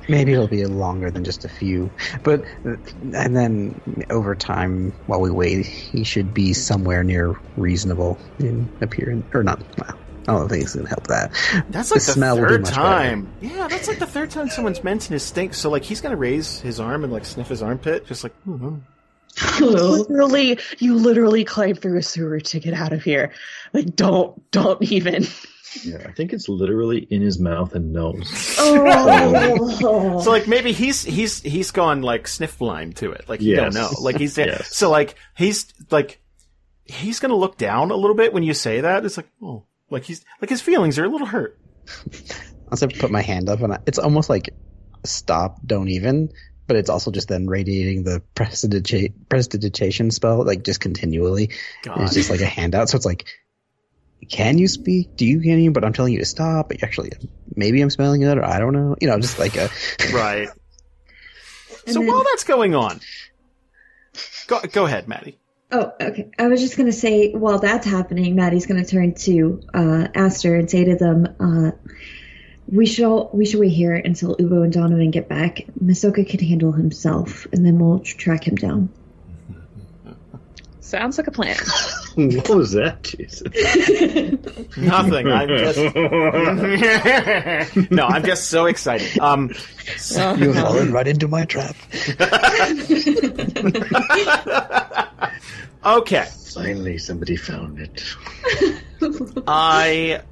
Speaker 7: Maybe it'll be longer than just a few, but and then over time, while we wait, he should be somewhere near reasonable in appearance, or not. Well, I don't think it's gonna help that.
Speaker 2: That's like the,
Speaker 7: would
Speaker 2: third
Speaker 7: much better.
Speaker 2: time. Yeah, that's like the third time someone's mentioned his stink. So like, he's gonna raise his arm and like sniff his armpit, just like. hmm Oh.
Speaker 4: literally, you literally climbed through a sewer to get out of here. Like, don't, don't even.
Speaker 11: Yeah, I think it's literally in his mouth and nose.
Speaker 4: Oh.
Speaker 2: So like maybe he's he's he's gone like sniff blind to it. Like you
Speaker 11: Yes.
Speaker 2: don't know. Like he's
Speaker 11: Yes.
Speaker 2: so like he's like he's gonna look down a little bit when you say that. It's like oh like he's like his feelings are a little hurt.
Speaker 7: I also put my hand up, and I, it's almost like stop, don't even. But it's also just then radiating the prestidigita- prestidigitation spell, like just continually. And
Speaker 2: God.
Speaker 7: it's just like a handout, so it's like, can you speak? Do you can you? But I'm telling you to stop. But actually, maybe I'm smelling it, or I don't know. You know, just like a
Speaker 2: Right. so while that's going on, go go ahead, Maddie.
Speaker 6: Oh, okay. I was just gonna say, while that's happening, Maddie's gonna turn to uh, Aster and say to them, uh, "We should all we should wait here until Ubo and Donovan get back. Masoka can handle himself, and then we'll tr- track him down."
Speaker 4: Sounds like a plan.
Speaker 11: what was that, Jesus?
Speaker 2: Nothing. I'm just no. I'm just so excited. Um, so-
Speaker 4: Oh,
Speaker 7: you've fallen right into my trap.
Speaker 2: okay.
Speaker 11: Finally, somebody found it.
Speaker 2: I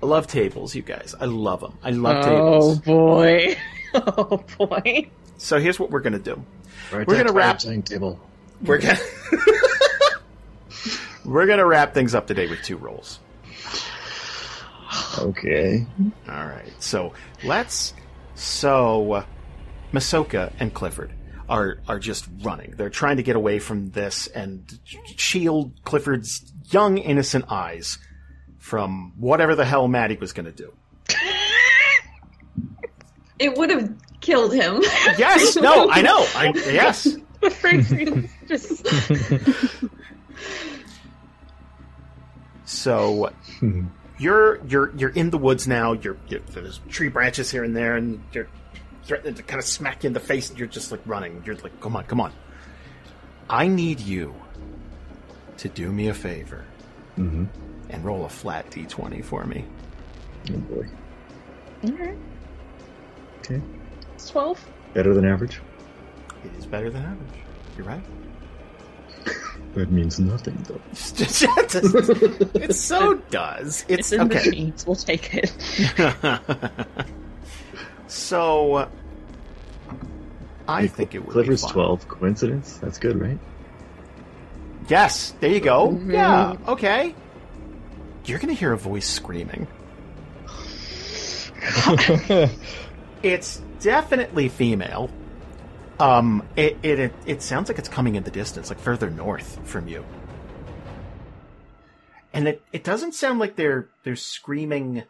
Speaker 2: love tables, you guys. I love them. I love
Speaker 4: oh
Speaker 2: tables.
Speaker 4: boy. Oh boy.
Speaker 2: So here's what we're gonna do.
Speaker 11: Right
Speaker 2: We're
Speaker 11: at
Speaker 2: gonna wrap.
Speaker 11: timetable.
Speaker 2: We're gonna. we're gonna wrap things up today with two rolls.
Speaker 11: Okay.
Speaker 2: All right. So let's. So, Masoka and Clifford are are just running. They're trying to get away from this and shield Clifford's young innocent eyes from whatever the hell Maddie was gonna do.
Speaker 9: It would have killed him.
Speaker 2: Yes. No. I know. I yes.
Speaker 4: The phrase is just
Speaker 2: So you're you're you're in the woods now. You're, you're there's tree branches here and there, and you're threatening to kind of smack you in the face. And you're just like running. You're like, come on, come on. I need you to do me a favor
Speaker 11: Mm-hmm.
Speaker 2: and roll a flat d20 for me.
Speaker 11: Oh boy.
Speaker 4: Alright,
Speaker 11: Okay.
Speaker 4: it's twelve.
Speaker 11: Better than average.
Speaker 2: It is better than average. You're right.
Speaker 11: That means nothing, though.
Speaker 2: it so does. It's,
Speaker 4: It's in the
Speaker 2: okay.
Speaker 4: jeans. We'll take it.
Speaker 2: so uh, I think it would
Speaker 11: Clifford's
Speaker 2: be fun.
Speaker 11: twelve. Coincidence? That's good, right?
Speaker 2: Yes, there you go. Yeah, okay. You're gonna hear a voice screaming. It's definitely female, Um, it, it it it sounds like it's coming in the distance, like further north from you. And it, it doesn't sound like they're they're screaming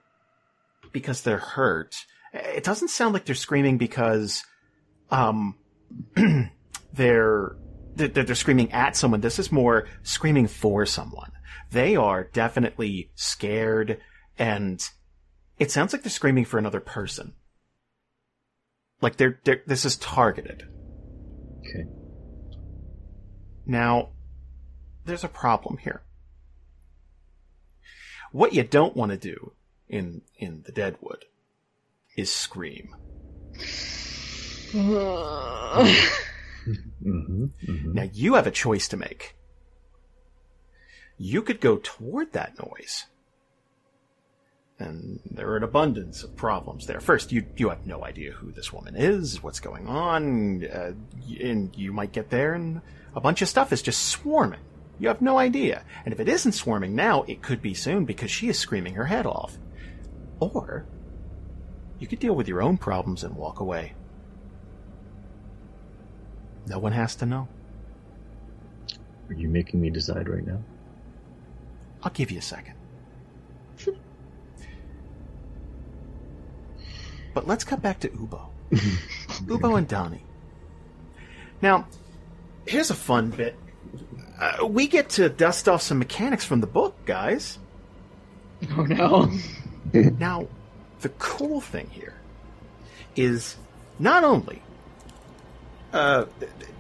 Speaker 2: because they're hurt. It doesn't sound like they're screaming because um they're they're, they're screaming at someone. This is more screaming for someone. They are definitely scared, and it sounds like they're screaming for another person. Like they're, they're this is targeted.
Speaker 11: Okay.
Speaker 2: Now, there's a problem here. What you don't want to do in in the Deadwood is scream.
Speaker 11: Mm-hmm.
Speaker 2: Now you have a choice to make. You could go toward that noise. And there are an abundance of problems there. First, you you have no idea who this woman is, what's going on, uh, and you might get there and a bunch of stuff is just swarming. You have no idea. And if it isn't swarming now, it could be soon because she is screaming her head off. Or you could deal with your own problems and walk away. No one has to know.
Speaker 11: Are you making me decide right now?
Speaker 2: I'll give you a second. but let's come back to Ubo. Ubo and Donnie. Now, here's a fun bit. Uh, we get to dust off some mechanics from the book, guys.
Speaker 10: Oh no.
Speaker 2: now, the cool thing here is not only uh,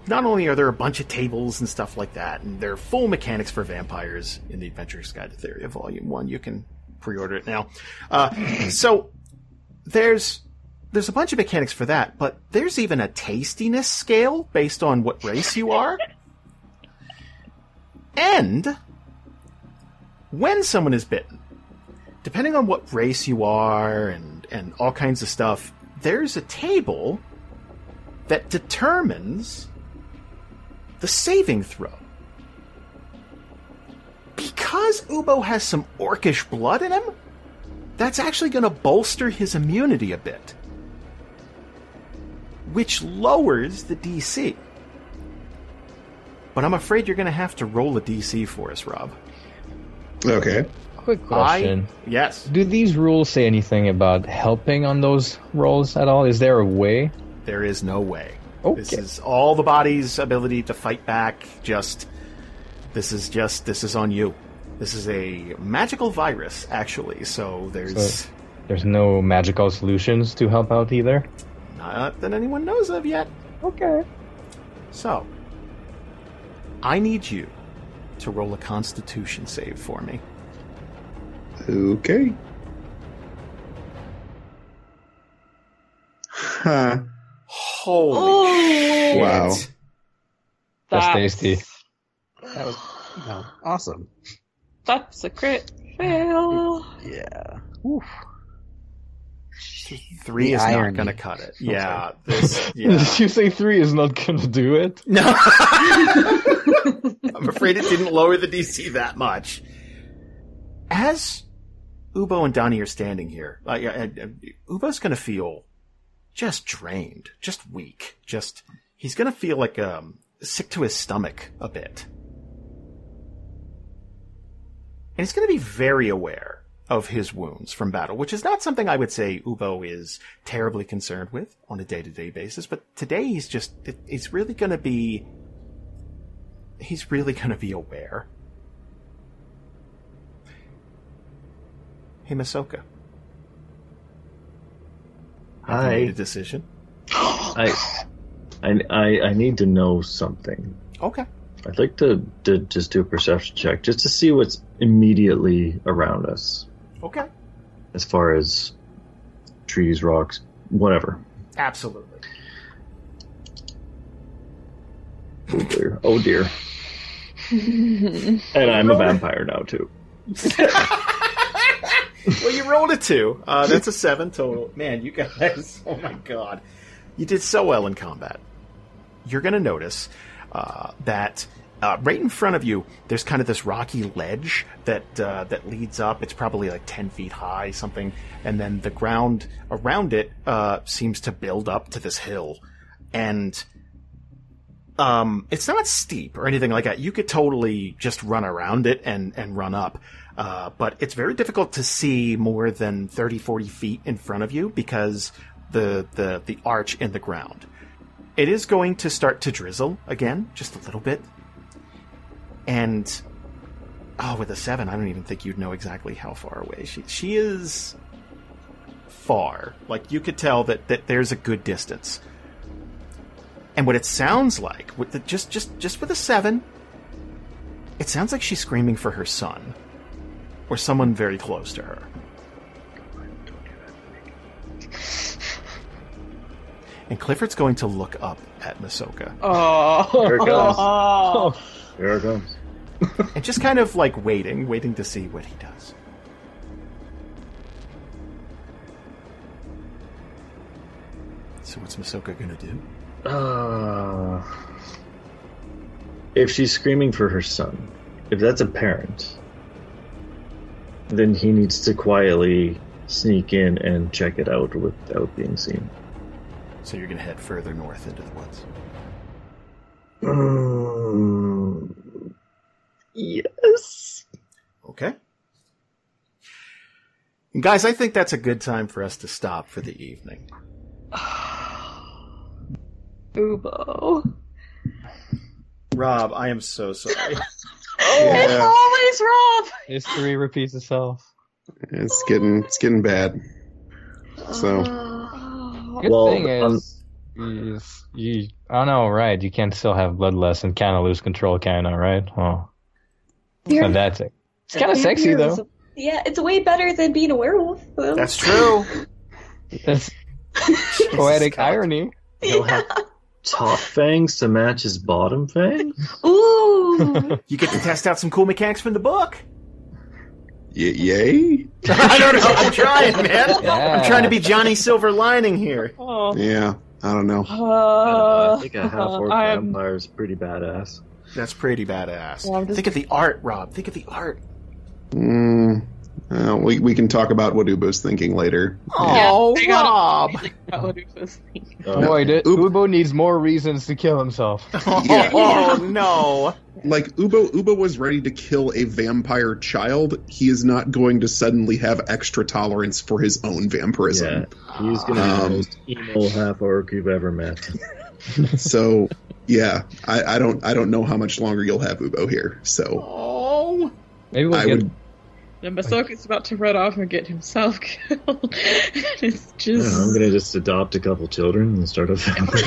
Speaker 2: not only are there a bunch of tables and stuff like that, and there are full mechanics for vampires in the Adventurer's Guide to Theory of Volume One. You can pre-order it now. Uh, so there's there's a bunch of mechanics for that, but there's even a tastiness scale based on what race you are, and when someone is bitten, depending on what race you are and and all kinds of stuff. There's a table that determines the saving throw. Because Ubo has some orcish blood in him, that's actually going to bolster his immunity a bit, which lowers the DC. But I'm afraid you're going to have to roll a DC for us, Rob.
Speaker 3: Okay.
Speaker 5: Quick question.
Speaker 2: yes.
Speaker 5: Do these rules say anything about helping on those rolls at all? Is there a way?
Speaker 2: There is no way. This
Speaker 5: Okay.
Speaker 2: is all the body's ability to fight back. Just this is just this is on you. This is a magical virus, actually. So there's
Speaker 5: So there's no magical solutions to help out either.
Speaker 2: not that anyone knows of yet.
Speaker 5: Okay.
Speaker 2: So I need you to roll a Constitution save for me.
Speaker 3: Okay. Huh.
Speaker 2: Holy shit!
Speaker 3: Wow.
Speaker 5: That's
Speaker 4: That's-
Speaker 5: tasty.
Speaker 7: That was no, awesome.
Speaker 4: That's a crit fail.
Speaker 7: Yeah. Oof.
Speaker 2: Three
Speaker 7: The
Speaker 2: is
Speaker 7: irony.
Speaker 2: not going to cut it.
Speaker 7: I'm
Speaker 2: Yeah, this. Yeah,
Speaker 5: you say three is not gonna do it?
Speaker 2: no. I'm afraid it didn't lower the DC that much. As Ubo and Donnie are standing here, uh, yeah, and- and Ubo's going to feel just drained, just weak, just he's going to feel like um sick to his stomach a bit, and he's going to be very aware of his wounds from battle, which is not something I would say Ubo is terribly concerned with on a day-to-day basis. But today he's just he's really going to be he's really going to be aware. Hey, Masoka. Have you made a
Speaker 11: Hi.
Speaker 2: decision. Oh,
Speaker 11: I, I, I, I need to know something.
Speaker 2: Okay.
Speaker 11: I'd like to, to just do a perception check just to see what's immediately around us
Speaker 2: Okay.
Speaker 11: as far as trees, rocks, whatever.
Speaker 2: Absolutely.
Speaker 11: Oh dear. Oh dear. and I'm a vampire now too.
Speaker 2: Well, you rolled a two. Uh, that's a seven total. Man, you guys. Oh my god. You did so well in combat. You're going to notice uh, that uh, right in front of you, there's kind of this rocky ledge that uh, that leads up. It's probably like ten feet high, something, and then the ground around it uh, seems to build up to this hill, and Um, it's not steep or anything like that. You could totally just run around it and, and run up. Uh, but it's very difficult to see more than 30, 40 feet in front of you because the, the, the arch in the ground. It is going to start to drizzle again, just a little bit. And, oh, with a seven, I don't even think you'd know exactly how far away she, she is far. Like you could tell that, that there's a good distance. And what it sounds like, with the, just just just with a seven, it sounds like she's screaming for her son, or someone very close to her. And Clifford's going to look up at Masoka.
Speaker 4: Oh,
Speaker 11: Here it comes. Here it comes.
Speaker 2: and just kind of like waiting, waiting to see what he does. So what's Masoka gonna do?
Speaker 11: Uh, if she's screaming for her son, if that's a parent, then he needs to quietly sneak in and check it out without being seen.
Speaker 2: So you're gonna head further north into the woods.
Speaker 11: Mm, yes.
Speaker 2: Okay. And guys, I think that's a good time for us to stop for the evening.
Speaker 4: Ubo.
Speaker 2: Rob, I am so sorry.
Speaker 4: It's always Rob.
Speaker 5: History repeats itself.
Speaker 3: It's getting it's getting bad. So
Speaker 5: Good
Speaker 11: Well,
Speaker 5: thing is, is you, oh no, right? You can still have bloodlust and kind of lose control, kind of, right? Oh, it's not that sick. It's kind of sexy though.
Speaker 9: Yeah, it's way better than being a werewolf. though.
Speaker 2: That's true.
Speaker 5: That's poetic irony.
Speaker 11: He'll have top fangs to match his bottom fangs.
Speaker 9: Ooh.
Speaker 2: You get to test out some cool mechanics from the book.
Speaker 3: y- yay,
Speaker 2: I don't know. I'm trying, man. I'm
Speaker 5: Yeah.
Speaker 2: trying to be Johnny Silver Lining here.
Speaker 4: Oh.
Speaker 3: yeah. I don't know.
Speaker 11: I
Speaker 4: Uh,
Speaker 11: think a half orc
Speaker 4: I am-
Speaker 11: vampire is pretty badass.
Speaker 2: That's pretty badass.
Speaker 4: Yeah, I'm just-
Speaker 2: Think of the art, Rob. Think of the art.
Speaker 3: Mm, uh, we we can talk about what Ubo's thinking later.
Speaker 2: Oh,
Speaker 4: I gotta-
Speaker 2: Rob.
Speaker 4: That would do this thing.
Speaker 11: Uh,
Speaker 5: Boy, did, Ubo needs more reasons to kill himself.
Speaker 3: Yeah.
Speaker 2: Oh no.
Speaker 3: Like Ubo Ubo was ready to kill a vampire child. He is not going to suddenly have extra tolerance for his own
Speaker 11: yeah,
Speaker 3: vampirism.
Speaker 11: he's gonna be the
Speaker 3: Um,
Speaker 11: most emo half orc you've ever met.
Speaker 3: So yeah, I, I don't I don't know how much longer you'll have Ubo here. So
Speaker 2: Oh.
Speaker 5: Maybe we'll
Speaker 3: I
Speaker 5: get
Speaker 3: would
Speaker 4: And Masoka's about to run off and get himself killed. it's
Speaker 11: Yeah, I'm
Speaker 4: just.
Speaker 11: gonna just adopt a couple children and start a family.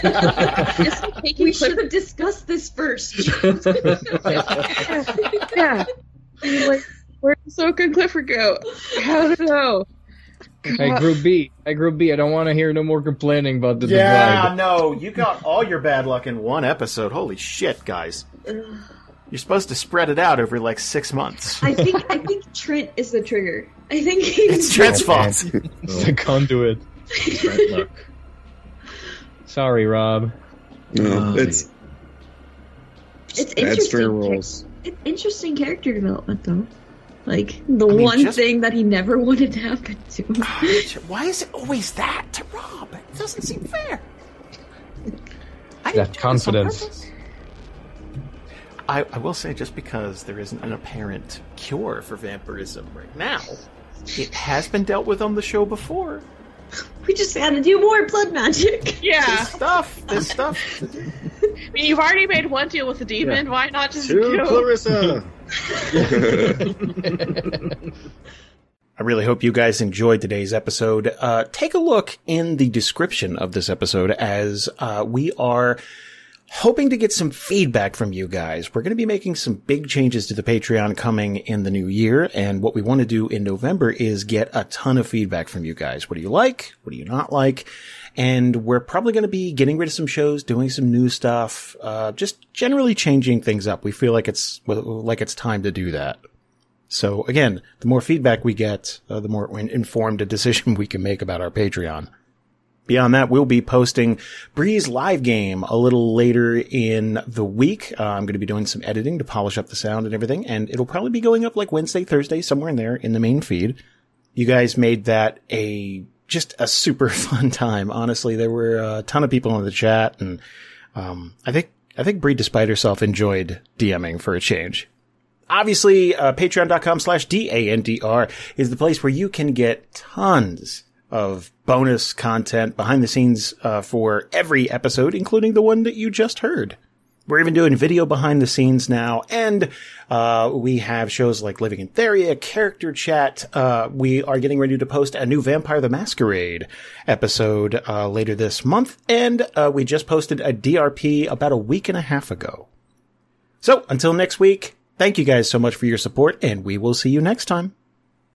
Speaker 4: It's like taking
Speaker 6: We
Speaker 4: Clifford-
Speaker 6: should have discussed this first.
Speaker 4: Yeah. Like, where did Ahsoka and Clifford go? I don't know.
Speaker 5: Hey, Group B. Hey, Group B. I don't want to hear no more complaining about the
Speaker 2: Yeah,
Speaker 5: divide.
Speaker 2: no. You got all your bad luck in one episode. Holy shit, guys. You're supposed to spread it out over like six months.
Speaker 6: I think I think Trent is the trigger. I think
Speaker 2: It's
Speaker 6: he's
Speaker 2: Trent's
Speaker 5: Oh,
Speaker 2: fault.
Speaker 5: It's a conduit.
Speaker 11: Trent Luck.
Speaker 5: Sorry, Rob.
Speaker 3: no,
Speaker 11: Oh,
Speaker 3: it's
Speaker 6: It's
Speaker 3: bad
Speaker 6: interesting.
Speaker 3: string rolls.
Speaker 6: it's interesting character development though. Like the
Speaker 2: mean,
Speaker 6: one
Speaker 2: just-
Speaker 6: thing that he never wanted to happen to him.
Speaker 2: Why is it always that to Rob? It doesn't seem fair. I
Speaker 5: That confidence.
Speaker 2: purpose. I, I will say, just because there isn't an apparent cure for vampirism right now, it has been dealt with on the show before.
Speaker 6: We just had to do more blood magic.
Speaker 4: Yeah.
Speaker 2: There's stuff. There's stuff. to do.
Speaker 4: I mean, you've already made one deal with the demon. Why not just
Speaker 11: To
Speaker 4: go?
Speaker 11: Clarissa.
Speaker 2: I really hope you guys enjoyed today's episode. Uh, take a look in the description of this episode as uh, we are hoping to get some feedback from you guys. We're going to be making some big changes to the Patreon coming in the new year. And what we want to do in November is get a ton of feedback from you guys. What do you like? What do you not like? And we're probably going to be getting rid of some shows, doing some new stuff, uh, just generally changing things up. We feel like it's, like it's time to do that. So again, the more feedback we get, uh, the more in- informed a decision we can make about our Patreon. Beyond that, we'll be posting Bree's live game a little later in the week. Uh, I'm going to be doing some editing to polish up the sound and everything, and it'll probably be going up like Wednesday, Thursday, somewhere in there in the main feed. You guys made that a just a super fun time. Honestly, there were a ton of people in the chat and Um, I think I think Bree, despite herself, enjoyed DMing for a change. Obviously, uh, patreon.com slash D-A-N-D-R is the place where you can get tons of bonus content behind the scenes uh, for every episode, including the one that you just heard. We're even doing video behind the scenes now, and uh, we have shows like Living in Theria, Character Chat. Uh, we are getting ready to post a new Vampire the Masquerade episode uh, later this month, and uh, we just posted a DRP about a week and a half ago. So until next week, thank you guys so much for your support, and we will see you next time.